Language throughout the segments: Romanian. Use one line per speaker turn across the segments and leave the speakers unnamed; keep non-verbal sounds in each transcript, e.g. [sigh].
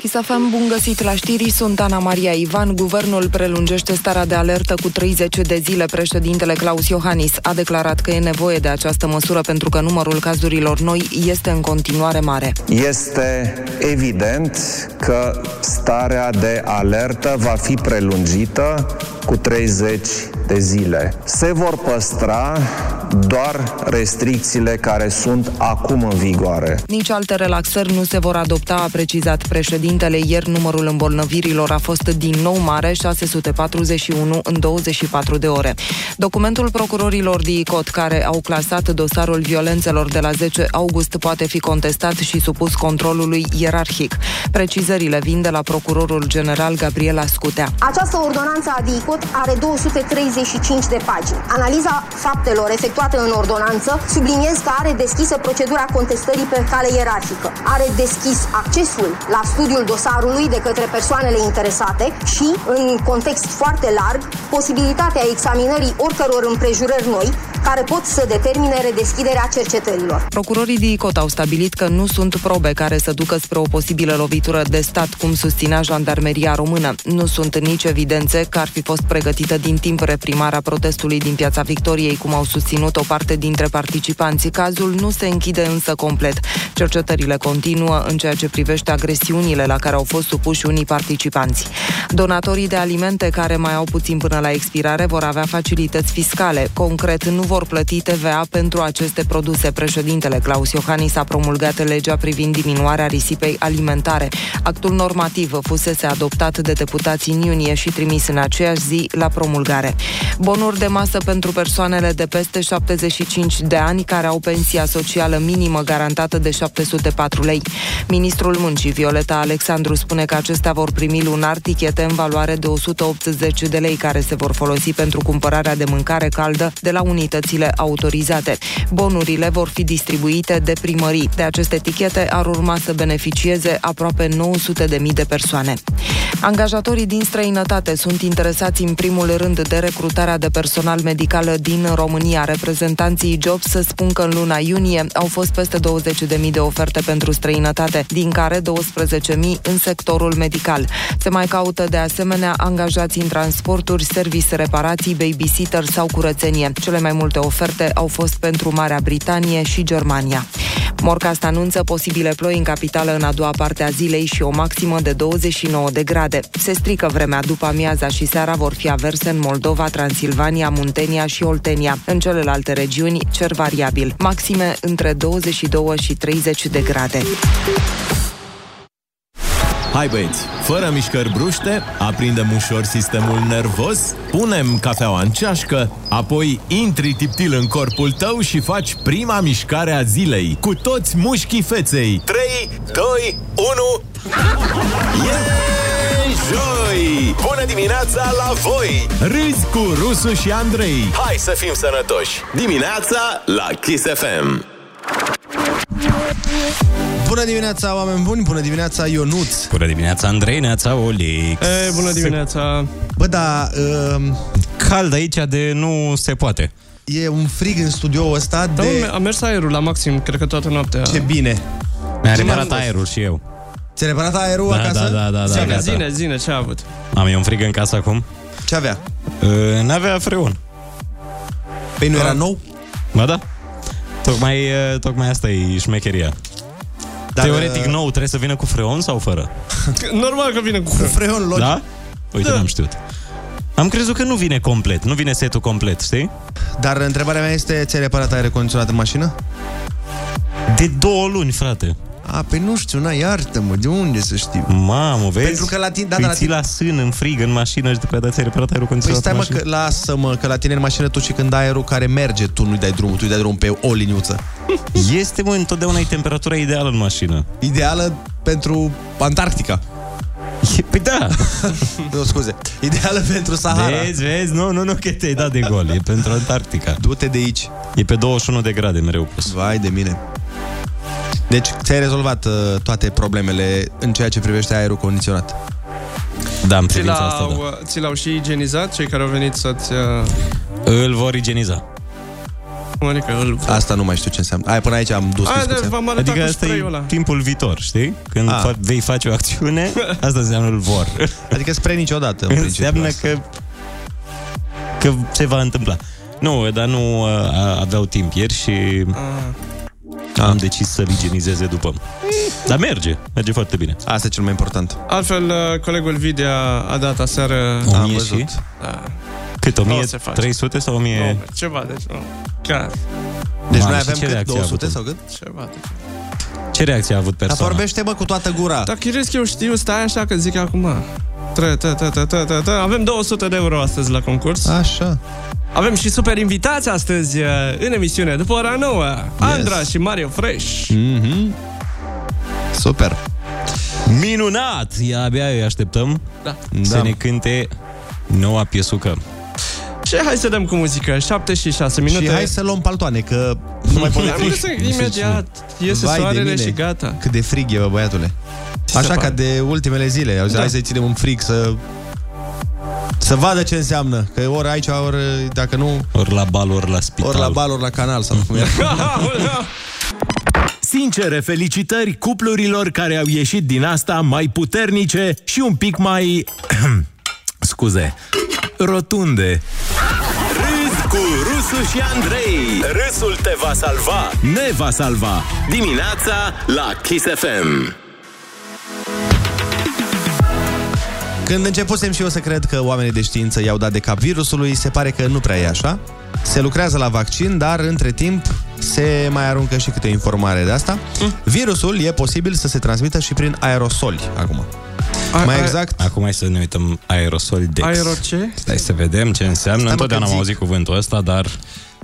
Chisafem, bun găsit la știri, sunt Ana Maria Ivan. Guvernul prelungește starea de alertă cu 30 de zile. Președintele Claus Iohannis a declarat că e nevoie de această măsură pentru că numărul cazurilor noi este în continuare mare.
Este evident că starea de alertă va fi prelungită cu 30 de zile. Se vor păstra doar restricțiile care sunt acum în vigoare.
Nici alte relaxări nu se vor adopta, a precizat președintele. Ieri numărul îmbolnăvirilor a fost din nou mare, 641 în 24 de ore. Documentul procurorilor DICOT, care au clasat dosarul violențelor de la 10 august, poate fi contestat și supus controlului ierarhic. Precizările vin de la procurorul general Gabriela Scutea.
Această ordonanță a DICOT are 235 de pagini. Analiza faptelor efectuate efectuată în ordonanță, subliniez că are deschisă procedura contestării pe cale ierarhică. Are deschis accesul la studiul dosarului de către persoanele interesate și, în context foarte larg, posibilitatea examinării oricăror împrejurări noi care pot să determine redeschiderea
[laughs]
cercetărilor.
Procurorii DICOT au stabilit că nu sunt probe care să ducă spre o posibilă lovitură de stat, cum susținea jandarmeria română. Nu sunt nici evidențe că ar fi fost pregătită din timp reprimarea protestului din Piața Victoriei, cum au susținut susținut o parte dintre participanți. Cazul nu se închide însă complet. Cercetările continuă în ceea ce privește agresiunile la care au fost supuși unii participanți. Donatorii de alimente care mai au puțin până la expirare vor avea facilități fiscale. Concret, nu vor plăti TVA pentru aceste produse. Președintele Claus Iohannis a promulgat legea privind diminuarea risipei alimentare. Actul normativ fusese adoptat de deputații în iunie și trimis în aceeași zi la promulgare. Bonuri de masă pentru persoanele de peste 75 de ani care au pensia socială minimă garantată de 704 lei. Ministrul Muncii, Violeta Alexandru, spune că acestea vor primi lunar tichete în valoare de 180 de lei care se vor folosi pentru cumpărarea de mâncare caldă de la unitățile autorizate. Bonurile vor fi distribuite de primării. De aceste tichete ar urma să beneficieze aproape 900 de mii de persoane. Angajatorii din străinătate sunt interesați în primul rând de recrutarea de personal medical din România România. Reprezentanții Jobs spun că în luna iunie au fost peste 20.000 de oferte pentru străinătate, din care 12.000 în sectorul medical. Se mai caută de asemenea angajați în transporturi, service, reparații, babysitter sau curățenie. Cele mai multe oferte au fost pentru Marea Britanie și Germania. Morcast anunță posibile ploi în capitală în a doua parte a zilei și o maximă de 29 de grade. Se strică vremea după amiaza și seara vor fi averse în Moldova, Transilvania, Muntenia și Oltenia. În celelalte regiuni, cer variabil. Maxime între 22 și 30 de grade.
Hai băieți, fără mișcări bruște, aprindem ușor sistemul nervos, punem cafeaua în ceașcă, apoi intri tiptil în corpul tău și faci prima mișcare a zilei, cu toți mușchii feței. 3, 2, 1... Yeah! joi! Bună dimineața la voi! Râzi cu Rusu și Andrei! Hai să fim sănătoși! Dimineața la Kiss FM!
Bună dimineața, oameni buni! Bună dimineața, Ionuț!
Bună dimineața, Andrei, neața, Olix!
E, bună dimineața!
Bă, da... Uh...
Ehm, Cald aici de nu se poate.
E un frig în studio ăsta de...
Da, a mers aerul la maxim, cred că toată noaptea.
Ce bine!
Mi-a reparat aerul și eu.
Ți-a reparat aerul
da,
acasă?
Da, da, da, da,
Zine,
gata.
zine, zine, ce a avut?
Am eu un frig în casă acum?
Ce avea?
Uh, N-avea freon. Da.
Păi nu era nou?
Ba da? Tocmai, uh, tocmai asta e șmecheria. Dar, Teoretic
uh,
nou trebuie să vină cu freon sau fără?
[laughs] Normal că vine cu...
Cu freon logic.
Da? Uite, n-am știut. Am crezut că nu vine complet, nu vine setul complet, știi?
Dar întrebarea mea este, ți-ai reparat aer condiționat în mașină?
De două luni, frate.
A, pe nu știu, na, iartă-mă, de unde să știu?
Mamă, vezi?
Pentru că la tine- da,
Îi
da, la
ții
tine-
la sân, în frig, în mașină și după aceea ți-ai reparat aerul
Păi
condiționat
stai
în
mă,
mașină.
că, lasă-mă, că la tine în mașină tu și când aerul care merge, tu nu-i dai drumul, tu îi dai drumul pe o liniuță.
[laughs] Este, mă, întotdeauna e temperatura ideală în mașină.
Ideală pentru Antarctica.
E- Păi da.
[laughs] Nu, scuze. Ideală pentru Sahara.
Vezi, vezi? Nu, nu, nu, că te-ai dat de gol. E pentru Antarctica.
Du-te de aici.
E pe 21 de grade mereu pus.
Vai de mine. Deci ți-ai rezolvat uh, toate problemele în ceea ce privește aerul condiționat.
Da, în
Ți
privința asta, da.
l-au, ți l-au și igienizat cei care au venit să-ți... uh,
Îl vor igeniza.
Adică îl...
Asta nu mai știu ce înseamnă. Ai, până aici am dus
Aia de
discuția.
v-am arătat
Adică
cu
asta
sprayul
e
ăla.
timpul viitor, știi? Când
Ah.
fa- vei face o
[laughs]
acțiune, asta înseamnă îl vor.
Adică spre niciodată, în principiu.
înseamnă
asta.
că, că se va întâmpla. Nu, dar nu uh, aveau timp ieri și ah. am decis să-l igienizeze după. Dar merge, merge foarte bine.
Asta e cel mai important.
Altfel, uh, colegul Videa a dat aseară... Da.
O
Am
mie
văzut.
și?
Ah.
Cât, o mie
se face.
300 sau o
Nu,
mie...
ceva, deci nu. Chiar,
Deci
Mamă,
noi
și
avem
ce
cât?
reacție a
200
avut?
sau cât?
ceva. Deci.
Ce reacție a avut
Dar
persoana?
vorbește, mă, cu toată gura.
Dar chiresc eu știu, stai așa că zic acum. Tre, tre, tre, tre, tre, tre, tre. Avem 200 de euro astăzi la concurs.
Așa.
Avem și super invitați astăzi uh, în emisiune, după ora 9. Andra și Mario Fresh.
Mhm.
Super.
Minunat! Ia abia îi așteptăm
Da.
să
Da.
ne cânte noua piesucă.
Și hai să dăm cu muzică. 7 și 6 minute.
Și hai să luăm paltoane, că Uh, nu mai pot de
Am vrut
frig.
să imediat iese
Vai de
soarele
mine.
și gata.
Cât de frig e, bă, băiatule.
se
Așa
pare?
ca de ultimele zile. Au zis,
Da.
Hai să-i ținem un frig, să... Să vadă ce înseamnă. Că ori aici, ori dacă nu,
Ori la bal, ori la spital.
ori la bal, ori la canal sau cum e.
[laughs] Aoleu!
Sincere felicitări cuplurilor care au ieșit din asta mai puternice și un pic
[clears throat]
mai... scuze, rotunde. Râs cu Rusu și Andrei. Râsul te va salva. Ne va salva. Dimineața la Kiss FM.
Când începusem și eu să cred că oamenii de știință i-au dat de cap virusului, se pare că nu prea e așa. Se lucrează la vaccin, dar între timp se mai aruncă și câte o informare de asta. Virusul e posibil să se transmită și prin aerosoli acum.
Ai-
mai
ai-
exact,
Acum hai să ne uităm aerosol Dex.
Aero ce?
Stai să vedem ce înseamnă.
Stai, mă,
Întotdeauna
că
am auzit cuvântul ăsta, dar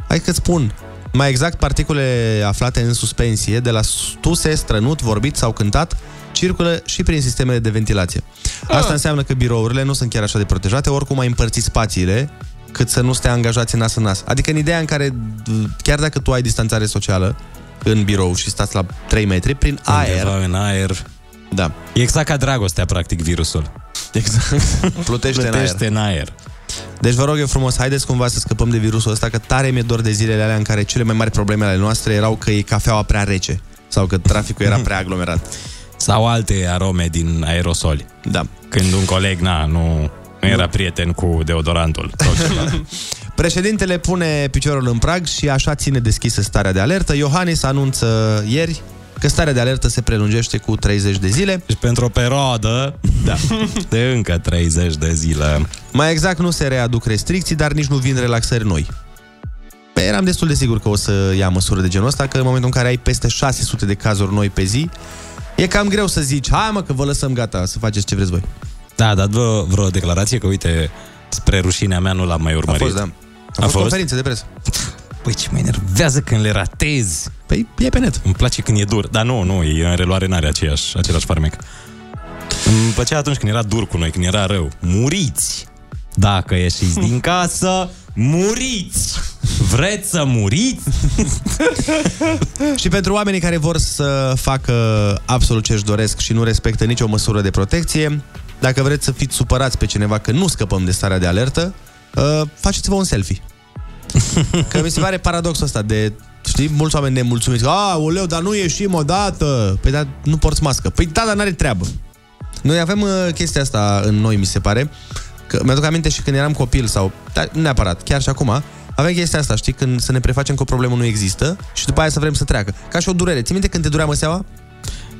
hai că spun, mai exact particule aflate în suspensie de la tuse, strănut, vorbit sau cântat circulă și prin sistemele de ventilație.
Ah.
Asta înseamnă că birourile nu sunt chiar așa de protejate, oricum ai împărțit spațiile cât să nu stea angajați nas în nas. Adică în ideea în care, d- chiar dacă tu ai distanțare socială în birou și stați la 3 metri, prin aer,
undeva în aer.
da,
E exact ca dragostea, practic, virusul.
exact,
[laughs]
plutește în aer.
Plutește în aer.
Deci vă rog eu frumos, haideți cumva să scăpăm de virusul ăsta, că tare mi-e dor de zilele alea în care cele mai mari probleme ale noastre erau că e cafeaua prea rece sau că traficul era prea aglomerat.
Sau alte arome din aerosoli.
Da.
Când un coleg, na, nu, nu era prieten cu deodorantul.
[laughs]
sau ceva.
Președintele pune piciorul în prag și așa ține deschisă starea de alertă. Iohannis anunță ieri că starea de alertă se prelungește cu 30 de zile.
deci pentru o perioadă
[laughs]
da, de încă 30 de zile.
Mai exact nu se readuc restricții, dar nici nu vin relaxări noi. Păi Eram destul de sigur că o să ia măsuri de genul ăsta, că în momentul în care ai peste 600 de cazuri noi pe zi, e cam greu să zici, hai mă că vă lăsăm gata, să faceți ce vreți voi.
Da, dar vreo, vreo declarație că, uite, spre rușinea mea nu l-am mai
A
urmărit.
fost, da. A, fost,
fost?
conferință de presă.
Păi ce mă enervează când le ratez.
Păi e pe net.
Îmi place când e dur. Dar nu, nu, e în reluare n-are aceeași, același farmec. Îmi plăcea atunci când era dur cu noi, când era rău. Muriți! Dacă ieșiți
[laughs]
din casă, muriți! Vreți să muriți?
[laughs] Și pentru oamenii care vor să facă absolut ce își doresc și nu respectă nicio măsură de protecție, dacă vreți să fiți supărați pe cineva că nu scăpăm de starea de alertă, uh, faceți-vă un
[laughs]
selfie. Că mi se pare paradoxul ăsta de, știi, mulți oameni nemulțumiți. A, oleu, dar nu ieșim odată. Păi da, nu porți mască. Păi da, dar n-are treabă. Noi avem uh, chestia asta în noi, mi se pare. Că, mi-aduc aminte și când eram copil sau, da, nu neapărat, chiar și acum, avem chestia asta, știi, când să ne prefacem că o problemă nu există și după aia să vrem să treacă. Ca și o durere. Ți minte când te durea măseaua?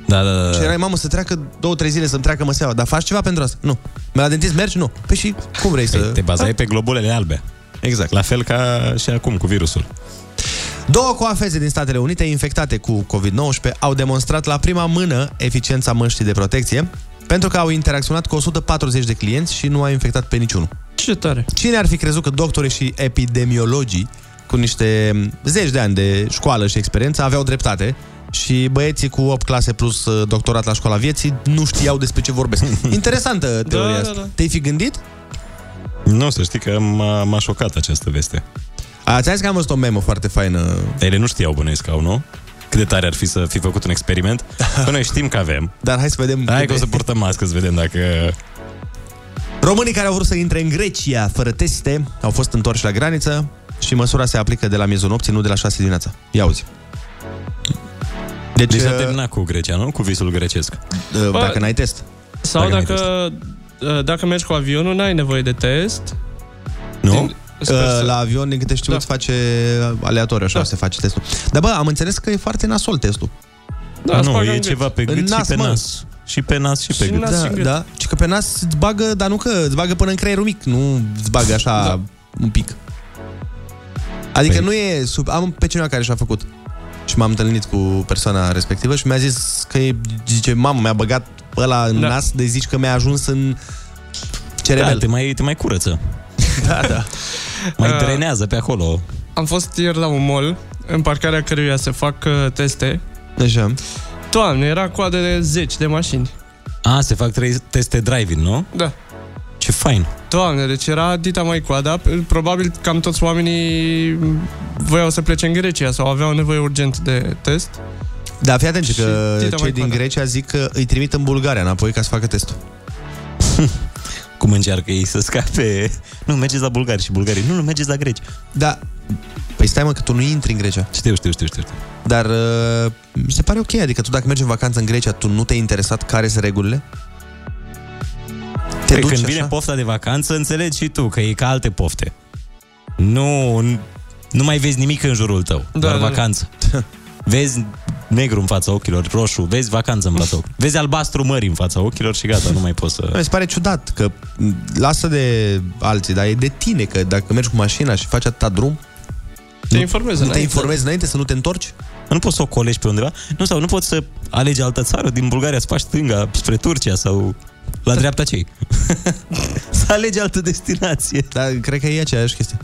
Da, da, da.
Și erai, mamă, să treacă două, trei zile să-mi treacă măseaua, dar faci ceva pentru asta? Nu. Mai la dentist mergi? Nu. Păi și cum vrei să...
Păi, te bazai pe globulele albe.
Exact.
La fel ca și acum cu virusul.
Două coafeze din Statele Unite infectate cu COVID-19 au demonstrat la prima mână eficiența măștii de protecție pentru că au interacționat cu 140 de clienți și nu a infectat pe niciunul.
Ce tare.
Cine ar fi crezut că doctorii și epidemiologii cu niște zeci de ani de școală și experiență aveau dreptate și băieții cu 8 clase plus uh, doctorat la școala vieții nu știau despre ce
[laughs]
vorbesc. [laughs] Interesantă teoria
da,
asta.
da.
Te-ai fi gândit?
Nu, să știi că m-a, m-a șocat această veste.
A, ți-am zis că am văzut o memă foarte faină.
Ele nu știau bănuiesc că au, nu? Cât de tare ar fi să fi făcut un
[laughs]
experiment? Păi noi știm că avem.
Dar hai să vedem.
Hai
cât
că o
de-
să purtăm mască, să vedem dacă...
Românii care au vrut să intre în Grecia fără teste au fost întorși la graniță. Și măsura se aplică de la miezul nopții, nu de la 6 dimineața. Ia uzi. uh,
Deci, deci s-a terminat cu Grecia, nu? Cu visul grecesc.
Bă, dacă n-ai
test.
Sau dacă, dacă, dacă mergi cu avionul, n-ai nevoie de test.
Nu?
Sper să-
Uh, La avion, din câte știu, da. îți face aleatoriu, așa da. se face testul. Dar bă, am înțeles că e foarte nasol testul.
Da, nu, e ceva pe gât și pe
mă.
nas. Și pe nas și pe gât.
da, da. Și că pe nas îți bagă, dar nu că îți bagă până în creierul mic, nu îți bagă așa da. un pic. Adică
Păi-
nu e sub... Am pe cineva care și-a făcut. Și m-am întâlnit cu persoana respectivă și mi-a zis că e, zice, mamă, mi-a băgat ăla în da.
Da.
nas de zici că mi-a ajuns în cerebel.
Da, te mai, te mai curăță.
[laughs] da, da.
Mai
Ah.
drenează pe acolo.
Am fost ieri la un mall, în parcarea căruia se fac uh, teste.
Așa.
Doamne, era coadă de 10 de mașini.
A, Ah, se fac trei teste driving, nu?
Da.
Ce fain.
Doamne, deci era dita mai coada. Probabil cam toți oamenii voiau să plece în Grecia sau aveau nevoie urgent de test.
Da, fii atent că
Și Tita
cei din
Maicoada.
Grecia zic că îi trimit în Bulgaria înapoi ca să facă testul.
[laughs] Cum încearcă ei să scape? Nu, mergeți la bulgari și bulgarii. Nu, nu, mergeți la greci.
Da. Păi stai mă, că tu nu intri în Grecia.
Știu, știu, știu, știu.
Dar uh, mi se pare ok, adică tu dacă mergi în vacanță în Grecia, tu nu te-ai interesat care sunt regulile? Te
Păi
duci
când
așa?
vine pofta de vacanță, înțelegi și tu că e ca alte pofte. Nu, n- nu mai vezi nimic în jurul tău, da, doar
da,
da,
da.
[laughs] vacanță. Da. Vezi negru în fața ochilor, roșu, vezi vacanță în [laughs] fața ochilor. Vezi albastru mării în fața ochilor și gata, nu mai poți să...
Mi se pare ciudat că m, lasă de alții, dar e de tine că dacă mergi cu mașina și faci atâta drum,
Te informezi
nu te
înainte.
informezi înainte să nu te întorci?
Nu poți să o colești pe undeva. Nu, sau nu poți să alegi altă țară din Bulgaria, să faci stânga spre Turcia sau la dreapta cei. să alegi altă destinație.
Dar cred că e aceeași chestie.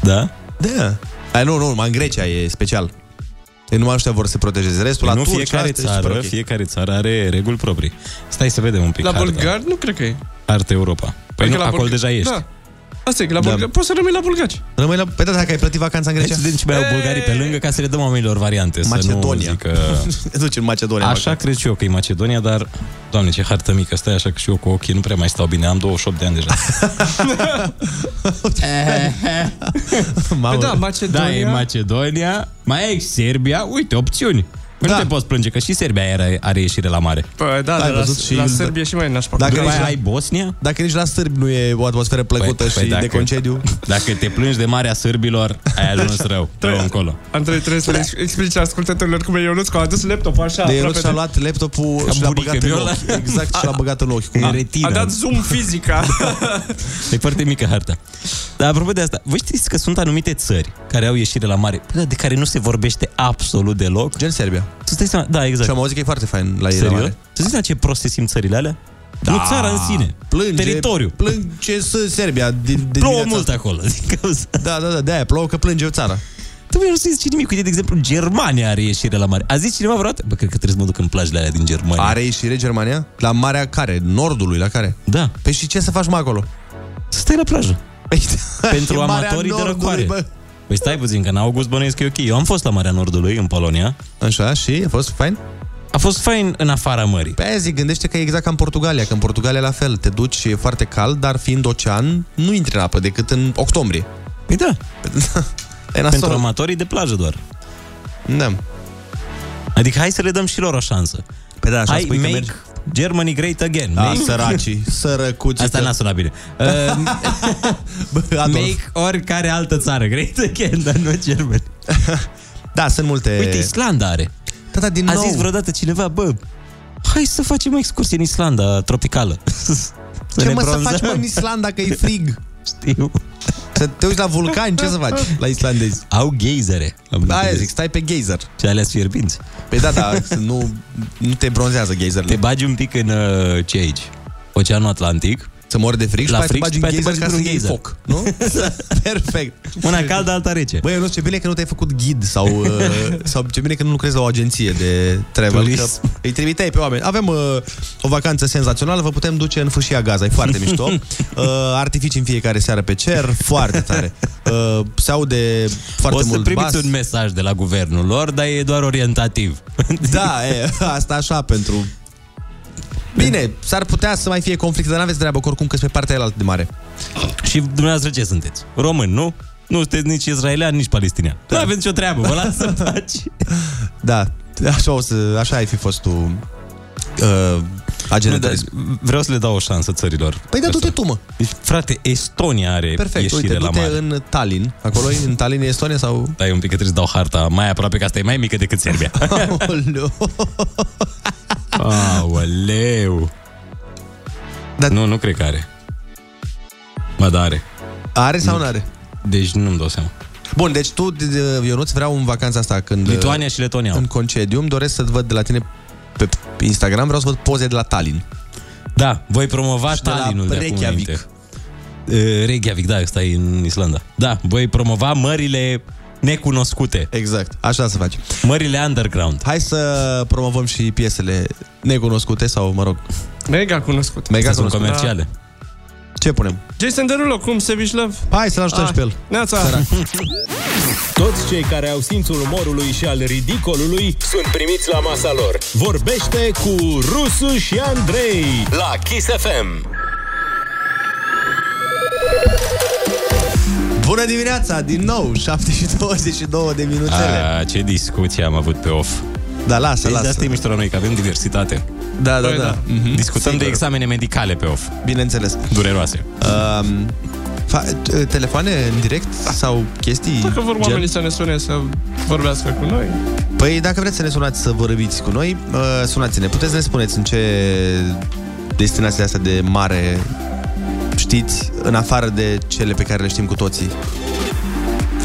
Da?
Da. Ai, nu, nu, mai în Grecia e special. Ei numai ăștia vor să se protejeze. Restul
Păi
la
nu
turci,
fiecare
asta e super
țară,
ok.
fiecare țară are reguli proprii. Stai să vedem un pic
La
harta.
da.
bulgari nu cred că e.
Arte Europa. Păi
Adică
nu,
la
acolo
bulga-
deja ești.
Da. Asta e, că la
Da.
bulgari. Poți să rămâi la bulgari.
Rămâi la... Păi da, dacă ai plătit vacanța în Grecia,
Deci, deci mai au bulgarii pe lângă ca să le dăm oamenilor variante.
Macedonia.
Să nu zică...
[laughs] te duci în Macedonia.
Așa cred și eu că e Macedonia, dar... Doamne, ce hartă mică, stai așa că și eu cu ochii nu prea mai stau bine, am 28 de ani
[laughs]
deja.
Mamă.
Păi da, Macedonia.
Macedonia, mai e Serbia, uite, opțiuni.
Da.
poți plânge, că și Serbia are, are ieșire la mare.
Păi da,
Ai
de la,
văzut și-
la Serbia și mai nașpa.
Dacă
După
ai-
aia Păi ai Bosnia? Păi,
Dacă nici la sârbi nu e o atmosferă plăcută și de concediu.
Dacă te plângi de marea sârbilor, ai
[laughs]
ajuns rău.
Păi,
Rău încolo.
Andrei, trebuie să le explici ascultătorilor cum e Ionuț, că a adus laptop așa
De el
aproape
și-a luat laptopul și l-a
bunică
băgat în
Viola. Ah.
ochi. Exact, și l-a băgat în ochi.
E
Cum-
retină.
A dat zoom fizica.
E foarte mică harta. Dar apropo de asta, voi știți că sunt anumite țări care au ieșire la mare, bă, de care nu se vorbește absolut deloc?
Gen Serbia.
Tu stai seama, da, exact.
Și am auzit că e foarte fain la ei. la
Serios?
mare.
Tu zici ce proste simt țările alea? Da. Nu țara în sine,
Plânge,
teritoriu.
Plânge să Serbia. De, de dimineața
Plouă mult
asta.
acolo. Din cauza.
Da, da, da, de-aia plouă că plânge țara.
Tu nu zici nimic. Uite, de exemplu, Germania are ieșire la mare. A zis cineva vreodată? Bă, cred că trebuie să mă duc în plajele alea din Germania.
Are ieșire Germania? La marea care? Nordului, la care?
Da.
Păi și ce să faci mai acolo?
Să stai la plajă.
Păi, [laughs]
Pentru
e Marea
amatorii de
Nordului,
răcoare.
bă.
Păi stai puțin, că în august bănuiesc că e ok. Eu am fost la Marea Nordului, în Polonia.
Așa, și a fost
[laughs]
fain?
A fost fain în afara mării.
Pe aia zic, gândește că e exact ca în Portugalia, că în Portugalia la fel, te duci, e foarte cald, dar fiind ocean, nu intri în apă decât în octombrie.
Păi da,
E
pentru
nasol.
amatorii de plajă doar.
Da.
Adică hai să le dăm și lor o șansă.
Pe da, așa
hai,
spui
make
că mergi.
Germany great again.
Da,
Make...
săracii, sărăcuții.
Asta
că-
n-a sunat [laughs] bine. Uh,
Bă, Adolf.
make oricare altă țară great again, dar nu Germany.
[laughs] Da, sunt multe...
Uite, Islanda are.
Tata, din
A
nou.
zis vreodată cineva, bă, hai să facem o excursie în Islanda
[laughs]
tropicală. Să
ce
ne
mă să
bronzăm.
faci mă, în Islanda că e frig?
[laughs] Știu.
Să te uiți la vulcani, ce să faci la islandezi?
Au geizere. Am
Aia
înțeles.
zic, stai pe geyser.
Și alea fierbinți.
Păi da, da, nu, nu te bronzează
Te
geyserele.
bagi un pic în uh, ce aici? Oceanul Atlantic.
Să mori de frig și
La
apoi te
frig
bagi
și
în
apoi te
geyser
bagi
ca să
într-un
iei
geyser.
foc, [laughs]
[laughs]
nu? Perfect.
Una caldă, alta rece.
Băi, nu ce bine că nu te-ai făcut ghid
[laughs]
sau, uh, sau ce bine că nu lucrezi la o agenție de travel, că
Turism.
îi trimiteai pe oameni. Avem uh, o vacanță senzațională, vă putem duce în fâșia Gaza, e
[laughs]
foarte mișto. Uh, artificii în fiecare seară pe cer, foarte tare. Uh, se aude foarte
o să
mult
primiți
bas.
un mesaj de la guvernul lor, dar e doar orientativ. [laughs]
Da, e, asta așa pentru... Bine, s-ar putea să mai fie conflicte, dar n-aveți treabă, că oricum că pe partea aia de mare.
Și dumneavoastră ce sunteți? Român, nu? Nu sunteți nici israelian, nici palestinian. Da. Nu aveți nicio treabă, vă las să faci.
[laughs] Da, așa, o să, așa ai fi fost tu uh,
Nu, dar Vreau să le dau o șansă țărilor.
Păi da, du-te tu, mă.
Deci, frate, Estonia are
Perfect,
ieșire
uite,
Păi, la
du-te
mare.
în Tallinn. Acolo e
[laughs]
în Tallinn, e Estonia sau...
Dai un pic că trebuie să dau harta mai aproape, că asta e mai mică decât
[laughs]
Serbia.
Aoleu.
Aoleu!
Dar-
Nu, nu cred că are. Mă, dar are.
Are sau nu are?
Deci nu-mi dau seama.
Bun, deci tu, de- de- Ionuț, vreau în vacanța asta când...
Lituania și Letonia. au.
În concediu, îmi doresc să văd de la tine pe Instagram, vreau să văd poze de la Tallinn.
Da, voi promova
de la
Tallinnul de acum
Reykjavik.
înainte. E, Reykjavik, da, ăsta e în Islanda. Da, voi promova mările necunoscute,
Exact, așa să faci.
mările underground.
Hai să promovăm și piesele necunoscute sau, mă rog,
Mega cunoscut.
mega
Astea sunt
cunoscute.
comerciale.
Ce punem?
Da. Jason Derulo, cum se Love?
Hai să-l ajutăm și pe el.
Neața!
Toți cei care au simțul umorului și al ridicolului sunt primiți la masa lor. Vorbește cu Rusu și Andrei la Kiss FM.
Bună dimineața, din nou, [laughs] 7 și 22 de minutele.
A, ce discuție am avut pe off.
Da, lasă,
Deci de
lasă.
asta e mișto la noi, că avem diversitate.
Da, da,
Păi
da.
da.
Mhm.
Discutăm
Sigur.
de examene medicale pe off.
Bineînțeles.
Dureroase.
Um, fa- t- telefoane în direct sau chestii?
Dacă vor
gen?
oamenii să ne sune să vorbească cu noi.
Păi dacă vreți să ne sunați să vă răbiți cu noi, uh, sunați-ne. Puteți să ne spuneți în ce destinații astea de mare știți, în afară de cele pe care le știm cu toții.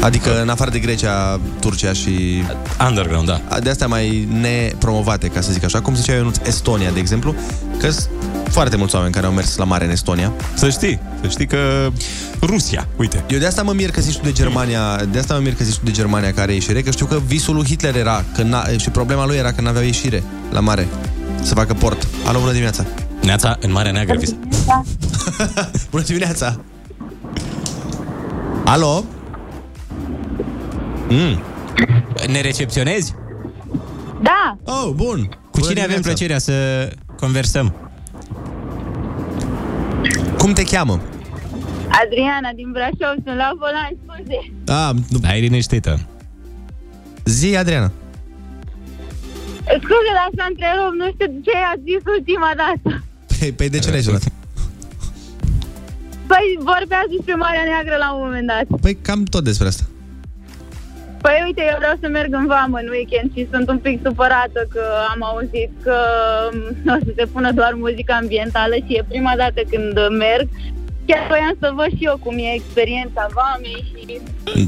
Adică în afară de Grecia, Turcia și
Underground, da.
de astea mai nepromovate, ca să zic așa. Cum zicea Ionuț, Estonia, de exemplu, că sunt foarte mulți oameni care au mers la mare în Estonia.
Să știi, să știi că Rusia, uite.
Eu de asta mă mir că zici tu de Germania, de asta mă mir că zici tu de Germania care are ieșire, că știu că visul lui Hitler era că n-a, și problema lui era că n-avea ieșire la mare să facă port. Alo, bună dimineața!
Neața, în Marea Neagră, vis-
Bună dimineața! Alo? Mm.
ne recepționezi?
Da,
Oh, bun!
Cu cine avem plăcerea să conversăm?
Cum te cheamă?
Adriana din Brașov, sunt la volan, scuze.
Ah, nu-
Ai liniștită.
zi, Adriana.
Scuze, dar s-a întrerupt, nu știu ce a zis ultima dată.
Păi, păi de ce
[laughs]
ne-ai sunat?
Păi vorbea despre Marea Neagră la un moment dat.
Păi cam tot despre asta.
Păi uite, eu vreau să merg în vamă în weekend și sunt un pic supărată că am auzit că mm, o să se pună doar muzica ambientală și e prima dată când merg. Chiar voiam să văd și eu cum e experiența vamei și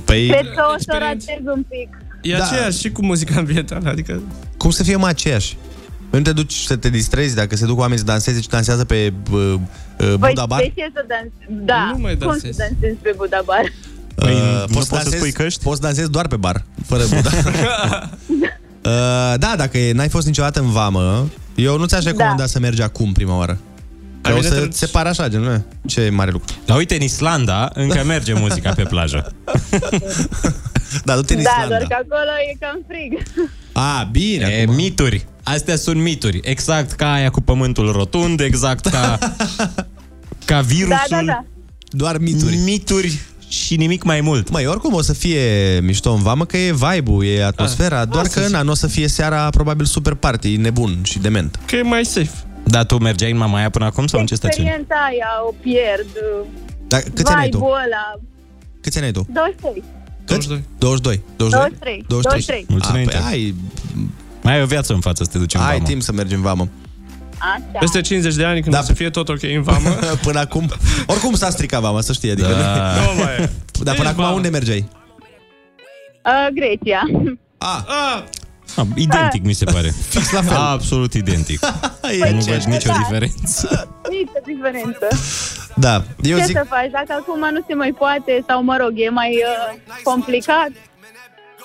Păi,
cred că o să
Experiențe.
ratez un pic.
E
Da.
aceeași și cu muzica ambientală, adică...
cum să fie mai aceeași? Nu te duci să te distrezi dacă se duc oameni să danseze și dansează pe uh, uh,
Păi
Buda Bar?
de ce să dansez? Da,
Nu mai
cum să
dansez.
dansez pe Buda Bar?
Păi, nu
Uh,
poți să spui căști?
Poți să dansezi doar pe bar,
[laughs]
fără buda. uh, da, dacă e- n-ai fost niciodată în vamă, eu nu ți-aș recomanda da. să mergi acum prima oară. Că
Ai
o
bine
să
treci.
ți se pare așa, gen, "Eh, ce mare lucru.
La uite, în Islanda încă merge muzica pe plajă.
[laughs] Da, du-te în
Da, doar
Islanda.
că acolo e cam frig.
A, bine.
E,
acum.
mituri. Astea sunt mituri. Exact ca aia cu pământul rotund, exact
[laughs]
ca, ca virusul.
Da, da, da.
Doar mituri.
Mituri. mituri și nimic mai mult.
Măi, oricum o să fie mișto în vamă, că e vibe-ul, e atmosfera,
Da. Ah.
doar că na, nu o să fie seara probabil super party, nebun și dement.
Că e mai safe.
Dar Da, tu mergeai în Mamaia până acum sau în ce stațiune?
Experiența aia o pierd.
Dar Da, câți ani ai tu?
Vibe-ul ăla.
Câți ani ai tu?
23.
Cât?
22.
22.
23. 23.
A,
Mulțumim.
păi ai,
Mai ai o viață în față să te duci în
ai
vamă.
timp să mergi în vamă.
Așa.
Peste 50 de ani, când
Da.
da. o să fie tot ok în vamă,
[laughs] până acum, oricum s-a stricat vama, să știi, adică, da.
nu mai e.
dar
Nici
până acum
vamă.
unde mergeai?
Uh, Grecia.
A,
Ah,
Ah,
Da.
Identic, mi se
[laughs]
pare. Fix
la fel.
Absolut
[laughs]
identic.
e
Nu
ce?
văd nicio
da.
diferență.
Nici diferență.
Da, eu
Ce
zic,
să faci? Dacă acum nu se mai poate sau, mă rog, e mai uh, complicat.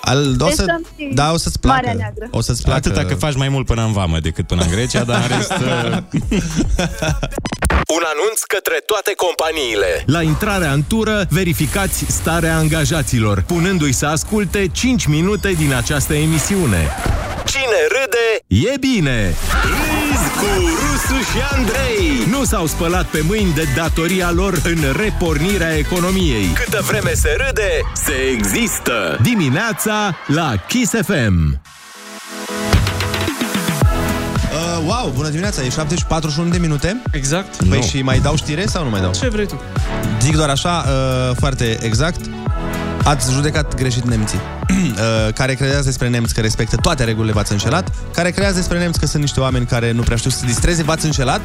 al, o să,
Testăm și
da, o să-ți
Deci Marea
placă.
Neagră.
O să-ți placă. [laughs]
Atâta că faci mai mult până în vamă decât până în Grecia, dar în rest...
Un anunț către toate companiile.
La intrarea în tură, verificați starea angajaților, punându-i să asculte 5 minute din această emisiune.
Cine râde,
E bine!
râzi cu Rusu și Andrei.
Nu s-au spălat pe mâini de datoria lor în repornirea economiei.
Câtă vreme se râde, se există.
Dimineața la Kiss FM.
Uh, wow, bună dimineața, e 7 și 41 de minute.
Exact.
Păi și mai dau știre sau nu mai dau?
Ce vrei tu?
Zic doar așa, uh, foarte exact. Ați judecat greșit nemții. [clears throat] Uh, care credează despre nemți că respectă toate regulile, v-ați înșelat. Care credează despre nemți că sunt niște oameni care nu prea știu să se distreze, v-ați înșelat.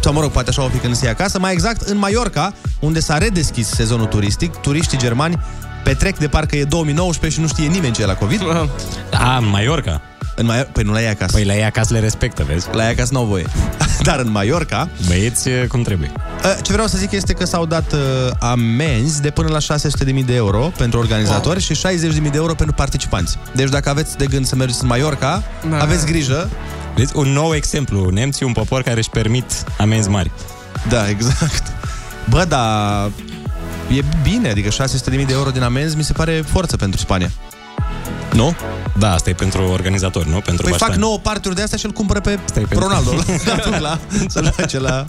Sau, mă rog, poate așa o fi când se ia acasă. Mai exact, în Mallorca, unde s-a redeschis sezonul turistic, turiștii germani petrec de parcă e 2019 și nu știe nimeni ce e la COVID.
A, în Maiorca.
În Mallorca, păi nu la ei acasă.
Păi la ei acasă le respectă, vezi?
La ei acasă n-au voie. [laughs] Dar în Mallorca,
Băieți e, cum trebuie.
Uh, Ce vreau să zic este că s-au dat uh, amenzi de până la 600.000 de euro pentru organizatori wow. și 60.000 de euro pentru participanți. Deci dacă aveți de gând să mergeți în Mallorca,
Da.
aveți grijă.
Vezi, un nou exemplu. Nemții, un popor care își permit amenzi mari.
Da, exact. Bă, da, e bine, adică 600.000 de euro din amenzi mi se pare forță pentru Spania. Nu?
Da, asta e pentru organizatori, nu? Pentru
Păi fac
baștani.
9 parturi de astea și îl cumpără pe
Stai pe- [laughs]
Ronaldo. La, la, la,
Da.
să-l face la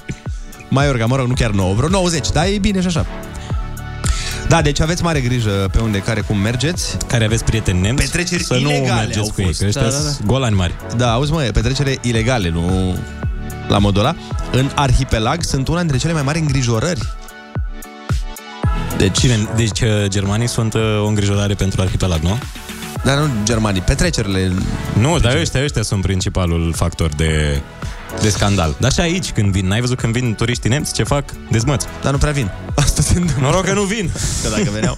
Maiorca, mă rog, nu chiar 9, vreo 90, dar e bine și așa. Da, deci aveți mare grijă pe unde, care, cum mergeți.
care aveți prieteni nemți,
Petreceri
să nu
ilegale au
mergeți cu ei,
fost.
că ăștia
Da, da,
sunt golani mari.
Da, auzi mă, e petrecere ilegale, nu la modul ăla. În arhipelag sunt una dintre cele mai mari îngrijorări.
Deci, deci uh, germanii sunt uh, o îngrijorare pentru arhipelag, nu?
Dar nu germanii, petrecerile...
Nu, dar ăștia, ăștia sunt principalul factor de, de scandal. Dar și aici când vin, n-ai văzut când vin turiștii nemți, ce fac? Dezmăți.
Dar nu prea vin. [laughs] Asta se întâmplă.
Noroc că nu vin.
Că dacă veneau...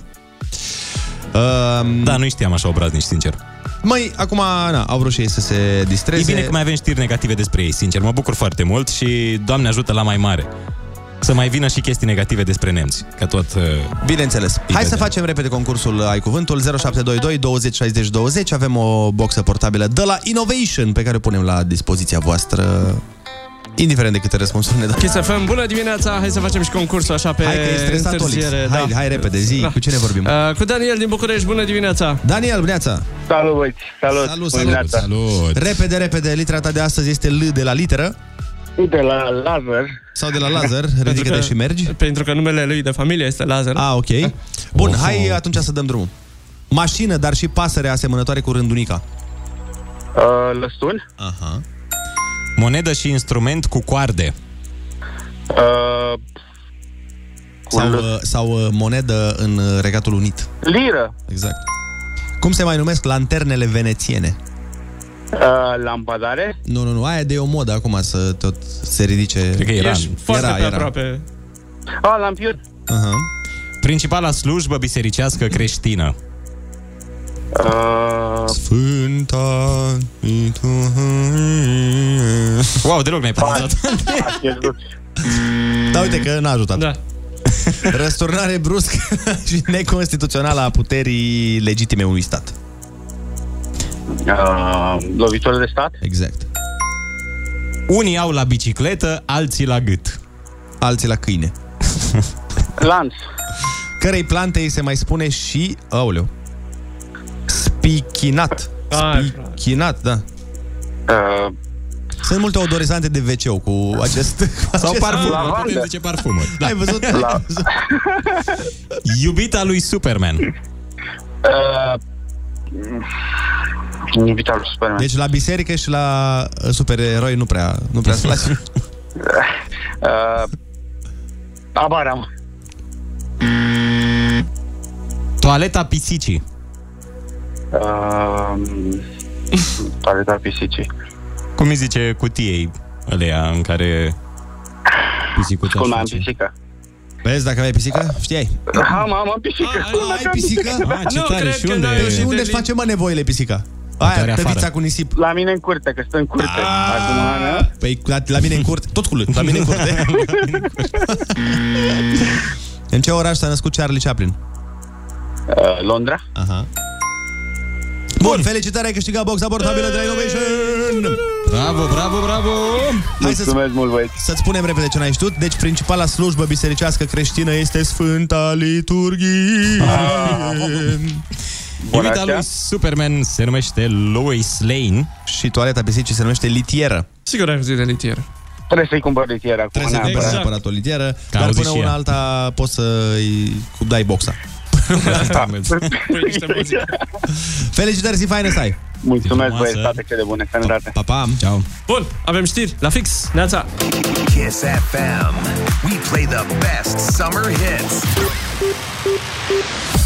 Uh,
Da, nu știam așa obraznici, sincer.
măi, acum, na, au vrut și ei să se distreze.
E bine că mai avem știri negative despre ei, sincer. Mă bucur foarte mult și Doamne ajută la mai mare. Să mai vină și chestii negative despre nemți. Ca tot... uh,
Bineînțeles. Hai să
vedem.
facem repede concursul Ai Cuvântul 0722 20 60 20. Avem o boxă portabilă de la Innovation pe care o punem la dispoziția voastră indiferent de câte răspunsuri ne dați.
Kiss FM, bună dimineața! Hai să facem și concursul așa pe
Hai că e stresat, Olix.
întârziere. da.
Hai, hai repede, zi, cu cine vorbim?
Uh, cu Daniel din București, bună dimineața!
Daniel, Bneața,
Salut, băieți! Salut!
Salut,
Bună
salut,
dimineața.
Salut!
repede, repede, litera ta de astăzi este L de la literă
De la Lazar,
sau de la laser, ridică-te și mergi.
Pentru că numele lui de familie este Lazar. Eh?
A, ok. Bun, hai atunci să dăm drumul. Mașină, dar și pasăre asemănătoare cu rândunica.
uh, Lăstun,
Aha.
Monedă și instrument cu coarde.
uh, cu
Sau,
L-
uh, sau uh, monedă în uh, Regatul Unit.
Liră,
Exact. Cum se mai numesc lanternele venețiene?
uh, Lampadare,
Nu, nu, nu, aia de o modă acum să tot se ridice.
Cred că era.
Ești foarte
Era,
pe
era.
aproape.
a, Lampion,
Aha.
Principala slujbă bisericească creștină.
uh,
Sfânta...
Wow, deloc n-ai pronunțat.
pierdut.
Da, uite că n-a ajutat.
Da.
[laughs] Răsturnare bruscă [laughs] și neconstituțională a puterii legitime unui stat.
Uh, lovitură de stat,
Exact.
Unii au la bicicletă, alții la gât.
Alții la câine.
[laughs] Lanț,
Cărei plante îi se mai spune și... Aoleu. Spichinat.
Ai,
Spichinat, da.
uh,
Sunt multe odorizante de wc cu
[laughs]
acest... Cu
Sau
acest-
parfumuri,
Lavandă.
putem zice parfumuri. Da.
Ai văzut?
La-
Iubita lui Superman.
uh, Invita lui Superman.
Deci la biserică și la uh, supereroi nu prea, nu prea se place.
Uh, Abaram. mm.
Toaleta pisicii.
Uh, Paleta pisicii.
Cum îi zice cutiei alea în care pisicuța
Cum am
face?
pisică?
Vezi, dacă aveai pisică, știai.
Am, am, am pisică.
Ai pisică?
Ah, ce
Nu,
tare,
cred
și
că
unde?
n-ai
Și
reușit.
unde își face, mă, nevoile pisica? Aia,
are
pe
afară.
vița cu nisip. Ah,
La mine în curte, că stă în curte. Acum, Ana.
Păi la, la mine în curte, tot cu L, la mine în
[laughs]
curte. în ce oraș s-a născut Charlie Chaplin?
Uh, Londra.
Aha. Bun, felicitări, ai câștigat boxa portabilă de la Innovation!
Bravo, bravo, bravo!
Hai să Mulțumesc mult, băieți! Să-ți spunem repede ce n-ai știut. Deci, principala slujbă bisericească creștină este Sfânta Liturghie.
Bună Iubita lui Superman se numește Lois Lane.
Și toaleta pisicii se numește litieră.
Sigur ai auzit de litieră.
Trebuie să-i cumpăr litiera acum.
Trebuie să cumperi
neapărat.
exact. neapărat o litieră,
Că
dar
auzi
până
și
una
ea.
alta poți să-i dai boxa. Felicitări, zi faină să ai!
Mulțumesc, băieți, toate cele bune, sănătate.
Pa, pa! Ciao.
Bun, avem știri la fix. Neața.
Kiss FM. We play the best summer hits.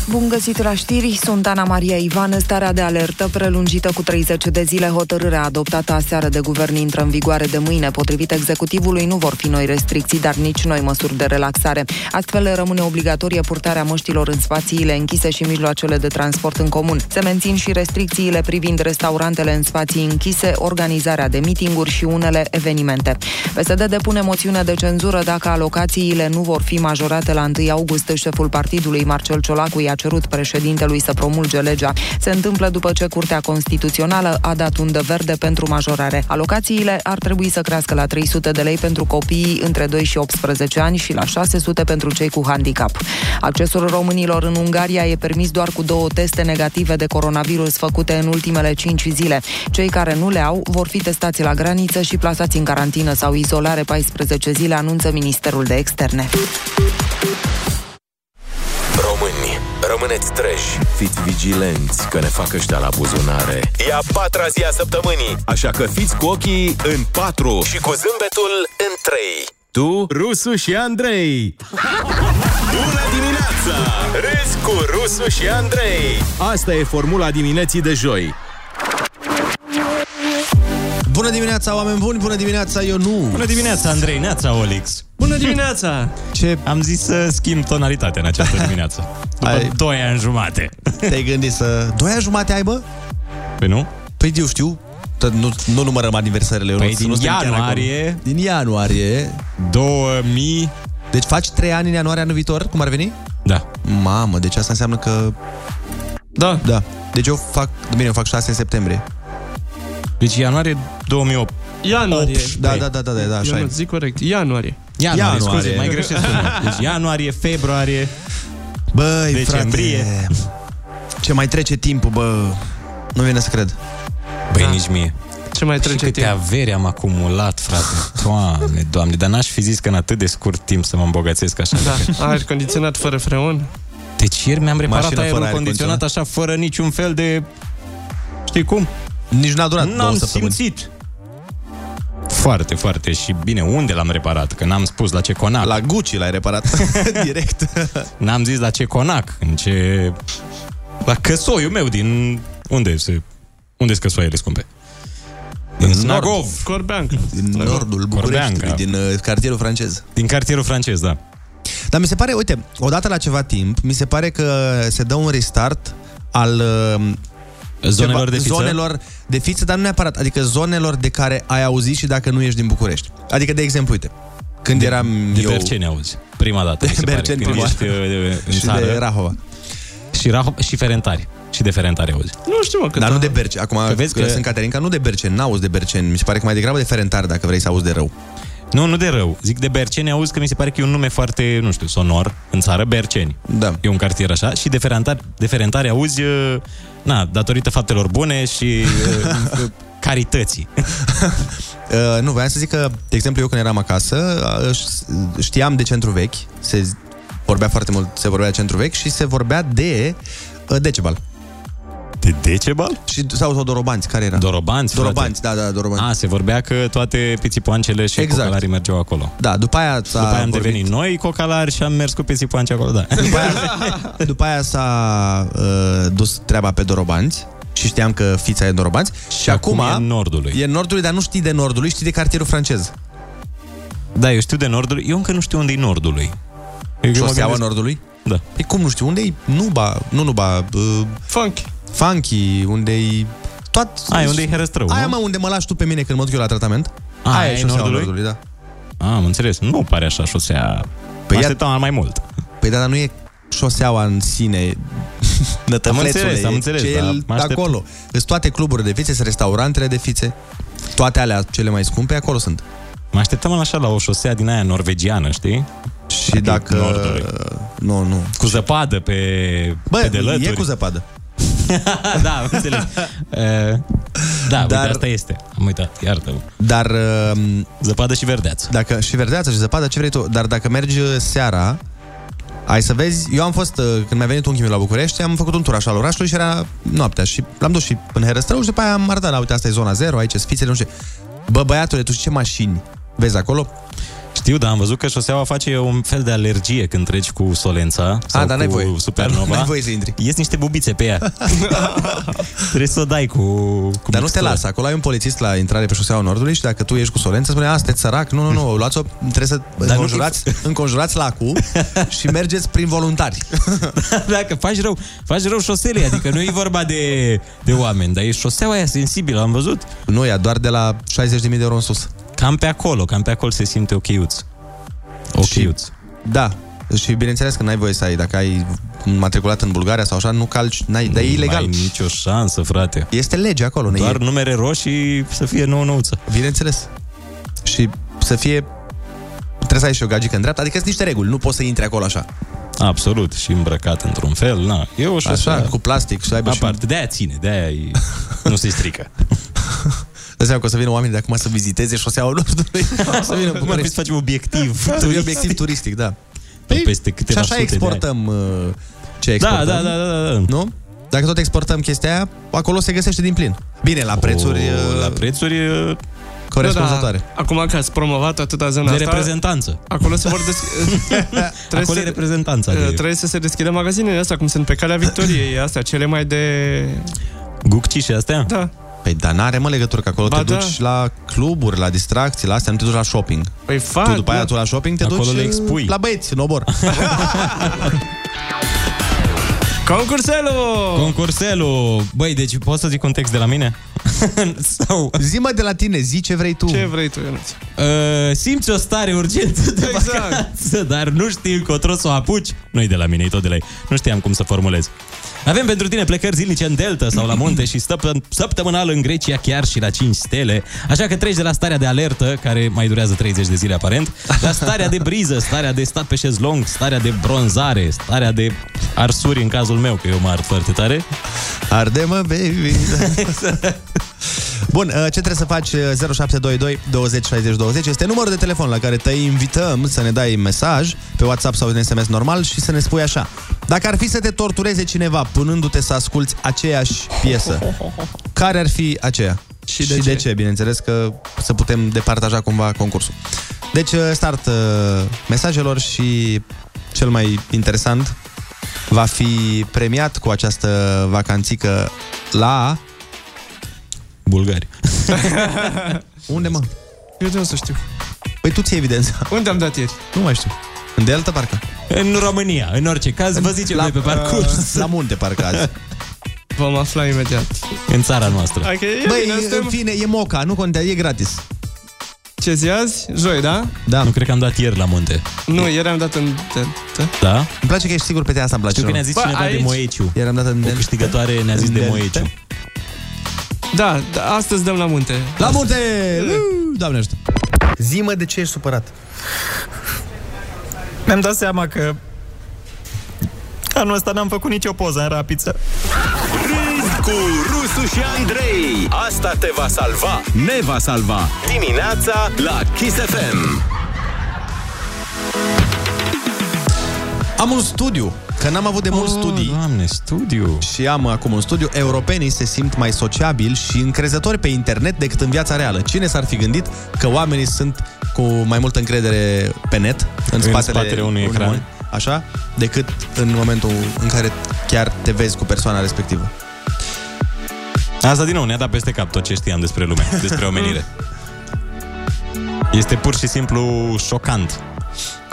Bun găsit la știri, sunt Ana Maria Ivan. Starea de alertă prelungită cu 30 de zile, hotărârea adoptată aseară de guvern intră în vigoare de mâine. Potrivit executivului, nu vor fi noi restricții, dar nici noi măsuri de relaxare. Astfel rămâne obligatorie purtarea măștilor în spațiile închise și mijloacele de transport în comun. Se mențin și restricțiile privind restaurantele în spații închise, organizarea de mitinguri și unele evenimente. PSD depune moțiune de cenzură dacă alocațiile nu vor fi majorate la 1 august. Șeful partidului Marcel Ciolacu i-a cerut președintelui să promulge legea. Se întâmplă după ce Curtea Constituțională a dat undă verde pentru majorare. Alocațiile ar trebui să crească la 300 de lei pentru copiii între 2 și 18 ani și la 600 pentru cei cu handicap. Accesul românilor în Ungaria e permis doar cu două teste negative de coronavirus făcute în ultimele 5 zile. Cei care nu le au vor fi testați la graniță și plasați în carantină sau izolare 14 zile, anunță Ministerul de Externe.
Români, rămâneți treji, fiți vigilenți că ne fac ăștia la buzunare.
E a patra zi a săptămânii, așa că fiți cu ochii în patru și cu zâmbetul în trei.
Tu, Rusu și Andrei.
Dimineața, Da, râzi cu Rusu și Andrei.
Asta e formula dimineții de joi.
Bună dimineața, oameni buni! Bună dimineața, eu nu!
Bună dimineața, Andrei, neața, Olix.
Bună
[laughs]
dimineața!
Ce?
Am zis să schimb tonalitatea în această dimineață. După Ai... 2 ani jumate.
Te-ai gândit să... Doi ani jumate ai, bă?
Păi nu?
Păi eu știu. Tot- Nu, nu numărăm aniversările. eu
Păi
nu-
din
nu suntem chiar
ianuarie.
acolo. Din ianuarie.
2000.
Deci faci trei ani în ianuarie anul viitor, cum ar veni?
Da.
Mamă, deci asta înseamnă că...
Da.
Da. Deci eu fac... Bine, eu fac 6 în septembrie.
Deci ianuarie 2008.
Ianuarie.
Da, da, da, da, da, da, așa
Eu
e.
nu zic corect. Ianuarie.
Ianuarie, ianuarie. scuze, mai greșesc. Deci ianuarie, februarie,
Băi,
decembrie.
frate, ce mai trece timpul, bă. Nu vine să cred.
Băi, da. nici mie.
Ce mai
trece câte timp? avere am acumulat, frate. Doamne, doamne, dar n-aș fi zis că în atât de scurt timp să mă îmbogățesc așa.
Da, aer condiționat fără freon.
Deci ieri mi-am reparat
Mașină fără
aerul
aer
condiționat
condiționat.
așa, fără niciun fel de... Știi cum?
Nici n-a durat două
N-am
săptămâni.
simțit. Foarte, foarte. Și bine, unde l-am reparat? Că n-am spus la ce conac.
La Gucci l-ai reparat.
[laughs]
Direct.
N-am zis la ce conac, în ce... La căsoiul meu din... Unde se... unde sunt căsoaiele scumpe? Din Snagov.
Corbeanca.
Din nordul Bucureștiului,
Corbeanca.
din uh, cartierul francez.
Din cartierul francez, da.
Dar mi se pare, uite, odată la ceva timp, mi se pare că se dă un restart al uh,
Zonelor de fiță?
zonelor de fiță, dar nu neapărat, adică zonelor de care ai auzit și dacă nu ești din București. Adică, de exemplu, uite, când eram
De
eu...
Berceni auzi. Prima dată. mi se
[laughs] De
pare,
Berceni,
când
prima
ești,
dată.
uh, de- în
și
țară.
de Rahova.
Și, Raho- și Ferentari. Și de Ferentari auzi.
Nu știu, mă, că
Dar nu de Berceni. Acum, că
vezi
vezi
că-
că sunt Caterinca, nu de Berceni, n-auzi de Berceni. Mi se pare că mai degrabă de Ferentari, dacă vrei să auzi de rău.
Nu, nu de rău. Zic de Berceni, auzi că mi se pare că e un nume foarte, nu știu, sonor în țară, Berceni.
Da.
E un cartier așa și de Ferentari, de Ferentari auzi, uh, na, datorită faptelor bune și uh, uh, carității. [laughs]
Uh, nu, voiam să zic că, de exemplu, eu când eram acasă, uh, ș- știam de centru vechi, se z- vorbea foarte mult, se vorbea de centru vechi și se vorbea de uh, Decebal.
De Decebal?
Și, sau, sau Dorobanți, care era?
Dorobanți, frate.
Dorobanți, da, da, Dorobanți.
A, se vorbea că toate pițipoancele și exact.
Exact.
cocalarii mergeau acolo.
Da, după aia s-a
După aia am
vorbit-
devenit noi cocalari și am mers cu pițipoanci acolo, da.
După aia, după aia s-a uh, dus treaba pe Dorobanți și știam că fița e în Dorobanți și, și acum,
e în nordului.
e în nordului, dar nu știi de nordului, știi de cartierul francez.
Da, eu știu de nordul. Eu încă nu știu unde e nordului. Eu mă
Șoseaua
gândesc-
nordului?
Da.
Păi cum nu știu, unde e Nuba, nu Nuba, uh,
Funky.
Funky, unde e tot...
Ai, unde e Herăstrău,
Aia
nu?
mă, unde mă lași tu pe mine când mă duc eu la tratament.
A, aia e
șoseaua
Ah, nordului?
da.
A, am înțeles. Nu pare așa șosea.
Păi
Păi
ia-
Așteptam mai mult. [laughs]
Păi da, dar nu e șoseaua în sine. Nătăflețule,
înțeles, am
e
înțeles,
ce e
dar
el
mă aștept.
acolo. Sunt toate cluburile de fițe, sunt restaurantele de fițe, toate alea cele mai scumpe, acolo sunt.
Mă așteptam așa la o șosea din aia norvegiană, știi? Adică
Și dacă... Nu, nu.
Cu zăpadă pe,
Bă,
pe de lături.
e cu zăpadă.
[laughs] da,
[laughs]
am înțeles. E, da, Dar... uite, asta este. Am uitat, iartă-mă.
Dar... uh,
Zăpadă și verdeață.
Dacă, și verdeață și zăpadă, ce vrei tu. Dar dacă mergi uh, seara, ai să vezi, eu am fost, uh, când mi-a venit unchiul meu la București, am făcut un tur așa al orașului și era noaptea și l-am dus și în Herăstrău și după aia am arătat, "A, uite, asta e zona 0, aici sunt fițele, nu știu. ce." Bă, băiatule, tu știi ce mașini vezi acolo?
Știu, dar am văzut că șoseaua face un fel de alergie când treci cu Solența sau
Ah, dar
cu
n-ai voie.
Supernova.
N-ai voie să intri.
Ies niște bubițe pe
[laughs]
ea. Trebuie să o dai cu...
Dar
cu
nu te
mixtură.
lasă, acolo ai un polițist la intrare pe șoseaua Nordului și dacă tu ești cu Solența, spune, a, sunteți sărac, nu, nu, nu,
[laughs]
luați-o, trebuie să
nu- [laughs]
înconjurați, înconjurați lacul și mergeți prin voluntari.
Dacă faci rău, faci rău șosele, adică nu e vorba de, de oameni, dar e șoseaua aia sensibilă, am văzut.
Nu, ea doar de la 60.000 de euro în sus.
Cam pe acolo, cam pe acolo se simte ochiuț. Ochiuț.
Da, și bineînțeles că n-ai voie să ai, dacă ai matriculat în Bulgaria sau așa, nu calci, n-ai, dar e ilegal.
Nu mai ai nicio șansă, frate.
Este lege acolo. nu
Doar
e...
numere roșii să fie nouă nouță.
Bineînțeles. Și să fie trebuie să ai și o gagică în dreapta, adică sunt niște reguli, nu poți să intri acolo așa.
Absolut, și îmbrăcat într-un fel, na. E o șosea.
Așa, cu plastic, să aibă și-
Aparte, de-aia ține,
[laughs]
de-aia e... nu se strică.
Dă seama că o să vină oameni de acum să viziteze șoseaua
[laughs]
Nordului. O să vină în
Ar
București.
să facem obiectiv
E
turistic.
obiectiv turistic, da.
Păi, peste
Și
câteva
așa
sute de
exportăm uh, ce exportăm.
da, da, da, da.
Nu? Dacă tot exportăm chestia aia, acolo se găsește din plin. Bine, la prețuri...
O,
uh,
la prețuri uh,
corespunzătoare.
Da, acum că ați promovat atâta zona
de
asta...
reprezentanță.
Acolo se vor
[laughs]
deschide...
Acolo e reprezentanța de-
uh, Trebuie să se deschidă magazinele astea, cum sunt pe calea Victoriei, astea, cele mai de...
Gucci și astea?
Da.
Păi, dar n-are mă legătură, că acolo
Ba
te
da.
duci la cluburi, la distracții, la astea, nu te duci la shopping.
Păi fac,
tu după aia
da.
tu la shopping te
Acolo
duci
le
uh,
expui.
la băieți, în
[laughs]
obor.
Concurselul!
Concurselul! Băi, deci pot să zic un text de la mine? [laughs] Sau...
zi mă de la tine, zi ce vrei tu.
Ce vrei tu, Ionuț?
Uh, simți o stare urgentă de exact. vacanță, dar nu știi încotro să o apuci? Nu-i de la mine, e tot de la ei. Nu știam cum să formulez. Avem pentru tine plecări zilnice în Delta sau la munte și stăp- săptămânal în Grecia chiar și la 5 stele, așa că treci de la starea de alertă, care mai durează 30 de zile aparent, la starea de briză, starea de stat pe șezlong, starea de bronzare, starea de arsuri în cazul meu, că eu mă ard foarte tare.
Arde-mă, baby! Bun, uh, ce trebuie să faci? uh, 0722 20 60 20 este numărul de telefon la care te invităm să ne dai mesaj pe WhatsApp sau în SMS normal și să ne spui așa. Dacă ar fi să te tortureze cineva punându-te să asculti aceeași piesă,
[laughs]
care ar fi aceea? Și de, și ce? de ce? Bineînțeles că să putem departaja cumva concursul. Deci, uh, start uh, mesajelor și cel mai interesant va fi premiat cu această vacanțică la...
Bulgari.
[laughs] Unde, mă?
Eu de unde să știu?
Păi tu ți evidența.
Unde am dat ieri?
Nu mai știu. În Delta, parcă?
În România, în orice caz, vă zicem noi pe
[laughs]
parcurs.
La munte, parcă azi.
Vom afla imediat.
În țara noastră.
Hai că e bine,
Băi,
suntem-
în fine, e moca, nu contează, e gratis.
Ce zi azi? Joi, da?
Da.
Nu cred că am dat ieri la munte.
Nu, ieri am dat în... Da?
Da?
Îmi place că ești sigur pe tine, asta îmi place.
Știu că ne-a zis
Bă,
cineva de
aici-
Moeciu.
Iar am dat în
O
Delta.
câștigătoare ne-a zis de
Delta.
Moeciu.
Da, da, astăzi dăm la munte.
La munte! Uuu, Doamne ajută! Zi-mă de ce ești supărat.
Mi-am dat seama că anul ăsta n-am făcut nicio poză în rapiță.
Râzi [laughs] cu Rusu și Andrei. Asta te va salva
Ne va salva.
dimineața la Kiss FM.
Am un studiu, că n-am avut de mult studii.
Oh, Doamne, studiu.
Și am acum un studiu, europenii se simt mai sociabili și încrezători pe internet decât în viața reală. Cine s-ar fi gândit că oamenii sunt cu mai multă încredere pe net, în,
În
spatele,
spatele unui ecran.
mon- așa, decât în momentul în care chiar te vezi cu persoana respectivă.
Asta din nou ne-a dat peste cap tot ce știam despre lume, despre omenire. Este pur și simplu șocant.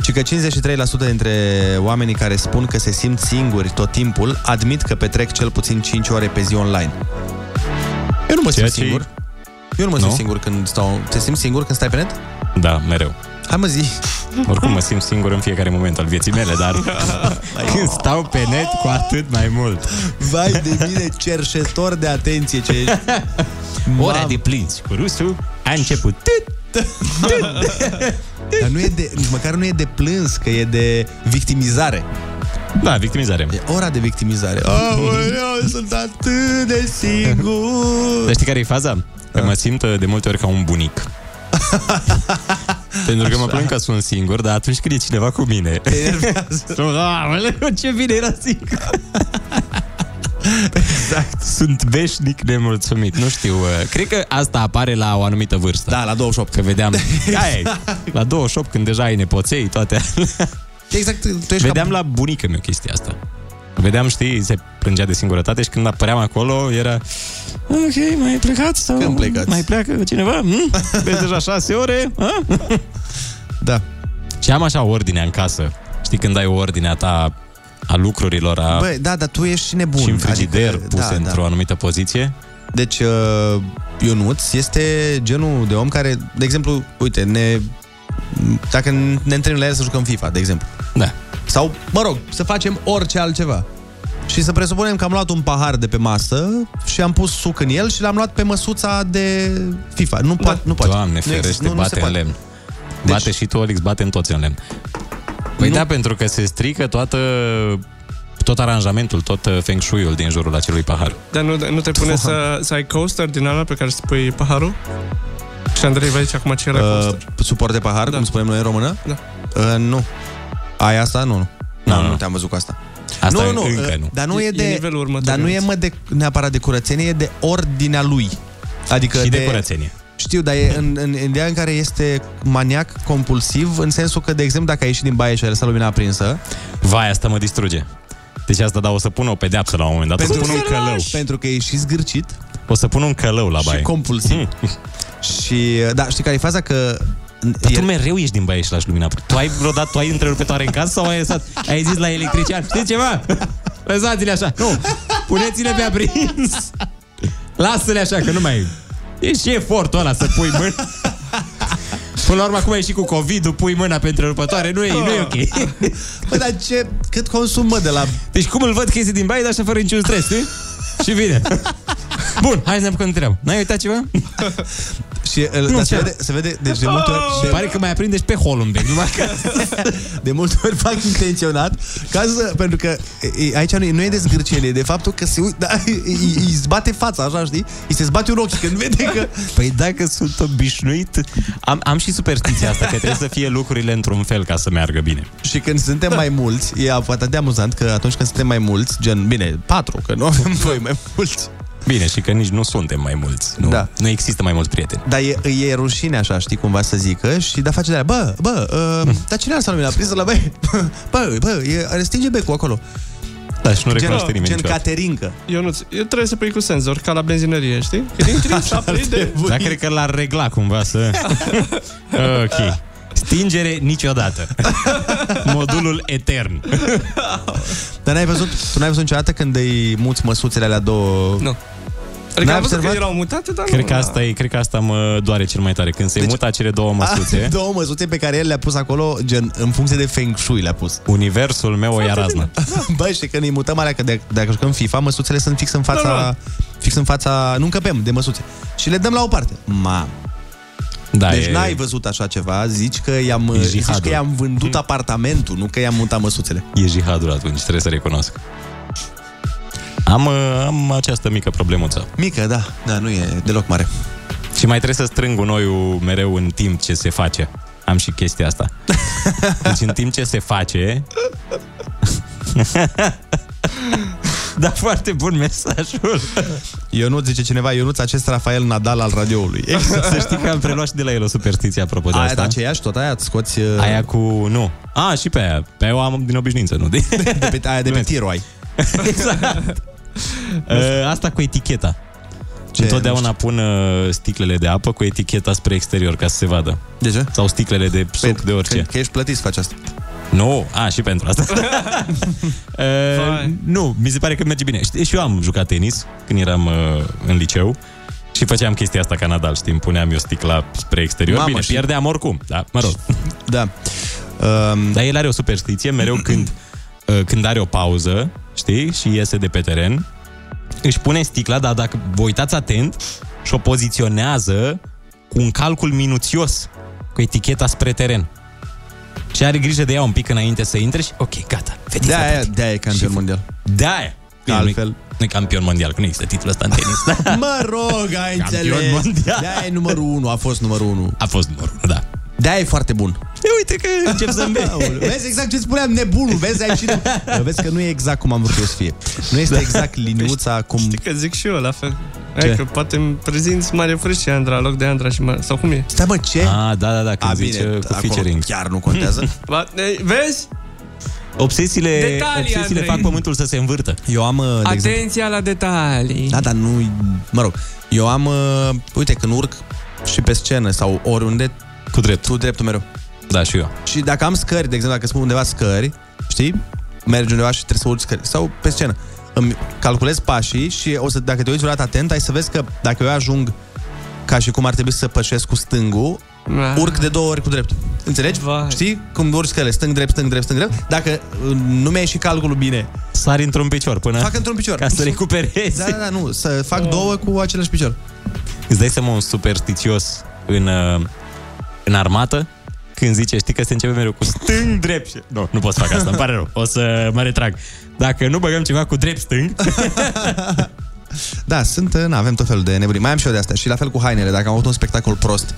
Și că 53% dintre oamenii care spun că se simt singuri tot timpul admit că petrec cel puțin 5 ore pe zi online. Eu nu mă simt
Ceea ce-
singur. Eu nu mă simt
Nu?
singur când stau... Te simți singur când stai pe net?
Da, mereu.
Hai mă zi.
Oricum mă simt singur în fiecare moment al vieții mele,
[laughs]
dar când stau pe net cu atât mai mult.
Vai de mine, cerșetor de atenție ce ești. [laughs]
Ora de plinți cu rusul a început.
[laughs] Dar nu e de, nici măcar nu e de plâns, că e de victimizare.
Da, victimizare.
E ora de victimizare. Aoleu, sunt atât de sigur.
Dar știi care e faza? Că mă simt uh, de multe ori ca un
[laughs]
bunic. Pentru că mă plâng că sunt singur, dar atunci când e cineva cu mine. Aoleu, ce bine era singur. Exact. Sunt veșnic nemulțumit. Nu știu, uh, cred că asta apare la o anumită vârstă. Da,
la 28.
Că
[laughs]
vedeam... Aia e, la 28, când deja ai nepoței, toate alea.
Exact, tu ești
Vedeam la bunica mea chestia asta. Vedeam, știi, se plângea de singurătate și când apăream acolo era... Ok, mai plecat sau...
Când plecați?
Mai pleacă cineva? Hm? Vezi deja șase ore? Ha?
Da.
Și am așa ordinea în casă. Știi, când ai ordinea ta a lucrurilor, a...
Băi, da, dar tu ești și nebun.
și în frigider adică, puse da, într-o da. anumită poziție.
Deci, uh, Ionuț este genul de om care, de exemplu, uite, ne, dacă ne întâlnim la el să jucăm FIFA, de exemplu.
Da.
Sau, mă rog, să facem orice altceva. Și să presupunem că am luat un pahar de pe masă și am pus suc în el și l-am luat pe măsuța de FIFA. Nu, da. nu poate.
Doamne,
Nu există.
ferește,
Nu- nu se
bate în
poate. Deci-
lemn. Bate și tu, Olix, bate în toți în lemn. Păi nu. da, pentru că se strică toată tot aranjamentul, tot uh, feng shui-ul din jurul acelui pahar.
Dar nu, nu te pune să, să ai coaster din ala pe care să pui paharul? Și Andrei vă zice acum ce era
Uh,
coaster.
păi,
suport de pahar, da. cum spunem noi în română?
Da.
Uh, nu. Ai asta? Nu, nu. Nu, nu te-am văzut cu asta.
Asta
nu, nu,
încă
uh,
nu.
Dar nu e,
E- e
de,
nivelul următor,
dar nu e
Ionuț.
mă de, neapărat de curățenie, e de ordinea lui. Adică
Și de curățenie.
Știu, dar e în, în, în ideea în care este maniac compulsiv, în sensul că, de exemplu, dacă ai ieșit din baie și ai lăsat lumina aprinsă...
Vai, asta mă distruge. Deci asta, da, o să pun o pedeapsă la un moment dat. O să pun un călău.
Pentru că e și zgârcit
O să pun un călău la baie. Hmm.
și compulsiv. și, da, știi care e faza? Că
Dar tu mereu ești din baie și lași lumina. Tu ai vreodată, tu ai întrerupătoare în casă sau ai lăsat, ai zis la electrician, știi ceva? Lăsați-le așa. Nu, puneți-le pe aprins. Lasă-le așa, că nu mai... E și efortul ăla să pui mână. Până la urmă, acum e și cu covid pui mâna pe întrerupătoare, nu e, nu e ok.
Bă, dar ce, cât consumă de la...
Deci cum îl văd că iese din baie, dar așa fără niciun stres, știi? Și vine. Bun, hai să ne apucăm de treabă. N-ai uitat ceva?
Și uh, dar se
ce?
vede, se vede, deci de multe ori...
Și pare că mai aprindești pe Hollenberg,
[laughs]
numai că...
De multe ori fac intenționat ca să, Pentru că e, e, aici nu e, nu e de zgârcele E de faptul că se uit, da, [laughs] îi, îi zbate fața Așa știi? Îi se zbate un ochi când vede [laughs] că
Păi dacă sunt obișnuit... Am, am și superstiția asta, că trebuie să fie lucrurile într-un fel ca să meargă bine.
Și când suntem mai mulți E atât de amuzant că atunci când suntem mai mulți Gen, bine, patru, că nu avem voi mai mulți
Bine, și că nici nu suntem mai mulți. Nu,
Da.
nu există mai mulți prieteni.
Dar e, îi e rușine așa, știi, cumva să zică Și da face de aia, bă, bă, uh, dar cine asta lumina prinsă la băie? [laughs] Bă, bă, e, stinge becul acolo
Da, și nu
recunoaște
gen,
nimeni
gen
niciodată.
caterincă
Eu nu trebuie să pui cu senzor, ca la benzinărie, știi? Când
[laughs]
intri, și apoi de...
Dar cred că l-ar regla cumva să...
[laughs]
ok. Stingere niciodată. Modulul etern.
[laughs] Dar n-ai văzut, tu n-ai văzut niciodată când îi muți măsuțele alea două...
Nu.
N-ai
Adică am văzut că
observat?
erau mutate, dar
Cred
nu. da.
că asta e, cred că asta mă doare cel mai tare când se deci, mută acele două
[laughs]
măsuțe.
Două măsuțe pe care el le-a pus acolo, gen, în funcție de Feng Shui le-a pus.
Universul meu o ia raznă.
Da.
[laughs] Bă, și când îi mutăm alea, că de, dacă jucăm FIFA, măsuțele sunt fix în fața...
Da, da.
Fix în fața... Nu încăpem de măsuțe. Și le dăm la o parte. Ma.
Da,
deci
e-
n-ai văzut așa ceva, zici că i-am,
E
zici că
jihadul. Hmm.
i-am vândut apartamentul, nu că i-am mutat măsuțele.
E jihadul atunci, trebuie să recunosc. Am, uh, am această mică problemuță.
Mică, da, da, nu e deloc mare.
Și mai trebuie să strâng gunoiul mereu în timp ce se face. Am și chestia
[laughs]
asta. Deci în timp ce se face... da, foarte bun mesajul.
Ionuț, zice cineva, Ionuț, acest Rafael Nadal al radioului.
Exact,
Exact,
Să știi că am preluat și de la el o superstiție apropo de
Aia
asta.
de aceeași, tot aia, îți scoți... uh,
Aia cu... Nu. A, și pe aia. Pe aia o am din obișnuință, nu? De,
de pe, aia de pe tiro ai.
[laughs]
[laughs]
exact. Uh, asta cu eticheta. Ce, Întotdeauna pun uh, sticlele de apă cu eticheta spre exterior ca să se vadă.
De ce? Păi,
Sau sticlele de suc, de orice.
Că ești plătit să faci asta.
Nu, a, și
[laughs]
pentru asta. uh, nu, mi se pare că merge bine. Știi, și eu am jucat tenis când eram uh, în liceu și făceam chestia asta ca Nadal, știi, îmi puneam eu sticla spre exterior.
Mamă,
bine,
și-
pierdeam oricum, da, mă rog.
Da.
Um... Dar el are o superstiție, mereu când, uh, când are o pauză, știi, și iese de pe teren, își pune sticla, dar dacă vă uitați atent, și-o poziționează cu un calcul minuțios, cu eticheta spre teren. Și are grijă de ea un pic înainte să intre și, ok, gata, fetița
De-aia- de-aia e campion mondial.
De-aia. Altfel. Nu e campion mondial, că nu există titlul ăsta în
[laughs]
tenis.
Mă rog, ai
Campion
înțeles.
mondial.
De-aia e numărul 1, a fost numărul 1.
A fost numărul 1, da.
de e foarte bun.
E, uite că încep să
Aoleu, Vezi exact ce spuneam, nebunul, vezi, ai și... Vezi că nu e exact cum am vrut eu să fie. Nu
Da.
este exact liniuța cum... Știi
Da. că zic și eu la fel.
Ce?
Hai că poate îmi prezinți Mare Frâș și Andra, loc de Andra și Mare... Sau cum e?
Stai mă, ce?
Ah, da, da, da, când
A,
zice
bine,
cu
acolo
featuring.
chiar nu
contează. [laughs] Ba, e, Vezi?
Obsesiile,
Detalii,
obsesiile
Andrei.
fac [laughs] pământul să se învârtă.
Eu am, uh, de exemplu-
Atenția la detalii.
Da, dar nu... Mă rog, eu am... uh, Uite, când urc și pe scenă sau oriunde...
Cu drept.
Cu dreptul mereu.
Da, și eu.
Și dacă am scări, de exemplu, dacă spun undeva scări, știi? Mergi undeva și trebuie să urci scări. Sau pe scenă. Îmi calculez pașii și o să, dacă te uiți o dată atent, ai să vezi că dacă eu ajung ca și cum ar trebui să pășesc cu stângul,
Ah.
urc de două ori cu drept. Înțelegi? Vai. Știi? Cum urci scările, stâng, drept, stâng, drept, stâng, drept. Dacă uh, nu mi-a ieșit calculul bine,
Sari într-un picior până...
Fac într-un picior.
Ca să recuperezi.
Da, da, da, nu, să fac două cu același picior.
Îți dai seama un superstițios în, uh, în armată? Când zice, știi că se începe mereu cu stâng, drept. și- Nu, nu pot să fac asta, îmi pare rău. O să mă retrag. Dacă nu băgăm ceva cu drept stâng,
Da, sunt, na, avem tot felul de nebunii. Mai am și eu de asta. Și la fel cu hainele, dacă am avut un spectacol prost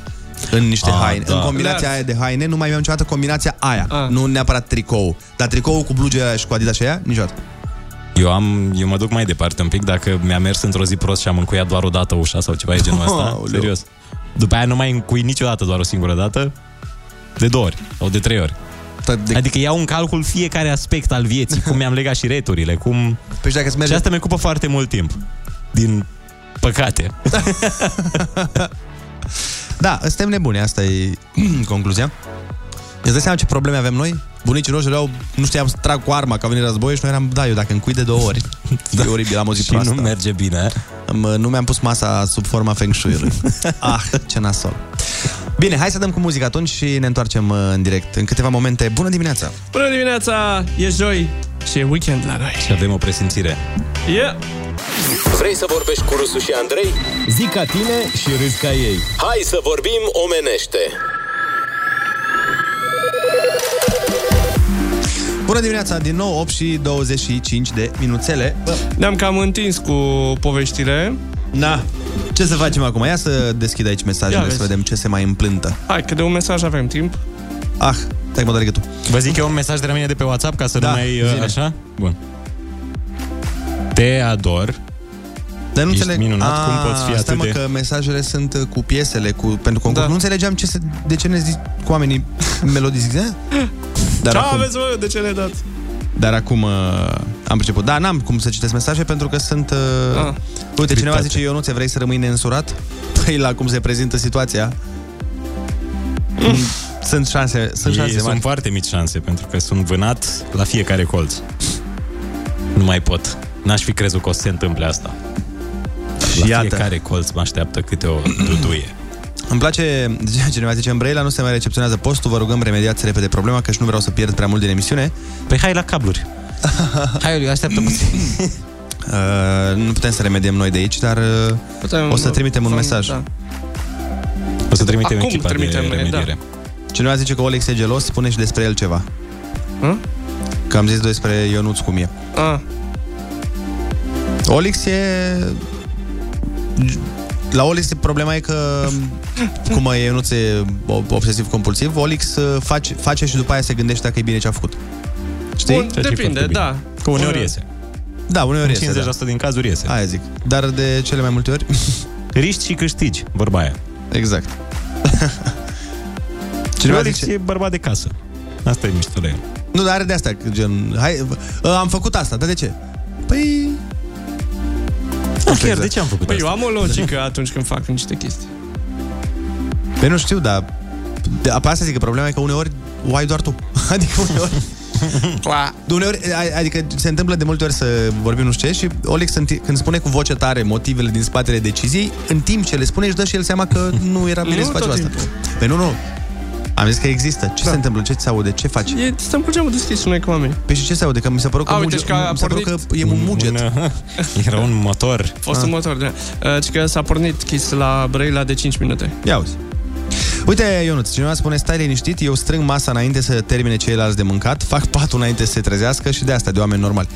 în niște
Ah,
A, haine.
da.
Da. Ah. În combinația aia de haine, nu mai am niciodată combinația aia. A. Nu neapărat tricou. Dar tricou cu blugea și cu adidas și aia, niciodată.
Eu am, eu mă duc mai departe un pic Dacă mi-a mers într-o zi prost și am încuiat doar o dată ușa Sau ceva de genul ăsta,
Aoleu.
serios După aia nu mai încui niciodată doar o singură dată De două ori sau de trei ori
de...
Adică iau în calcul fiecare aspect al vieții Cum mi-am legat și returile cum...
Păi și, dacă merge...
și asta mi ocupă foarte mult timp Din păcate
[laughs] Da, suntem nebuni, asta e [clears throat] concluzia. Îți dai seama ce probleme avem noi? Bunicii noștri erau, nu știam să trag cu arma, că a venit război și noi eram, da, eu dacă încui de două
[laughs]
ori, da. e oribil, am o zi
Și
proastă.
nu merge bine. eh?
Mă, uh, nu mi-am pus masa sub forma feng
[laughs]
shui-ului. ah, ce nasol. Bine, hai să dăm cu muzica atunci și ne întoarcem uh, în direct în câteva momente. Bună dimineața!
Bună dimineața, e joi și e weekend la noi.
Și avem o presimțire
Yeah.
Vrei să vorbești cu Rusu și Andrei? Zic ca tine și râzi ca ei. Hai să vorbim omenește.
Bună dimineața, din nou 8 și 25 de minuțele. Bă,
Ne-am cam întins cu poveștile.
Na. ce să facem acum? Ia să deschid aici
Ia
mesajele,
vezi.
să vedem ce se mai împlântă.
Hai, că de un mesaj avem timp.
Ah, te mă doare tu.
Vă zic eu un mesaj de la mine de pe WhatsApp Ca să
Da,
nu mai... uh,
zine.
Așa? Bun Te ador
Dar nu
Ești
înțeleg...
minunat,
Ah,
cum poți
stai
fi atât
mă
de-
că mesajele sunt uh, cu piesele, cu... pentru concurs. Da. Nu înțelegeam ce se... de ce ne zici cu oamenii [laughs] melodii zic, "Eh?"
[gasps] Dar Ce
acum-
aveți, mă, de ce ne dați?
Dar acum uh, am priceput. Da, n-am cum să citesc mesaje pentru că sunt... Uh,
Ah.
Uite, cineva
Criptate.
zice, eu nu ți vrei să rămâi neînsurat? Păi la cum se prezintă situația. Sunt șanse, sunt
Mm. Ei,
șanse mari.
sunt foarte mici șanse, pentru că sunt vânat la fiecare colț. Nu mai pot. N-aș fi crezut că o să se întâmple asta. La
iată.
fiecare colț mă așteaptă câte o duduie.
Îmi place, zicea cineva zice, în Brăila nu se mai recepționează postul, vă rugăm remediați repede problema, că și nu vreau să pierd prea mult din emisiune.
Păi hai la
[laughs]
cabluri. Hai, Oliu, așteaptă puțin.
Uh, nu putem să remediem noi de aici, dar uh,
Putem-
o să trimitem un
vom-
mesaj.
da.
O să trimitem
Acum
echipa
trimitem,
de
da.
remediere.
Cineva zice că Olex e gelos, spune și despre el ceva.
Hă?
Că am zis despre Ionuț cum e.
Ah,
Olix e... La Olix problema e că cum e nu e obsesiv-compulsiv, Olix uh, face, face și după aia se gândește dacă e bine ce a făcut. Știi?
Bun, Ceea ce e depinde, foarte bine. da.
Că uneori iese.
Da, uneori
În
iese.
50% din cazuri iese.
Da. Aia zic. Dar de cele mai multe ori...
[laughs] Riști și câștigi, vorba aia.
Exact. [laughs]
Cineva
Cineva
Olix
zice-
e bărbat de casă. Asta e mișto la el.
Nu, dar are de asta, că gen... Hai, uh, am făcut asta, dar de ce? Păi... Exact.
Da, chiar, de ce am făcut
Păi
asta?
eu am o logică atunci când fac niște chestii.
Păi nu știu, dar... De, pe asta zic că problema e că uneori o ai doar tu. [laughs] Adică uneori...
[laughs]
De uneori, a- adică se întâmplă de multe ori să vorbim nu știu ce și Olex în ti- când spune cu voce tare motivele din spatele
[laughs]
deciziei, în timp ce le spune își dă și el seama că nu era bine
Nu
să faci
tot
asta.
timpul.
Păi nu, nu. Am zis că există. Ce da. se întâmplă? Ce ți se aude? Ce faci?
E, stăm cu geamul deschis și noi cu oameni.
Păi și ce se aude? Că mi s-a părut că,
A, uite,
muge,
și că a
mi s-a părut că
pornit
e un muget.
[laughs] Era un motor.
Fost
Ah.
un motor, da. Uh, Deci că s-a pornit chis la Brăila de 5 minute.
Ia uzi. Uite, Ionuț, cineva spune, stai liniștit, eu strâng masa înainte să termine ceilalți de mâncat, fac patul înainte să se trezească și de asta, de oameni
[laughs]
normali.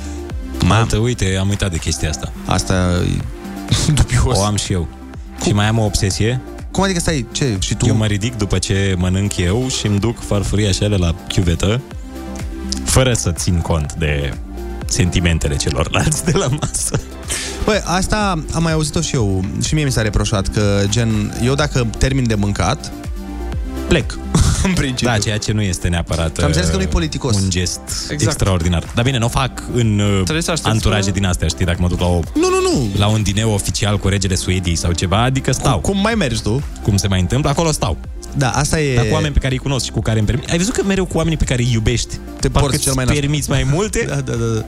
Mamă, uite, am uitat de chestia asta.
Asta e [laughs] dubios.
O am și eu. Cum? Și mai am o obsesie.
Cum adică stai, ce, și tu?
Eu mă ridic după ce mănânc eu și îmi duc farfurii așa de la chiuvetă, fără să țin cont de sentimentele celorlalți de la masă.
Băi, asta am mai auzit-o și eu. Și mie mi s-a reproșat că, gen, eu dacă termin de mâncat, plec. [laughs] în principiu.
Da, ceea ce nu este neapărat
Că am înțeles că nu-i
uh,
politicos.
un gest exact. extraordinar. Dar bine, nu o fac în uh,
să aștepți
anturaje
până-
din astea, știi, dacă mă duc la o
Nu, nu, nu.
la un dineu oficial cu regele Suediei sau ceva, adică stau.
Cum, cum mai mergi tu?
Cum se mai întâmplă, acolo stau.
Da, asta e...
Dar cu oameni pe care îi cunosc și cu care îmi permit. Ai văzut că mereu cu oamenii pe care îi iubești,
Te
parcă
porți
îți
cel mai nașpa.
permiți mai multe.
[laughs] da, da, da.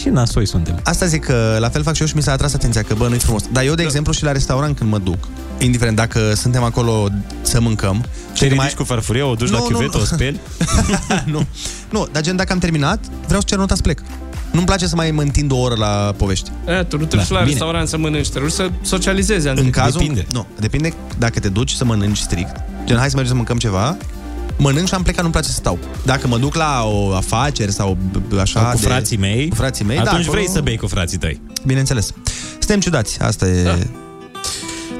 Și nasoi suntem.
Asta zic că la fel fac și eu și mi s-a atras atenția că bă, nu-i frumos. Dar
Da.
eu, de exemplu, și la restaurant când mă duc, indiferent dacă suntem acolo să mâncăm...
Te ridici cu farfurie, o duci la chiuvetă, o speli?
[laughs] nu. nu, dar gen dacă am terminat, vreau să cer nota să plec. Nu-mi place să mai mă întind o oră la povești.
E, tu nu te duci
Da,
la
bine.
restaurant să mănânci, te duci să socializezi. adică Andrei.
În cazul... Nu, depinde dacă te duci să mănânci strict. Gen, hai să mergem să mâncăm ceva, mănânc și am plecat, nu-mi place să stau. Dacă mă duc la o afaceri sau b- așa
Sau cu
de...
frații mei,
cu frații mei, da,
atunci
acolo-
vrei să bei cu frații tăi.
Bineînțeles. Suntem ciudați, asta e... Da.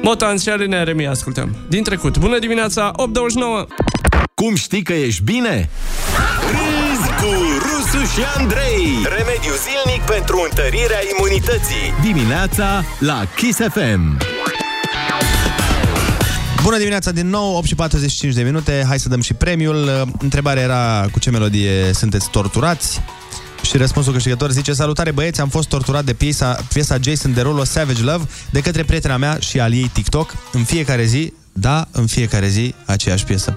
Motan și Alina Remi ascultăm. Din trecut. Bună dimineața, 8.29.
Cum știi că ești
[laughs]
bine?
Râzi cu Rusu și Andrei Remediu zilnic pentru întărirea imunității
Dimineața la Kiss FM.
Bună dimineața din nou, 8 și 45 de minute, hai să dăm și premiul. Întrebarea era cu ce melodie sunteți torturați? Și răspunsul câștigător zice Salutare băieți, am fost torturat de piesa, piesa Jason Derulo Savage Love de către prietena mea și al ei TikTok în fiecare zi da, în fiecare zi aceeași
[laughs]
piesă.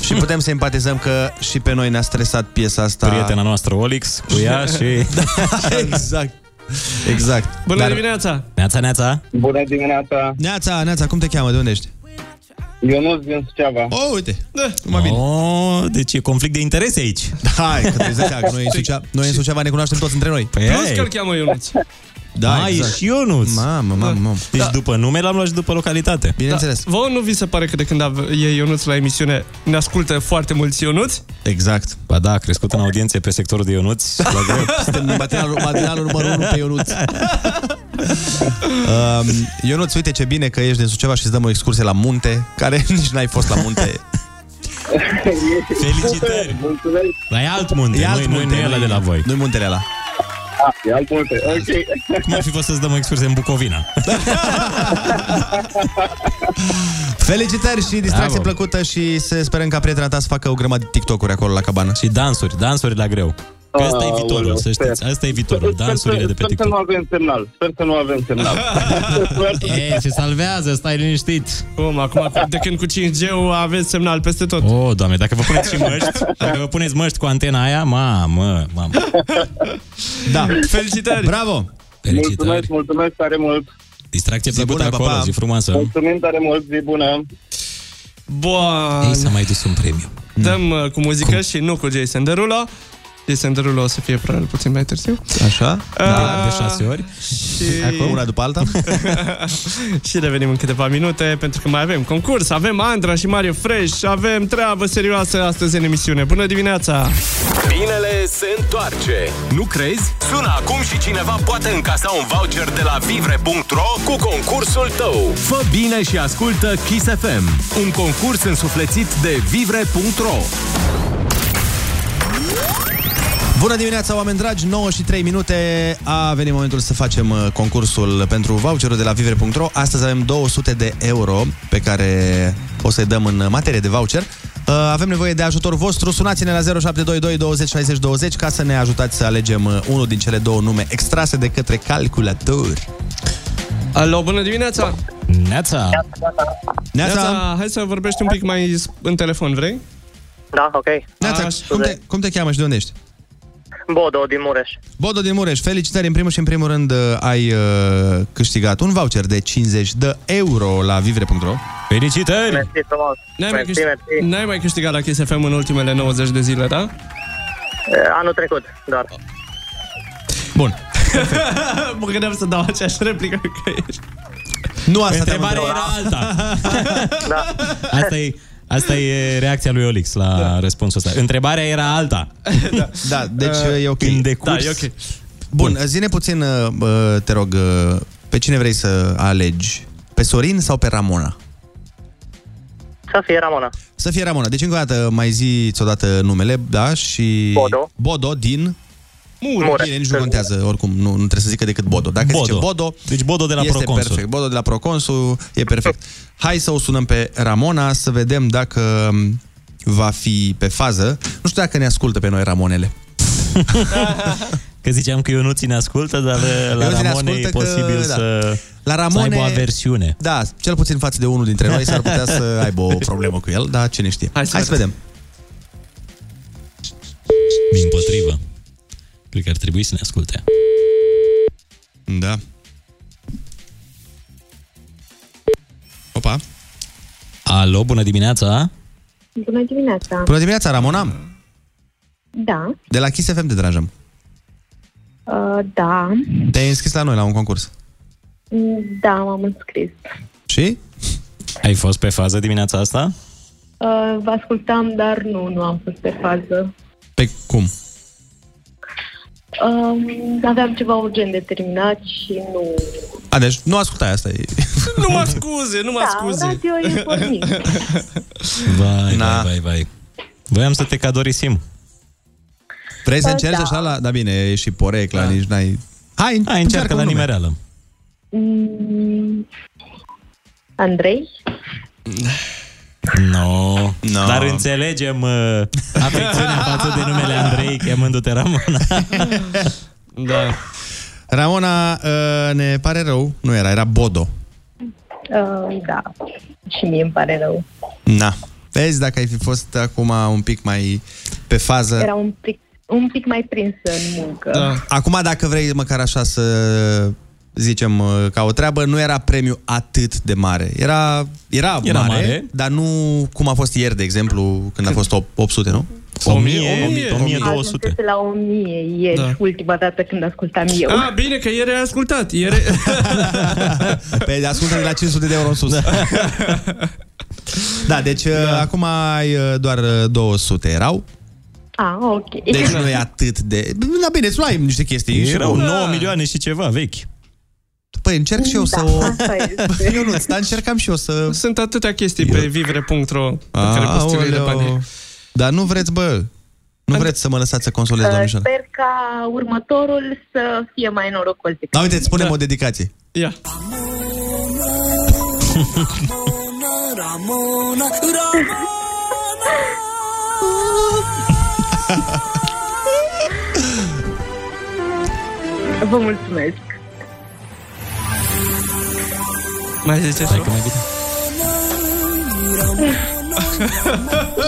și putem să empatizăm că și pe noi ne-a stresat piesa asta.
Prietena noastră Olix, cu
[laughs]
ea și...
da, exact. Exact.
Bună Dar... dimineața!
Neața, neața!
Bună dimineața!
Neața, Neața, cum te cheamă? De unde ești?
Ionuț din Suceava.
Oh, uite!
Da.
Numai bine.
Oh, deci e conflict de interese aici.
Hai, că trebuie să zic, că noi în Suceava, noi în Suceava ne cunoaștem toți între noi.
Păi
Plus că îl cheamă Ionuț.
Da,
Ai
exact.
și Ionuț.
Mamă, mamă, mamă.
Deci după nume l-am luat și după localitate.
Bineînțeles.
Vă Da, nu vi se pare că de când ave- e Ionuț la emisiune ne ascultă foarte mulți Ionuț?
Exact.
Ba da, a crescut în audiențe pe sectorul de
[laughs]
Ionuț. La greu.
Suntem matinalul, matinalul numărul 1 pe
[laughs]
Ionuț. Um, [laughs] Ionuț, uite ce bine că ești din Suceava și îți dăm o excursie la munte, care [laughs] nici n-ai fost la
[laughs]
munte.
Felicitări!
Mulțumesc!
Dar e alt munte,
E alt
nu, nu,
munte,
nu e ăla
nu-i-
de la voi.
Nu-i muntele ăla.
Ah, e alt multe, ok.
Cum ar fi fost să-ți dăm o excursie în Bucovina?
Felicitări și distracție
Bravo.
plăcută și să sperăm ca prietena ta să facă o grămadă de TikTok-uri acolo la cabană.
Și dansuri, dansuri la greu. Că asta e viitorul,
Aoleu,
să știți.
sper.
Asta e viitorul,
Sper-
dansurile de pe
Sper să nu
TikTok.
avem semnal, sper să nu avem semnal.
E, se salvează, stai liniștit.
Cum, acum, cu- de când cu 5G-ul aveți semnal peste tot.
O, oh, doamne, dacă vă puneți și măști, [laughs] dacă vă puneți măști cu antena aia, mamă,
[laughs]
mamă.
Da.
Felicitări!
Bravo!
mulțumesc,
Felicitări.
mulțumesc tare mult!
Distracție
Zi
plăcută
bună, pa,
acolo,
pa.
zi frumoasă.
Mulțumim tare mult, zi bună!
Bun.
Ei s-a mai dus un premiu.
Dăm uh, cu muzică Cum? și nu cu Jason Derulo. Jason Derulo o să fie probabil puțin mai târziu. Uh,
Așa?
Da, de șase ori.
Și,
Acum una după alta?
[laughs] și revenim în câteva minute pentru că mai avem concurs, avem Andra și Mario Fresh, avem treabă serioasă astăzi în emisiune. Bună dimineața!
Binele se întoarce
Nu crezi?
Sună acum și cineva poate încasa un voucher de la vivre.ro cu concursul tău
Fă bine și ascultă Kiss FM, un concurs însuflețit de vivre.ro.
Bună dimineața, oameni dragi! 9 și 3 minute a venit momentul să facem uh, concursul pentru voucherul de la vivre.ro. Astăzi avem 200 de euro pe care o să-i dăm în uh, materie de voucher. Uh, Avem nevoie de ajutor vostru. Sunați-ne la 0722 20 60 20 ca să ne ajutați să alegem uh, unul din cele două nume extrase de către calculator.
Alo, bună dimineața!
Neața.
Neața!
hai să vorbești un pic mai s- în telefon, vrei?
Da, ok.
Neața,
Așa.
cum te, cum te cheamă și de unde ești?
Bodo din Mureș.
Bodo din Mureș, felicitări în primul și în primul rând uh, ai uh, câștigat un voucher de 50 de euro la vivre.ro
Felicitări!
Mersi frumos.
N-ai mai,
Mersi,
câștig,
mersi.
n-ai mai câștigat la Kiss FM în ultimele 90 de zile, da?
Eh, Anul trecut, doar.
[laughs] mă gândeam să dau aceeași replică că ești.
Nu asta
Întrebarea era
[laughs]
alta. Asta e, asta e reacția lui Olix la da. răspunsul ăsta. Întrebarea era alta.
da. da, deci
[laughs]
uh, e ok.
În decurs.
Da, e ok. Bun, Bun. zine puțin, uh, uh, te rog, uh, pe cine vrei să alegi? Pe Sorin sau pe Ramona?
Să fie Ramona.
Să fie Ramona. Deci încă o dată mai ziți odată numele, da? Și Bodo. Bodo din
Mureș.
Bine, nici nu contează, oricum, nu, nu trebuie să zică decât Bodo. Dacă Bodo.
Bodo.
zice Bodo,
Deci Bodo de la
este
Proconsul.
perfect. Bodo de la Proconsul e [laughs] perfect. Hai să o sunăm pe Ramona să vedem dacă va fi pe fază. Nu știu dacă ne ascultă pe noi Ramonele.
[laughs] Că ziceam că eu [laughs] nu ține ascultă, dar uh, la
Eu ține
Ramone e
ascultă că,
posibil
da.
să,
La
să
Ramone-
aibă o aversiune.
Da, cel puțin față de unul dintre noi s-ar
[laughs]
putea să aibă o problemă cu el, dar cine știe. Hai să, Hai să vedem.
Din potrivă. Cred că ar trebui să ne asculte.
Da. Opa.
Alo, bună dimineața!
Bună dimineața!
Bună dimineața, Ramona!
Da,
De la Kiss FM te deranjăm.
uh, da,
Te-ai înscris la noi la un concurs.
mm, da, m-am înscris.
Și?
Ai fost pe fază dimineața asta?
Uh, vă ascultam, dar nu, nu am fost pe fază.
Pe cum?
Uh, aveam ceva urgent de terminat și nu...
A, deci nu ascultai asta. E...
Nu mă scuze, nu mă
da,
scuze.
radio e pornit.
Vai, vai, vai, vai. Voiam să te cadorisim.
Vrei să
Bă,
încerci
da.
așa la... Da, bine, e și porecla, da. nici n-ai... Hai,
Hai, încearcă la nimereală.
Mm, Andrei?
No. no. Dar
[laughs]
înțelegem uh, afecțiunea față de numele Andrei, chemându-te Ramona.
da.
Ramona, uh, ne pare rău. Nu era, era Bodo.
Uh, da, și mie îmi pare rău.
Na. Vezi, dacă ai fi fost acum un pic mai pe fază...
Era un uh, pic, un pic mai prinsă în muncă.
Da. Acum, dacă vrei măcar așa să zicem uh, ca o treabă, nu era premiu atât de mare. Era, era,
Era
mare,
mare.
dar nu cum a fost ieri, de exemplu, când a fost op- 800, nu?
1000,
1200. la 1000 ieri,
Da.
da. ultima dată când ascultam eu.
[laughs] A, bine că ieri ai ascultat. Ieri...
Pe ascultă de la 500 de euro în sus. da, deci da. acum ai uh, doar uh, 200 erau.
A, Ah, ok. [laughs]
Deci nu e atât de... Da, bine, îți luai niște chestii. și
Erau
bun.
9 milioane și ceva vechi.
[laughs] Păi încerc și eu să
Da,
o... [laughs]
asta este.
Eu nu, dar încercam și eu să...
Sunt atâtea chestii pe vivre.ro pe care
Aoleu.
poți ține de bani.
Dar nu vreți, bă, nu vreți să mă lăsați să consolez,
Uh,
Da.
domnișoara.
Sper ca următorul să fie mai norocos decât
Da, uite, îți spunem o dedicație.
Ia.
Vă mulțumesc.
Mai ziceți
Hai că mai bine.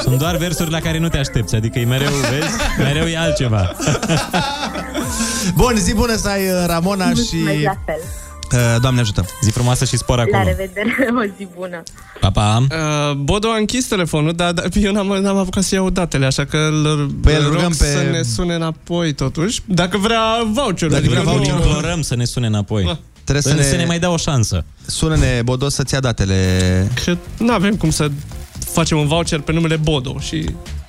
Sunt doar versuri la care nu te aștepți, adică e mereu, vezi, mereu e altceva.
Uh, Bun, zi bună să ai, uh, Ramona, și...
Mulțumesc la fel.
Uh, Doamne ajută!
Zi frumoasă și spor
La
acolo.
revedere, [laughs] o zi bună.
Pa, pa.
Uh, Bodo a închis telefonul, dar, dar eu n-am, n-am apucat să iau datele, așa că îl,
Păi îl
îl
rugăm
rog
pe-
să ne sune înapoi totuși. Dacă vrea voucherul.
Dacă vrea
că nu-
voucherul.
Implorăm să ne sune înapoi.
Trebuie să ne-
să ne mai dea o șansă.
Sună-ne, Bodo, să-ți ia datele.
Că nu avem cum să facem un voucher pe numele Bodo și...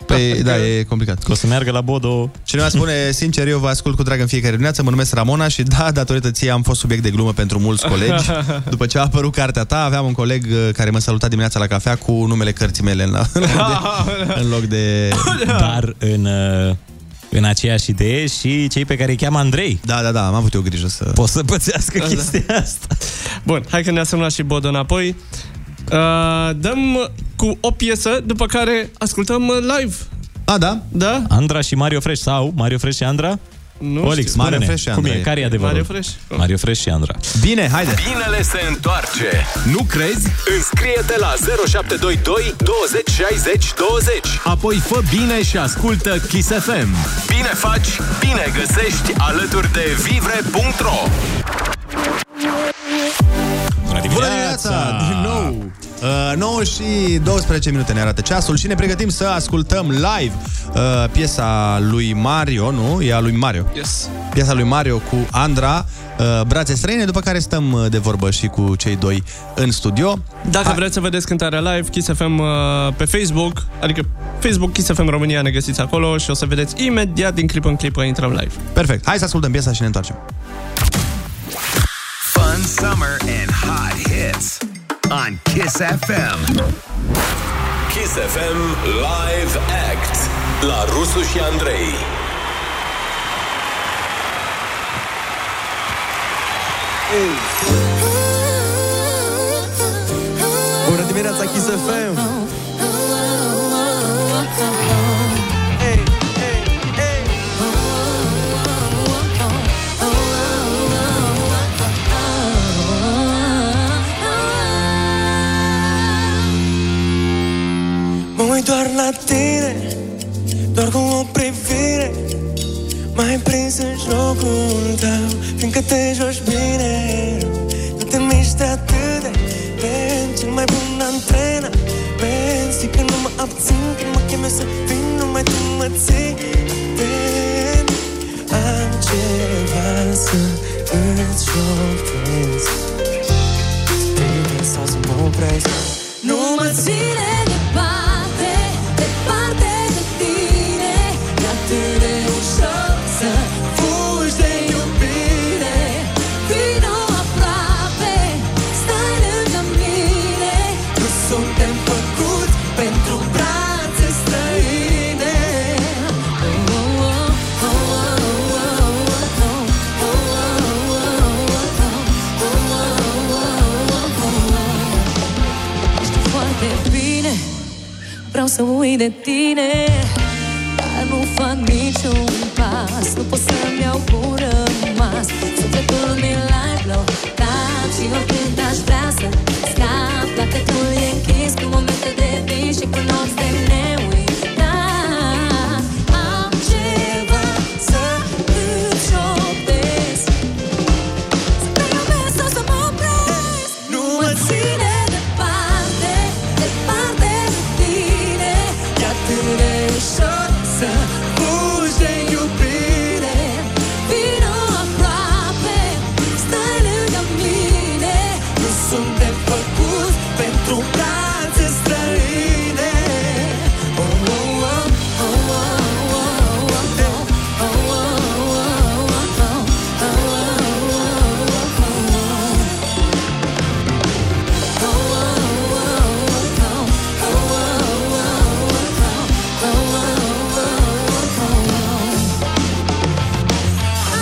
Păi, da, e complicat.
O să meargă la Bodo.
Cineva spune, sincer, eu vă ascult cu drag în fiecare dimineață, mă numesc Ramona și da, datorită ție am fost subiect de glumă pentru mulți
[laughs]
colegi. După ce a apărut cartea ta, aveam un coleg uh, care mă saluta dimineața la cafea cu numele cărții mele [laughs] în, la, în, loc, de, în loc de...
Dar în, uh, în aceeași idee și cei pe care îi cheamă Andrei.
Da, da, da, am avut eu grijă să...
Pot să pățească da, chestia da. asta.
Bun, hai că ne-a semnat și Bodo înapoi. Uh, dăm cu o piesă, după care ascultăm uh, live.
A, da?
Da?
Andra și Mario Fresh sau Mario Fresh și Andra?
Nu
Olix,
știu. Mario
spune-ne,
Fresh și
Cum
Andra
e?
e.
Care e adevărul?
Mario Fresh.
Mario Fresh și Andra.
Bine, haide!
Binele se întoarce. Nu crezi? Înscrie-te la 0722 20 60 20.
Apoi fă bine și ascultă Kiss FM.
Bine faci, bine găsești alături de vivre.ro
Bună
Bună dimineața! Din nou! Uh, 9 și 12 minute ne arată ceasul și ne pregătim să ascultăm live uh, piesa lui Mario, nu? E a lui Mario.
Yes.
Piesa lui Mario cu Andra, uh, Brațe străine, după care stăm uh, de vorbă și cu cei doi în studio.
Dacă vreți să vedeți cântarea live, Kiss FM uh, pe Facebook, adică Facebook Kiss FM România, ne găsiți acolo și o să vedeți imediat din clip în clipă intrăm live.
Perfect. Hai să ascultăm piesa și ne întoarcem.
Fun summer and hot hits on Kiss FM.
Kiss FM Live Act la Rusu și Andrei.
Bună dimineața, Kiss FM! Ei, ei, ei! Mă uit doar la tine Doar cu o privire M-ai prins în jocul tău Fiindcă te joci bine Nu te miști atât de Ben, cel mai bun antrena Ben, zic că nu mă abțin Când mă chemi să vin Numai tu mă ții atent Am ceva să îți șoftez Te sau să mă opresc
Nu mă ține departe, departe de tine E atât de ușor să fugi de iubire Vino aproape, stai lângă mine Nu suntem făcut pentru brațe străine Oh, oh, oh, oh, oh, oh, oh, oh.
Știu foarte bine Vreau să uit de tine Dar nu fac niciun pas Nu pot să-mi iau cu rămas Sufletul mi-l ai blocat Și oricând aș vrea să scap Platetul e închis cu momente de vin Și cu nopți de neuitat Am ceva să îți șoptesc Să te iubesc sau să mă opresc nu mă ține departe, departe de tine E atât de ușor să fugi de iubire Vino aproape, stai lângă mine Nu suntem făcuți pentru brațe străine Oh, oh, oh, oh, oh, oh, oh, oh, oh, oh, oh, oh, oh.